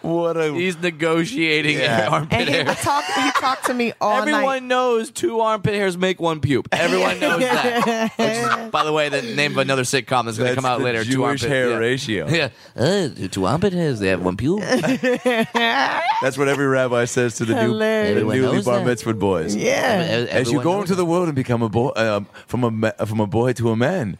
[SPEAKER 2] What a
[SPEAKER 6] He's negotiating
[SPEAKER 2] Yeah.
[SPEAKER 6] armpit
[SPEAKER 4] and he
[SPEAKER 6] hair.
[SPEAKER 4] would talk. He talked to me all
[SPEAKER 6] Everyone knows two armpit hairs make one pube. Everyone knows that. Which is, by the way, the name of another sitcom that's going to
[SPEAKER 2] That's
[SPEAKER 6] come out
[SPEAKER 2] the
[SPEAKER 6] later. two
[SPEAKER 2] Jewish
[SPEAKER 6] armpit,
[SPEAKER 2] hair
[SPEAKER 6] yeah.
[SPEAKER 2] ratio.
[SPEAKER 6] Yeah, uh, two armpit hairs. They have one pube.
[SPEAKER 4] night.
[SPEAKER 2] That's what every rabbi says to the, new,
[SPEAKER 4] Hilarious.
[SPEAKER 2] the
[SPEAKER 6] Everyone
[SPEAKER 2] newly
[SPEAKER 6] knows
[SPEAKER 2] bar
[SPEAKER 6] that.
[SPEAKER 2] mitzvah boys.
[SPEAKER 4] yeah.
[SPEAKER 2] As you go into the world and become a boy, um, from a ma- from a boy to a man,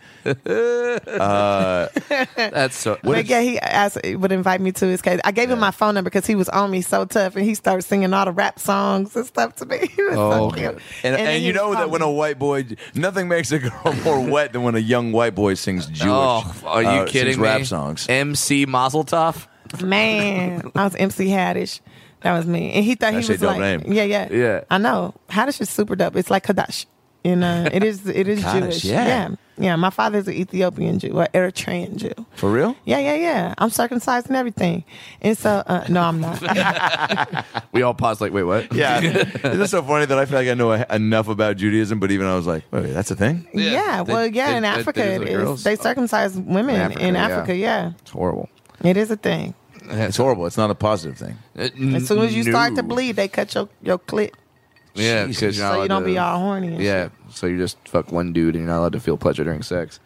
[SPEAKER 6] that's so.
[SPEAKER 4] but yeah, he asked, would invite me to his case. I gave him my phone number because he was on me so tough, and he started singing all the rap songs and stuff to me. He was so
[SPEAKER 6] Oh,
[SPEAKER 4] cute.
[SPEAKER 6] okay.
[SPEAKER 2] and, and,
[SPEAKER 4] then he
[SPEAKER 2] you know that
[SPEAKER 4] called
[SPEAKER 2] when a
[SPEAKER 4] me.
[SPEAKER 2] white boy, nothing makes a girl more wet than when a young white boy sings Jewish.
[SPEAKER 6] Oh, are you
[SPEAKER 2] uh, sings
[SPEAKER 6] kidding me?
[SPEAKER 2] Rap songs.
[SPEAKER 6] MC Mazel Tov.
[SPEAKER 4] man, I was MC Haddish. That was me, and he thought
[SPEAKER 2] That's
[SPEAKER 4] he
[SPEAKER 2] a
[SPEAKER 4] was
[SPEAKER 2] dope
[SPEAKER 4] like,
[SPEAKER 2] name.
[SPEAKER 4] yeah, yeah,
[SPEAKER 6] Yeah.
[SPEAKER 4] I know Haddish is super dope. It's like Kadash, and uh, it is it is
[SPEAKER 2] Kaddish,
[SPEAKER 4] Jewish.
[SPEAKER 2] yeah.
[SPEAKER 4] yeah, Yeah, My father's an Ethiopian Jew, or Eritrean Jew.
[SPEAKER 2] For real?
[SPEAKER 4] Yeah, yeah, yeah. I'm circumcised and everything, and so uh, no, I'm not.
[SPEAKER 6] We all paused like, wait, what?
[SPEAKER 2] Yeah. Isn't it so funny that I feel like I know a- enough about Judaism, but even I was like, wait, that's a thing?
[SPEAKER 4] Yeah,
[SPEAKER 6] They-
[SPEAKER 4] well, yeah,
[SPEAKER 6] they-
[SPEAKER 4] in
[SPEAKER 6] they- they
[SPEAKER 4] Africa
[SPEAKER 6] do
[SPEAKER 4] it
[SPEAKER 6] the
[SPEAKER 4] is.
[SPEAKER 6] girls.
[SPEAKER 4] They circumcise women
[SPEAKER 6] In
[SPEAKER 4] in
[SPEAKER 6] Africa,
[SPEAKER 4] Africa,
[SPEAKER 6] yeah.
[SPEAKER 4] yeah.
[SPEAKER 6] It's horrible.
[SPEAKER 4] It is a thing.
[SPEAKER 2] It's horrible. It's not a positive thing.
[SPEAKER 4] As soon as you start to bleed, they cut your, your clit
[SPEAKER 6] yeah, 'cause you're not
[SPEAKER 4] so
[SPEAKER 6] allowed
[SPEAKER 4] you don't
[SPEAKER 6] to-
[SPEAKER 4] be all horny. And
[SPEAKER 6] Yeah, so you just fuck one dude and you're not allowed to feel pleasure during sex.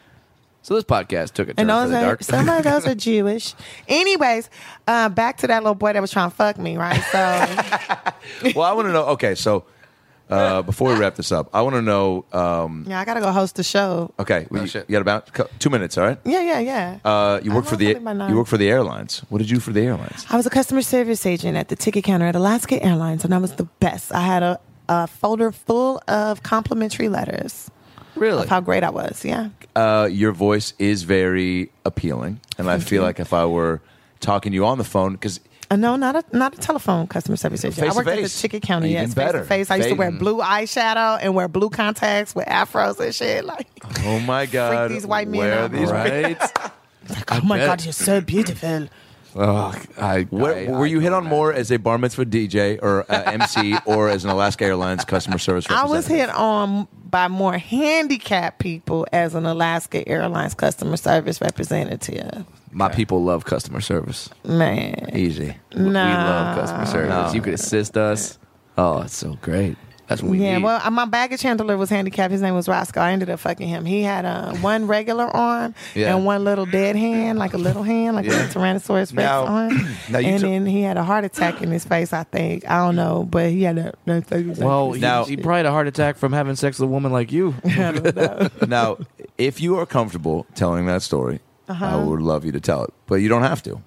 [SPEAKER 6] So this podcast took a
[SPEAKER 4] And
[SPEAKER 6] turn for
[SPEAKER 4] those
[SPEAKER 6] the
[SPEAKER 4] are,
[SPEAKER 6] dark.
[SPEAKER 4] some of those are Jewish. Anyways, uh, back to that little boy that was trying to fuck me, right? So
[SPEAKER 2] well, I want to know. Okay, so uh, before we wrap this up, I want to know. Um,
[SPEAKER 4] yeah, I gotta go host the show.
[SPEAKER 2] okay,
[SPEAKER 6] Oh,
[SPEAKER 2] you,
[SPEAKER 6] shit.
[SPEAKER 2] you got about cou- two minutes, all right?
[SPEAKER 4] Yeah, yeah, yeah.
[SPEAKER 2] Uh, you
[SPEAKER 4] I
[SPEAKER 2] work for
[SPEAKER 4] love
[SPEAKER 2] the
[SPEAKER 4] having my nine.
[SPEAKER 2] you work for the airlines. What did you do for the airlines?
[SPEAKER 4] I was a customer service agent at the ticket counter at Alaska Airlines, and I was the best. I had a, a folder full of complimentary letters
[SPEAKER 6] really?
[SPEAKER 4] of how great I was. Yeah.
[SPEAKER 2] Uh, your voice is very appealing, and I feel like if I were talking to you on the phone, because
[SPEAKER 4] Uh, no, not a not a telephone customer service agent. I worked at
[SPEAKER 2] Face-to-face. Oh,
[SPEAKER 4] the ticket counter.
[SPEAKER 2] Even
[SPEAKER 4] yes,
[SPEAKER 2] better.
[SPEAKER 4] face to face. I used to
[SPEAKER 2] Face-
[SPEAKER 4] wear blue eyeshadow and wear blue contacts with afros and shit. Like,
[SPEAKER 2] oh my god,
[SPEAKER 4] these white men
[SPEAKER 2] where are
[SPEAKER 4] out.
[SPEAKER 2] these?
[SPEAKER 6] right?
[SPEAKER 4] oh my
[SPEAKER 6] bet.
[SPEAKER 4] god, you're so beautiful.
[SPEAKER 6] oh, I,
[SPEAKER 2] Where,
[SPEAKER 6] I-
[SPEAKER 2] were
[SPEAKER 6] I
[SPEAKER 2] you hit on
[SPEAKER 6] don't know.
[SPEAKER 2] more as a bar mitzvah DJ or uh, MC or as an Alaska Airlines customer service?
[SPEAKER 4] I was
[SPEAKER 2] representative?
[SPEAKER 4] hit on by more handicapped people as an Alaska Airlines customer service representative.
[SPEAKER 6] My people love customer service.
[SPEAKER 4] Man,
[SPEAKER 2] easy.
[SPEAKER 4] no,
[SPEAKER 6] We love customer service. You could assist us. Oh, it's so great. That's what we
[SPEAKER 4] yeah,
[SPEAKER 6] need.
[SPEAKER 4] well, uh, my baggage handler was handicapped. His name was Roscoe. I ended up fucking him. He had uh, one regular arm
[SPEAKER 6] Yeah.
[SPEAKER 4] and one little dead hand, like a little hand, like a Tyrannosaurus Rex
[SPEAKER 2] Now-
[SPEAKER 4] arm.
[SPEAKER 2] now you
[SPEAKER 4] and
[SPEAKER 2] took-
[SPEAKER 4] then he had a heart attack in his face, I think. I don't know, but he had a. that thing-
[SPEAKER 6] well, he,
[SPEAKER 2] Now-
[SPEAKER 6] he probably had a heart attack from having sex with a woman like you.
[SPEAKER 2] now, if you are comfortable telling that story, I
[SPEAKER 4] Uh-huh.
[SPEAKER 2] would love you to tell it, but you don't have to.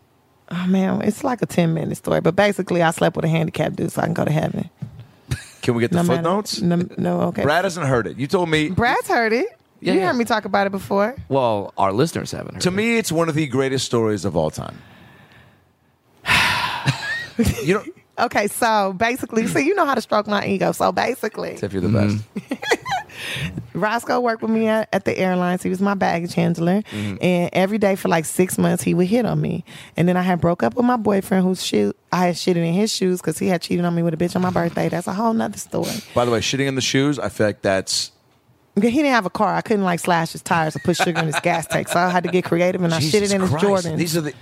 [SPEAKER 4] oh, man, it's like a 10 minute story. But basically, I slept with a handicapped dude so I can go to heaven.
[SPEAKER 2] Can we get the
[SPEAKER 4] No matter-
[SPEAKER 2] footnotes?
[SPEAKER 4] No, no, okay.
[SPEAKER 2] Brad hasn't heard it. You told me.
[SPEAKER 4] Brad's heard it.
[SPEAKER 6] Yeah,
[SPEAKER 4] you
[SPEAKER 6] yeah.
[SPEAKER 4] heard me talk about it before.
[SPEAKER 6] well, our listeners haven't heard
[SPEAKER 2] To
[SPEAKER 6] it.
[SPEAKER 2] me, it's one of the greatest stories of all time. you don't.
[SPEAKER 4] Okay, so basically, see, you know how to stroke my ego. So basically,
[SPEAKER 2] If you're the best,
[SPEAKER 4] Mm-hmm. Roscoe worked with me at, at the airlines. He was my baggage handler,
[SPEAKER 2] Mm-hmm.
[SPEAKER 4] and every day for like six months, he would hit on me. And then I had broke up with my boyfriend, whose shoe I had shitted in his shoes because he had cheated on me with a bitch on my birthday. That's a whole nother story.
[SPEAKER 2] by the way, shitting in the shoes, I feel like that's
[SPEAKER 4] He didn't have a car. I couldn't like slash his tires or put sugar in his gas tank, so I had to get creative and I
[SPEAKER 2] Jesus
[SPEAKER 4] shitted in his
[SPEAKER 2] Christ.
[SPEAKER 4] Jordans.
[SPEAKER 2] These are the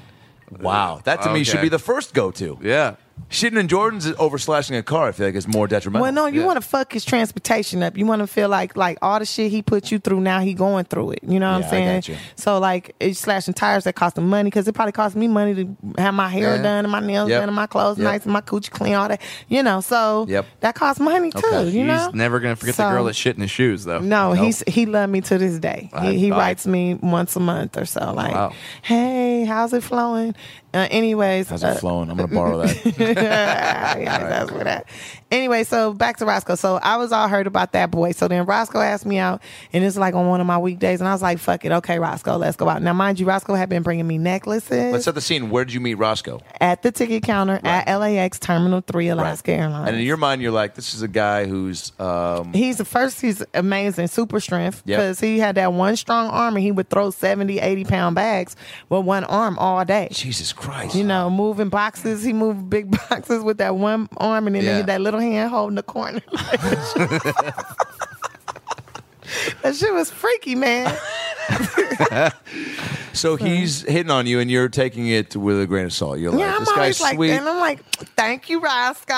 [SPEAKER 2] wow. That to me should
[SPEAKER 6] Okay.
[SPEAKER 2] be the first go-to.
[SPEAKER 6] Yeah.
[SPEAKER 2] Shitting in Jordans is- over slashing a car. I feel like it's more detrimental.
[SPEAKER 4] well, no, you
[SPEAKER 6] Yeah.
[SPEAKER 4] want to fuck his transportation up. You want to feel like like all the shit he put you through. Now he going through it. You know what
[SPEAKER 2] Yeah, I
[SPEAKER 4] I'm saying?
[SPEAKER 2] got you.
[SPEAKER 4] So like it's slashing tires that cost him money because it probably cost me money to have my hair
[SPEAKER 2] Yeah.
[SPEAKER 4] done and my nails
[SPEAKER 2] Yep.
[SPEAKER 4] done and my clothes
[SPEAKER 2] Yep.
[SPEAKER 4] nice and my coochie clean all that. You know, so
[SPEAKER 2] Yep.
[SPEAKER 4] that costs money too.
[SPEAKER 2] Okay.
[SPEAKER 4] You know,
[SPEAKER 6] He's never going to forget the
[SPEAKER 4] So-
[SPEAKER 6] girl that shit in his shoes, though.
[SPEAKER 4] no, he's he loved me to this day.
[SPEAKER 6] I-
[SPEAKER 4] He, he
[SPEAKER 6] I-
[SPEAKER 4] writes me once a month or so, like,
[SPEAKER 6] Wow.
[SPEAKER 4] "Hey, how's it flowing?" Uh, anyways,
[SPEAKER 2] How's
[SPEAKER 4] uh,
[SPEAKER 2] it flowing? I'm gonna borrow that.
[SPEAKER 4] yeah, that's what that. Anyway, so back to Roscoe. So I was all hurt about that boy. So then Roscoe asked me out, and it's like on one of my weekdays, and I was like, "Fuck it, okay, Roscoe, let's go out." Now, mind you, Roscoe had been bringing me necklaces
[SPEAKER 2] Let's set the scene. Where did you meet Roscoe?
[SPEAKER 4] at the ticket counter at LAX Terminal Three, Alaska Airlines.
[SPEAKER 2] And in your mind, you're like, this is a guy who's um,
[SPEAKER 4] He's the first, he's amazing, super strength,
[SPEAKER 2] Yep.
[SPEAKER 4] because he had that one strong arm and he would throw 70, 80 pound bags with one arm all day.
[SPEAKER 2] Jesus Christ.
[SPEAKER 4] You know, moving boxes. He moved big boxes with that one arm and then he
[SPEAKER 2] Yeah.
[SPEAKER 4] had that little hand holding the corner. that shit was freaky, man.
[SPEAKER 2] So he's hitting on you, and you're taking it with a grain of salt. You're like,
[SPEAKER 4] yeah, I'm
[SPEAKER 2] this guy's
[SPEAKER 4] always like,
[SPEAKER 2] sweet.
[SPEAKER 4] and I'm like, thank you, Roscoe.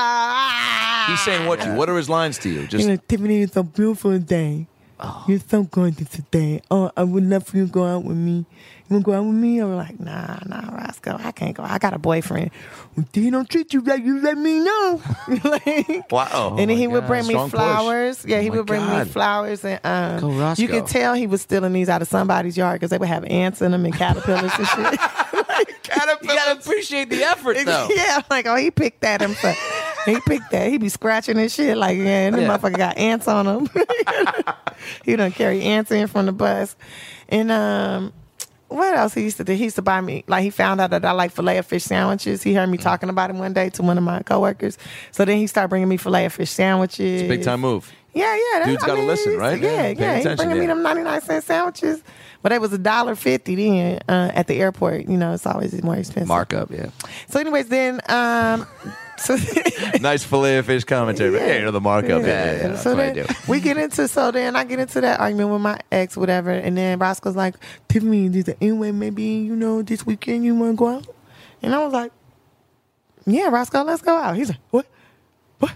[SPEAKER 2] he's saying what? to you? What are his lines to you? Just Oh.
[SPEAKER 4] You know, Tiffany, it's a beautiful day. You're so gorgeous today. Oh, I would love for you to go out with me. You want to go out with me? I'm like, nah, nah, Roscoe, I can't go. I got a boyfriend. Well, then he don't treat you right. You let me know. like,
[SPEAKER 2] wow. Oh
[SPEAKER 4] and then he would
[SPEAKER 2] God.
[SPEAKER 4] bring me
[SPEAKER 2] Strong push. Oh
[SPEAKER 4] flowers. Yeah, he
[SPEAKER 2] my
[SPEAKER 4] would bring
[SPEAKER 2] God.
[SPEAKER 4] me flowers, and um,
[SPEAKER 6] Go, Roscoe.
[SPEAKER 4] you could tell he was stealing these out of somebody's yard because they would have ants in them and caterpillars and shit.
[SPEAKER 6] You gotta appreciate the effort, though.
[SPEAKER 4] Yeah, I'm like, oh, he picked that himself. he picked that. He be scratching his shit like, yeah, and the motherfucker got ants on him. he done carry ants in from the bus. And um, what else he used to do? He used to buy me, like, he found out that I like filet of fish sandwiches. He
[SPEAKER 2] Mm.
[SPEAKER 4] heard me talking about it one day to one of my coworkers. So then he started bringing me filet of fish sandwiches.
[SPEAKER 2] big time move.
[SPEAKER 4] Yeah, yeah. That's,
[SPEAKER 2] Dude's
[SPEAKER 4] I
[SPEAKER 2] gotta
[SPEAKER 4] mean,
[SPEAKER 2] listen,
[SPEAKER 4] it's-
[SPEAKER 2] right? Yeah,
[SPEAKER 4] Yeah,
[SPEAKER 2] pay
[SPEAKER 4] yeah. He
[SPEAKER 2] attention,
[SPEAKER 4] bringing me
[SPEAKER 2] yeah.
[SPEAKER 4] them ninety nine cent sandwiches, but it was a dollar fifty then uh, at the airport. You know, it's always more expensive.
[SPEAKER 6] Markup, yeah.
[SPEAKER 4] So, anyways, then um, so
[SPEAKER 2] nice fillet of fish commentary. but Hey, you know the markup. Yeah, yeah, yeah.
[SPEAKER 4] so
[SPEAKER 6] what I
[SPEAKER 4] then
[SPEAKER 6] do.
[SPEAKER 4] we get into so then I get into that argument with my ex, whatever, and then Roscoe's like, Tiffany, there's an anyway, maybe you know this weekend you want to go out, and I was like, Yeah, Roscoe, let's go out. He's like, What? What?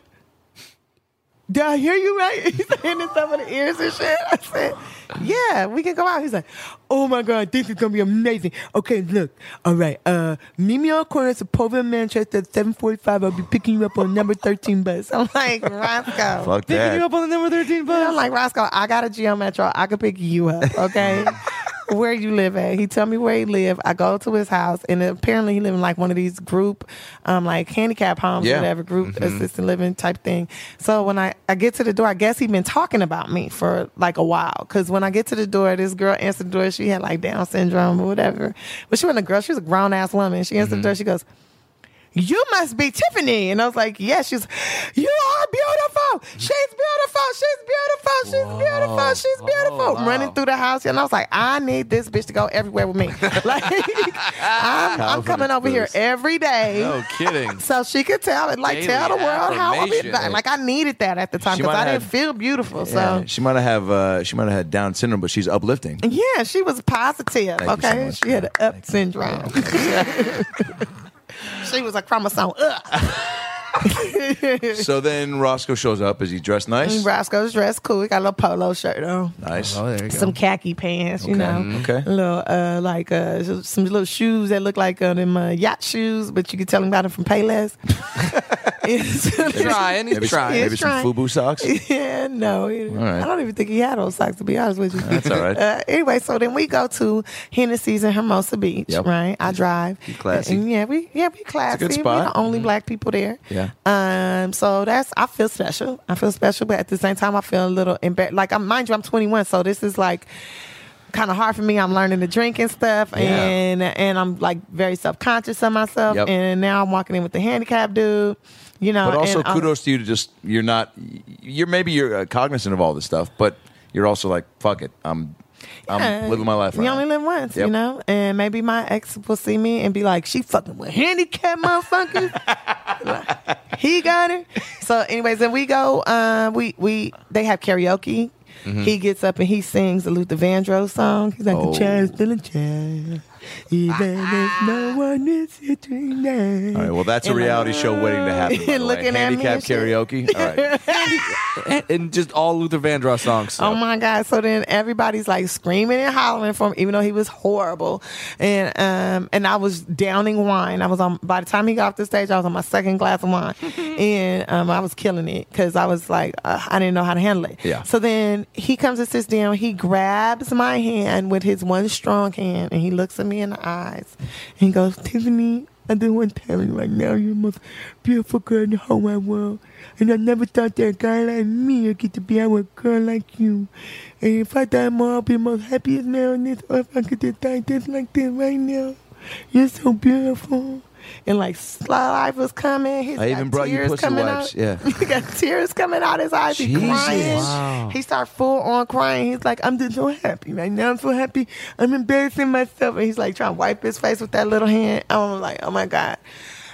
[SPEAKER 4] Did I hear you right? He's saying this over the ears and shit. I said, Yeah, we can go out. He's like, Oh my God, this is gonna be amazing. Okay, look, all right, uh, meet me on corner Sepulveda, Manchester at 745. I'll be picking you up on number 13 bus. I'm like, Roscoe.
[SPEAKER 2] Fuck that.
[SPEAKER 6] on the number 13 bus.
[SPEAKER 4] I'm like, Roscoe, I got a Geo Metro. I could pick you up, okay? where you live at. He tell me where he live. I go to his house, and apparently he live in like one of these group, um, like handicap homes,
[SPEAKER 2] Yeah.
[SPEAKER 4] whatever, group
[SPEAKER 6] Mm-hmm.
[SPEAKER 4] assisted living type thing. So when I, I get to the door, I guess he been talking about me for like a while. Because when I get to the door, this girl answered the door. She had like Down syndrome or whatever. But she wasn't a girl. She was a grown-ass woman. She
[SPEAKER 6] Mm-hmm.
[SPEAKER 4] answered the door. She goes, you must be Tiffany. And I was like, yeah, she's, you are beautiful. She's beautiful. She's beautiful. She's beautiful. She's
[SPEAKER 2] Oh,
[SPEAKER 4] beautiful. Running through the house. And I was like, I need this bitch to go everywhere with me. like, I'm, I'm coming over here
[SPEAKER 2] boost.
[SPEAKER 4] every day.
[SPEAKER 6] No kidding.
[SPEAKER 4] So she could tell it, like,
[SPEAKER 6] Daily
[SPEAKER 4] tell the world how I'm
[SPEAKER 6] affirmation.
[SPEAKER 4] Like, I needed that at the time
[SPEAKER 2] She
[SPEAKER 4] because
[SPEAKER 2] might
[SPEAKER 4] I
[SPEAKER 2] have-
[SPEAKER 4] didn't feel beautiful.
[SPEAKER 2] Yeah,
[SPEAKER 4] So,
[SPEAKER 2] she might have uh, she might have had Down syndrome, but she's uplifting.
[SPEAKER 4] yeah, she was positive.
[SPEAKER 2] you so
[SPEAKER 4] okay.
[SPEAKER 2] much.
[SPEAKER 4] she had an up syndrome. she was a chromosome up.
[SPEAKER 2] so then Roscoe shows up. Is he dressed nice?
[SPEAKER 4] Roscoe's dressed cool. He got a little polo shirt on,
[SPEAKER 2] Nice.
[SPEAKER 6] Oh, there you go. Mm-hmm.
[SPEAKER 4] some khaki pants, you know.
[SPEAKER 2] Okay.
[SPEAKER 4] A little uh, like uh, s- some little shoes that look like uh, them uh, yacht shoes, but you can tell him about them from Payless.
[SPEAKER 6] He's trying. He's
[SPEAKER 2] Maybe, some-
[SPEAKER 6] trying.
[SPEAKER 2] maybe some
[SPEAKER 4] trying.
[SPEAKER 2] FUBU socks.
[SPEAKER 4] yeah, no, he-
[SPEAKER 2] right.
[SPEAKER 4] I don't even think he had those socks. To be honest with you,
[SPEAKER 2] That's all right.
[SPEAKER 4] Uh, anyway, so then we go to Hennessy's in Hermosa Beach,
[SPEAKER 2] Yep.
[SPEAKER 4] right? I drive.
[SPEAKER 2] classy.
[SPEAKER 4] And yeah, we yeah we classy.
[SPEAKER 2] spot. Mm-hmm.
[SPEAKER 4] We're the only black people there.
[SPEAKER 2] Yeah.
[SPEAKER 4] Um. So that's I feel special. I feel special, but at the same time, I feel a little embarrassed. Like I'm, mind you, I'm 21, so this is like kind of hard for me. I'm learning to drink and stuff, and and I'm like very self conscious of myself.
[SPEAKER 2] Yep.
[SPEAKER 4] And now I'm walking in with the handicap dude. You know,
[SPEAKER 2] But also
[SPEAKER 4] Uh, and um, I'm-
[SPEAKER 2] kudos to you to just you're not you're maybe you're uh, cognizant of all this stuff, but you're also like fuck it, I'm I'm
[SPEAKER 4] Yeah.
[SPEAKER 2] living my life.
[SPEAKER 4] You
[SPEAKER 2] right
[SPEAKER 4] only
[SPEAKER 2] now.
[SPEAKER 4] live once,
[SPEAKER 2] Yep.
[SPEAKER 4] you know? And maybe my ex will see me and be like, she fucking with handicapped motherfuckers. Like, he got it. So anyways, then we go, um, we we they have karaoke. He gets up and he sings the Luther Vandross song. He's like,
[SPEAKER 2] Mm-hmm. Oh.
[SPEAKER 4] the chair's still a chair. Even if no one is here tonight.
[SPEAKER 2] Ah. All right, well that's a
[SPEAKER 4] And, uh,
[SPEAKER 2] reality show waiting to happen. By the way.
[SPEAKER 4] Looking at me
[SPEAKER 2] Handicap
[SPEAKER 4] and shit.
[SPEAKER 2] karaoke. All right.
[SPEAKER 6] And- And just all Luther Vandross songs. so.
[SPEAKER 4] Oh my God. So then everybody's like screaming and hollering for him, even though he was horrible. And um and I was downing wine. I was on by the time he got off the stage, I was on my second glass of wine. and um I was killing it because I was like, uh, I didn't know how to handle it.
[SPEAKER 2] Yeah.
[SPEAKER 4] So then he comes and sits down, he grabs my hand with his one strong hand and he looks at me in the eyes and he goes, Tiffany, I do want to tell you right now, you're the most beautiful girl in the whole wide world. And I never thought that a guy like me would get to be out with a girl like you. And if I die tomorrow, I'll be the most happiest man on this earth. I could just die just like this right now. You're so beautiful. And like sly life was coming. He's
[SPEAKER 2] I
[SPEAKER 4] got
[SPEAKER 2] even brought you
[SPEAKER 4] tears
[SPEAKER 2] pussy
[SPEAKER 4] coming
[SPEAKER 2] wipes,
[SPEAKER 4] out.
[SPEAKER 2] yeah.
[SPEAKER 4] he got tears coming out his eyes. He
[SPEAKER 2] Jesus.
[SPEAKER 4] crying.
[SPEAKER 2] Wow.
[SPEAKER 4] He start full on crying. He's like, I'm just so happy right now. I'm so happy. I'm embarrassing myself. And he's like trying to wipe his face with that little hand. I'm like, oh my God.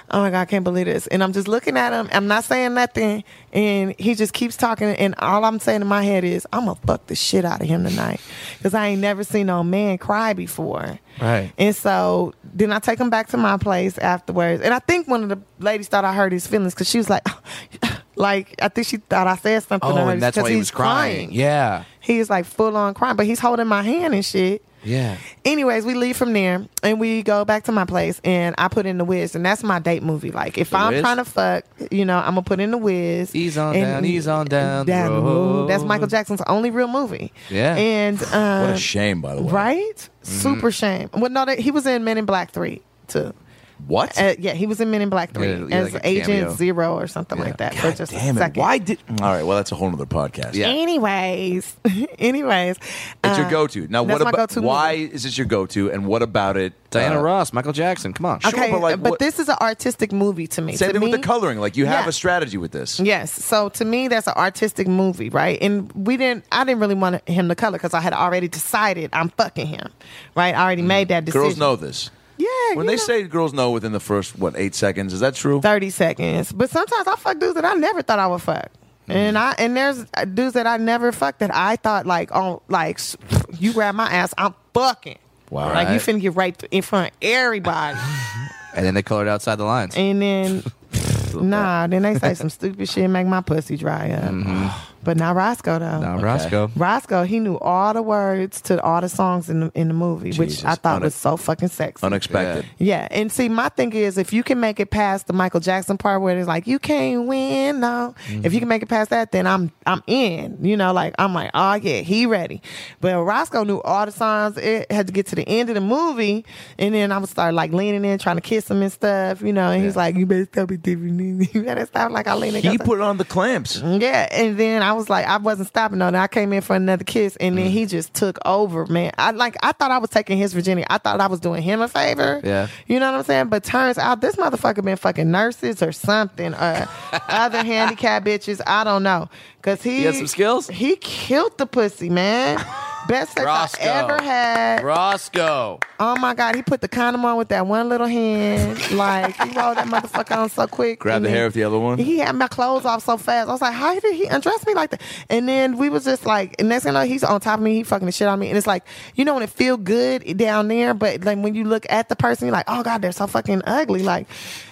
[SPEAKER 4] Oh my God, I can't believe this. And I'm just looking at him. I'm not saying nothing. And he just keeps talking. And all I'm saying in my head is, I'm going to fuck the shit out of him tonight. Because I ain't never seen no man cry before.
[SPEAKER 9] Right.
[SPEAKER 4] And so then I take him back to my place afterwards. And I think one of the ladies thought I hurt his feelings because she was like, like, I think she thought I said something. to
[SPEAKER 9] Oh,
[SPEAKER 4] her
[SPEAKER 9] and that's
[SPEAKER 4] 'cause
[SPEAKER 9] why he
[SPEAKER 4] he's
[SPEAKER 9] was crying. Yeah.
[SPEAKER 4] He is like full on crying, but he's holding my hand and shit.
[SPEAKER 9] Yeah.
[SPEAKER 6] Uh,
[SPEAKER 4] Anyways, we leave from there and we go back to my place and I put in the whiz and that's my date movie. Like if I'm
[SPEAKER 9] Wiz?
[SPEAKER 4] trying to fuck, you know, I'm gonna put in the whiz.
[SPEAKER 9] Ease on
[SPEAKER 4] and-
[SPEAKER 9] down, ease on down the
[SPEAKER 4] the road. That's
[SPEAKER 9] road.
[SPEAKER 4] Michael Jackson's only real movie.
[SPEAKER 9] Yeah.
[SPEAKER 4] And um,
[SPEAKER 2] What a shame, by the way.
[SPEAKER 4] right?
[SPEAKER 9] Mm-hmm.
[SPEAKER 4] Super shame. Well, no, that, he was in Men in Black Three too.
[SPEAKER 2] What?
[SPEAKER 4] Uh, yeah, he was in Men in Black Three
[SPEAKER 6] Yeah, like
[SPEAKER 4] as
[SPEAKER 6] a
[SPEAKER 4] Agent
[SPEAKER 6] cameo.
[SPEAKER 4] Zero or something like that. for just
[SPEAKER 2] Damn
[SPEAKER 4] a
[SPEAKER 2] it.
[SPEAKER 4] second.
[SPEAKER 2] Why did. All right, well, that's a whole nother podcast.
[SPEAKER 6] Yeah.
[SPEAKER 4] Anyways, anyways,
[SPEAKER 2] It's your
[SPEAKER 4] uh,
[SPEAKER 2] go to. Now,
[SPEAKER 4] that's
[SPEAKER 2] what
[SPEAKER 4] my
[SPEAKER 2] about.
[SPEAKER 4] go-to
[SPEAKER 2] Why
[SPEAKER 4] movie.
[SPEAKER 2] is this your go to, and what about it?
[SPEAKER 6] Diana
[SPEAKER 2] uh,
[SPEAKER 6] Ross, Michael Jackson. Come on.
[SPEAKER 2] Sure,
[SPEAKER 4] Okay,
[SPEAKER 2] but,
[SPEAKER 4] but,
[SPEAKER 2] like, what-
[SPEAKER 4] this is an artistic movie to me.
[SPEAKER 2] Same
[SPEAKER 4] to
[SPEAKER 2] thing
[SPEAKER 4] me,
[SPEAKER 2] with the coloring. Like, you have
[SPEAKER 4] Yeah.
[SPEAKER 2] a strategy with this.
[SPEAKER 4] Yes. So to me, that's an artistic movie, right? And we didn't. I didn't really want him to color because I had already decided I'm fucking him, right? I already made that decision.
[SPEAKER 2] Mm-hmm. Girls know this.
[SPEAKER 4] Yeah.
[SPEAKER 2] When
[SPEAKER 4] you
[SPEAKER 2] they
[SPEAKER 4] know.
[SPEAKER 2] say girls know within the first, what, eight seconds, is that true?
[SPEAKER 4] 30 seconds. But sometimes I fuck dudes that I never thought I would fuck. And I and there's uh, dudes that I never fucked that I thought like on like you grab my ass I'm fucking
[SPEAKER 6] Wow.
[SPEAKER 4] like you finna get raped in front of everybody
[SPEAKER 6] and then they colored outside the lines.
[SPEAKER 4] and then nah then they say some stupid shit and make my pussy dry up but not Roscoe though
[SPEAKER 6] Now, Roscoe.
[SPEAKER 4] Roscoe, he knew all the words to all the songs in the, in the movie,
[SPEAKER 2] Jesus.
[SPEAKER 4] which I thought
[SPEAKER 2] Unex-
[SPEAKER 4] was so fucking sexy.
[SPEAKER 2] Unexpected.
[SPEAKER 4] yeah, and see, my thing is, if you can make it past the Michael Jackson part where it's like you can't win, no. If you can make it past that, then I'm I'm in. You know, like I'm like, oh yeah, he ready. But Roscoe knew all the songs. It had to get to the end of the movie, and then I would start like leaning in, trying to kiss him and stuff. You know, and he's like, you better stop it, different. You better stop. Like I lean in.
[SPEAKER 2] He
[SPEAKER 4] goes,
[SPEAKER 2] put on the clamps.
[SPEAKER 4] yeah, and then I was like, I wasn't stopping though. And I came in for another kiss, and then
[SPEAKER 6] Mm.
[SPEAKER 4] he just took over, man. I like, I thought I was taking his virginity. I thought I was doing him a favor.
[SPEAKER 6] Yeah.
[SPEAKER 4] you know what I'm saying. But turns out this motherfucker been fucking nurses or something, uh, other handicapped bitches. I don't know, cause he,
[SPEAKER 6] He has some skills?
[SPEAKER 4] He killed the pussy, man. Best sex
[SPEAKER 6] Roscoe.
[SPEAKER 4] I ever had.
[SPEAKER 6] Roscoe.
[SPEAKER 4] Oh my god, he put the condom on with that one little hand. like he rolled that motherfucker on so quick.
[SPEAKER 2] Grab
[SPEAKER 4] and
[SPEAKER 2] the
[SPEAKER 4] then-
[SPEAKER 2] hair with the other one.
[SPEAKER 4] he had my clothes off so fast. I was like, how did he undress me like that? And then we was just like, and next thing I know, he's on top of me. He fucking the shit on me. And it's like, you know, when it feel good down there, but like when you look at the person, you're like, oh God, they're so fucking ugly. Like,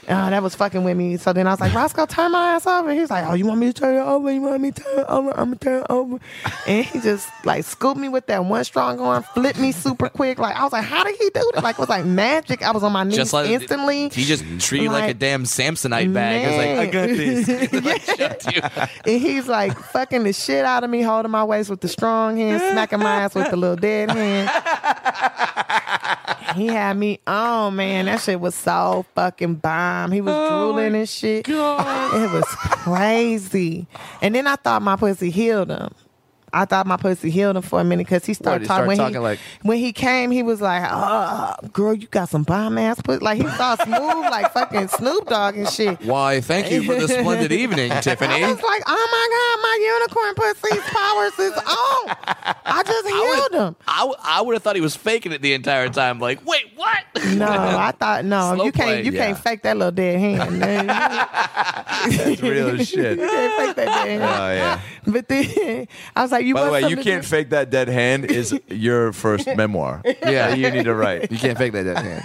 [SPEAKER 4] uh, that was fucking with me. So then I was like, Roscoe, turn my ass over. He's like, oh, you want me to turn it over? You want me to turn it over? I'm going to turn it over. And he just like scooped me with that one strong arm, flipped me super quick. Like, I was like, how did he do that? Like, it was like magic. I was on my knees
[SPEAKER 6] Just like
[SPEAKER 4] instantly.
[SPEAKER 6] He just treated you like, a
[SPEAKER 4] Like,
[SPEAKER 6] damn Samsonite bag. It's
[SPEAKER 4] man.
[SPEAKER 6] like, I got this. He like, shoved you.
[SPEAKER 4] And he's like fucking the shit out of me, holding my waist with the strong hand, smacking my ass with the little dead hand. he had me on, man. That shit was so fucking bomb. He was drooling and shit. It was crazy. And then I thought my pussy healed him. I thought my pussy healed him for a minute because he
[SPEAKER 6] Why did
[SPEAKER 4] started
[SPEAKER 6] he
[SPEAKER 4] talking.
[SPEAKER 6] start
[SPEAKER 4] when, he,
[SPEAKER 6] talking like-
[SPEAKER 4] when he came, he was like, "Oh, girl, you got some bomb ass pussy." Like he was all smooth, like fucking Snoop Dogg and shit.
[SPEAKER 6] Why, thank you for the splendid evening, Tiffany.
[SPEAKER 4] I was like, oh my God, my unicorn pussy's powers is on. I just healed him.
[SPEAKER 6] I, w- I would have thought he was faking it the entire time. Like, wait, what?
[SPEAKER 4] No, I thought no,
[SPEAKER 6] Slow
[SPEAKER 4] you can't
[SPEAKER 6] play,
[SPEAKER 4] you
[SPEAKER 6] yeah.
[SPEAKER 4] can't fake that little dead hand. Man.
[SPEAKER 2] That's real as shit.
[SPEAKER 4] you can't fake that dead hand.
[SPEAKER 2] Oh, yeah.
[SPEAKER 4] But then I was like, you
[SPEAKER 2] By the
[SPEAKER 4] want
[SPEAKER 2] way, you
[SPEAKER 4] something to
[SPEAKER 2] can't
[SPEAKER 4] do?
[SPEAKER 2] fake that dead hand is your first memoir.
[SPEAKER 6] Yeah.
[SPEAKER 2] that you need to write.
[SPEAKER 6] You can't fake that dead hand.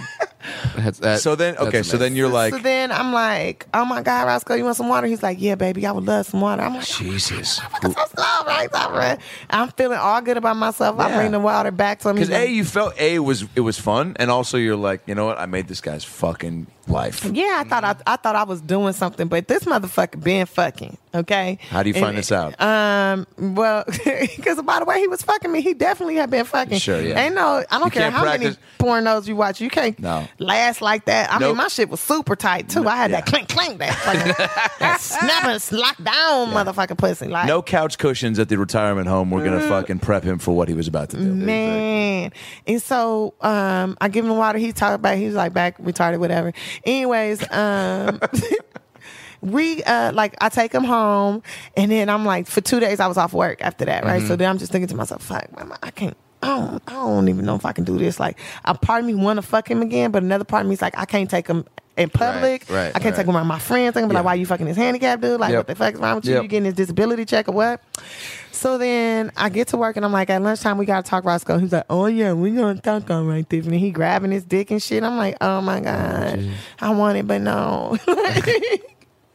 [SPEAKER 6] That's, that,
[SPEAKER 2] So then,
[SPEAKER 6] that's
[SPEAKER 2] okay, so
[SPEAKER 6] amazing.
[SPEAKER 2] then you're like,
[SPEAKER 4] so then I'm like, oh my God, Roscoe, you want some water? He's like, yeah, baby, I would love some water. I'm like,
[SPEAKER 2] Jesus.
[SPEAKER 4] "That's so slow, right? That's right." I'm feeling all good about myself. I
[SPEAKER 2] Yeah.
[SPEAKER 4] bring the water back to him. He's
[SPEAKER 2] Because a,
[SPEAKER 4] like,
[SPEAKER 2] you felt a was it was fun, and also you're like, you know what? I made this guy's fucking life. Mm-hmm.
[SPEAKER 4] Yeah, I thought I, I thought I was doing something, but this motherfucker been fucking. Okay.
[SPEAKER 2] How do you find this out?
[SPEAKER 4] Um. Well, because by the way he was fucking me, he definitely had been fucking.
[SPEAKER 2] Sure, yeah.
[SPEAKER 4] Ain't no. I don't
[SPEAKER 2] You
[SPEAKER 4] care
[SPEAKER 2] can't
[SPEAKER 4] how
[SPEAKER 2] practice-
[SPEAKER 4] many pornos you watch. You can't
[SPEAKER 2] No.
[SPEAKER 4] last like that. I
[SPEAKER 2] Nope.
[SPEAKER 4] mean, my shit was super tight too. I had that clink clink that fucking that snap and lock down motherfucking pussy. Like
[SPEAKER 2] No couch cushions at the retirement home. We're gonna fucking prep him for what he was about to do.
[SPEAKER 4] Man. And so um, I give him water. He talked about he was like back retarded, whatever. Anyways, um, we uh, like I take him home, and then I'm like for two days I was off work after that, right?
[SPEAKER 2] Mm-hmm.
[SPEAKER 4] So then I'm just thinking to myself, fuck, mama, I can't. I don't, I don't even know if I can do this. Like, a part of me want to fuck him again, but another part of me is like, I can't take him in public.
[SPEAKER 2] right,
[SPEAKER 4] I can't
[SPEAKER 2] right.
[SPEAKER 4] take him around my friends. They're gonna be like, why you fucking this handicap dude? Like,
[SPEAKER 2] Yep.
[SPEAKER 4] what the fuck is wrong with you?
[SPEAKER 2] Yep.
[SPEAKER 4] You getting his disability check or what? So then I get to work and I'm like, at lunchtime we gotta talk Roscoe. He's like, oh yeah, we gonna talk all right, Tiffany. He grabbing his dick and shit. I'm like, oh my god, I want it, but no.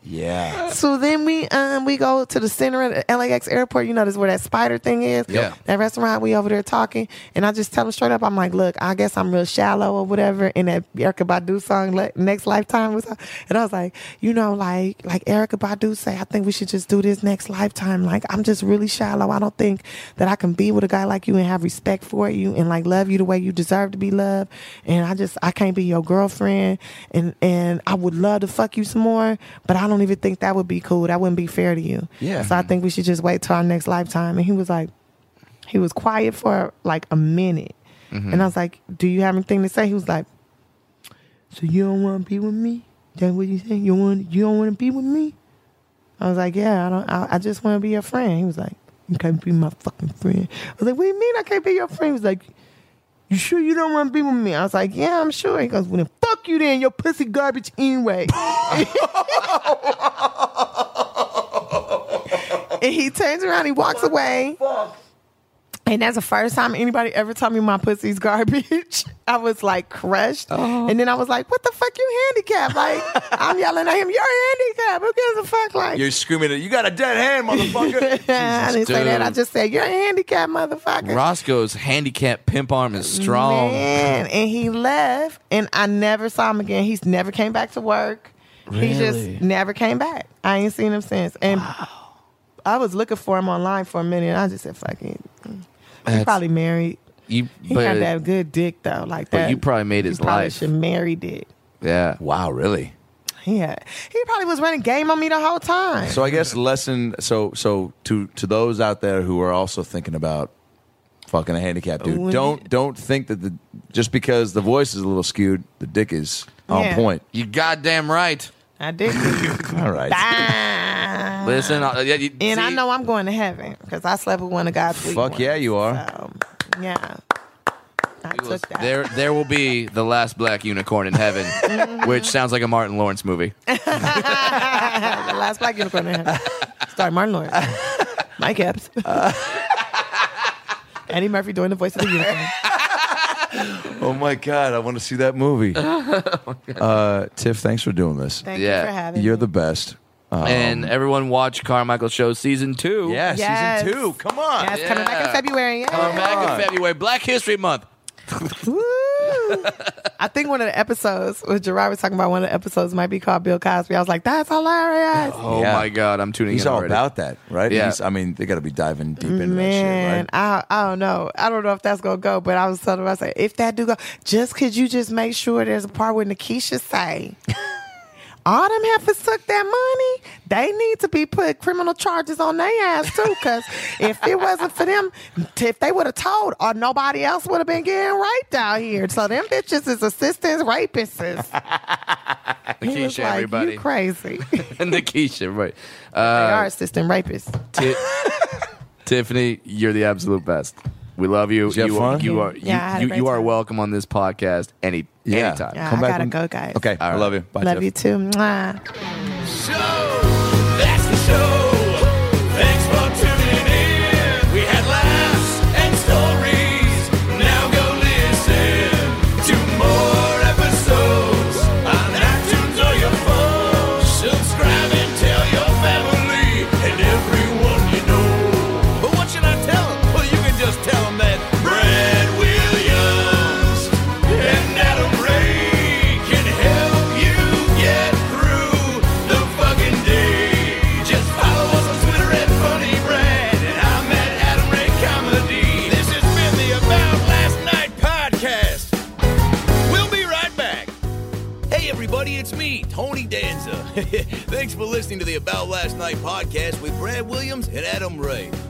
[SPEAKER 2] Yeah.
[SPEAKER 4] so then we um we go to the center of the LAX airport. You know, this is where that spider thing is.
[SPEAKER 2] Yeah.
[SPEAKER 4] That restaurant. We over there talking, and I just tell him straight up. I'm like, look, I guess I'm real shallow or whatever. And that Erica Badu song, Le- Next Lifetime, was, and I was like, you know, like like Erica Badu say, I think we should just do this next lifetime. Like I'm just really shallow. I don't think that I can be with a guy like you and have respect for you and like love you the way you deserve to be loved. And I just I can't be your girlfriend. And and I would love to fuck you some more, but I don't even think that would be cool. That wouldn't be fair to you.
[SPEAKER 2] Yeah.
[SPEAKER 4] So I think we should just wait till our next lifetime. And he was like, he was quiet for like a minute. And I was like, Do you have anything to say? He was like, So you don't want to be with me? That's what you saying? You want you don't want to be with me? I was like, Yeah, I don't I, I just want to be your friend. He was like, You can't be my fucking friend. I was like, What do you mean I can't be your friend? He was like, You sure you don't want to be with me? I was like, Yeah, I'm sure. He goes, Well then fuck you then, your pussy garbage anyway. and he turns around, he walks away. And that's the first time anybody ever told me my pussy's garbage. I was like crushed. And then I was like, what the fuck you handicapped? Like, I'm yelling at him, you're handicapped. Who gives a fuck? Like,
[SPEAKER 2] You're screaming at you got a dead hand, motherfucker.
[SPEAKER 4] I didn't say that. I
[SPEAKER 6] dude.
[SPEAKER 4] just said, you're handicapped, motherfucker.
[SPEAKER 6] Roscoe's handicap pimp arm is strong.
[SPEAKER 4] Man. And he left, and I never saw him again. He's never came back to work. He
[SPEAKER 6] Really?
[SPEAKER 4] just never came back. I ain't seen him since. And I was looking for him online for a minute, and I just said, fuck it. He's
[SPEAKER 6] That's-
[SPEAKER 4] probably married.
[SPEAKER 6] You,
[SPEAKER 4] He
[SPEAKER 6] but,
[SPEAKER 4] had that good dick though, like
[SPEAKER 6] but
[SPEAKER 4] that.
[SPEAKER 6] you probably made
[SPEAKER 4] he
[SPEAKER 6] his
[SPEAKER 4] probably
[SPEAKER 6] life.
[SPEAKER 4] should marry dick.
[SPEAKER 6] yeah.
[SPEAKER 2] wow, really?
[SPEAKER 4] He had, he probably was running game on me the whole time.
[SPEAKER 2] So I guess lesson. So so to to those out there who are also thinking about fucking a handicap dude,
[SPEAKER 4] When-
[SPEAKER 2] don't don't think that the just because the voice is a little skewed, the dick is on
[SPEAKER 4] Yeah.
[SPEAKER 2] point.
[SPEAKER 6] You goddamn right.
[SPEAKER 4] I did.
[SPEAKER 2] All right.
[SPEAKER 4] Bye.
[SPEAKER 6] Listen, I- uh, yeah, you-
[SPEAKER 4] and I
[SPEAKER 6] see,
[SPEAKER 4] know I'm going to heaven because I slept with one of God's weak
[SPEAKER 2] Fuck
[SPEAKER 4] ones.
[SPEAKER 2] yeah, you are.
[SPEAKER 4] So, yeah. I took that.
[SPEAKER 6] There, there will be the last black unicorn in heaven, which sounds like a Martin Lawrence movie.
[SPEAKER 4] the last black unicorn in heaven. Starring Martin Lawrence. Mike Epps. Eddie Murphy doing the voice of the unicorn.
[SPEAKER 2] Oh my god, I want to see that movie. uh, Tiff, thanks for doing this.
[SPEAKER 4] Thank
[SPEAKER 6] Yeah.
[SPEAKER 4] you for having
[SPEAKER 2] You're
[SPEAKER 4] me.
[SPEAKER 2] the best. Um,
[SPEAKER 6] and everyone watch Carmichael Show season two.
[SPEAKER 2] yeah,
[SPEAKER 4] Yes.
[SPEAKER 2] season two. Come on.
[SPEAKER 4] Yes, coming back in February. Yeah.
[SPEAKER 6] Come back in February, Black History Month.
[SPEAKER 4] Woo. I think one of the episodes was Gerard was talking about one of the episodes might be called Bill Cosby. I was like, that's hilarious.
[SPEAKER 6] Oh
[SPEAKER 2] Yeah.
[SPEAKER 6] my God, I'm tuning
[SPEAKER 2] He's
[SPEAKER 6] in
[SPEAKER 2] all
[SPEAKER 6] already.
[SPEAKER 2] about that, right?
[SPEAKER 6] Yeah.
[SPEAKER 2] He's- I mean, they got to be diving deep into
[SPEAKER 4] Man,
[SPEAKER 2] that shit, right?
[SPEAKER 4] I I don't know. I don't know if that's gonna go, but I was telling him, I said, if that do go, just could you just make sure there's a part where Nikisha say, all them heifers took that money, they need to be put criminal charges on their ass too, because if it wasn't for them, if they would have told, or nobody else would have been getting raped out here. So them bitches is assistants rapists. He was
[SPEAKER 6] Nikisha,
[SPEAKER 4] like,
[SPEAKER 6] everybody.
[SPEAKER 4] You crazy.
[SPEAKER 6] Nikisha, right.
[SPEAKER 4] they
[SPEAKER 6] Uh,
[SPEAKER 4] are assistant rapists.
[SPEAKER 6] Ti- Tiffany, you're the absolute best. We love you.
[SPEAKER 2] you have
[SPEAKER 6] you are
[SPEAKER 2] fun?
[SPEAKER 6] you are
[SPEAKER 4] Yeah, I had a
[SPEAKER 6] you, you,
[SPEAKER 4] great
[SPEAKER 6] you are
[SPEAKER 4] time.
[SPEAKER 6] welcome on this podcast any
[SPEAKER 2] Yeah.
[SPEAKER 6] anytime.
[SPEAKER 4] Yeah,
[SPEAKER 2] Come
[SPEAKER 4] I
[SPEAKER 2] back
[SPEAKER 4] gotta
[SPEAKER 2] when-
[SPEAKER 4] go, guys.
[SPEAKER 2] Okay, I love you. Bye,
[SPEAKER 4] Love
[SPEAKER 2] Tiff.
[SPEAKER 4] you too. Mwah.
[SPEAKER 3] show. That's the show. Thanks for tuning in. We had laughs and stories. Now go listen to more episodes on iTunes or your phone. Subscribe and tell your family and everyone you know. But what should I tell 'em? Well, you can just tell 'em that Brad Williams and Adam Ray can help you get through the fucking day.
[SPEAKER 2] About Last Night podcast with Brad Williams and Adam Ray.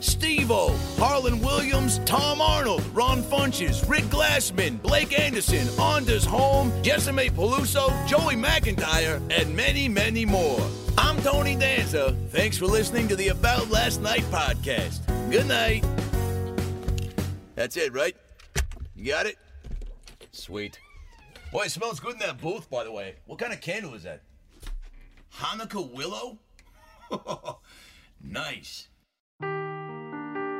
[SPEAKER 2] Steve O, Harlan Williams, Tom Arnold, Ron Funches, Rick Glassman, Blake Anderson, Anders Holm, Jessime Peluso, Joey McIntyre, and many, many more. I'm Tony Danza. Thanks for listening to the About Last Night podcast. Good night. That's it, right? You got it? Sweet. Boy, it smells good in that booth, by the way. What kind of candle is that? Hanukkah willow? nice.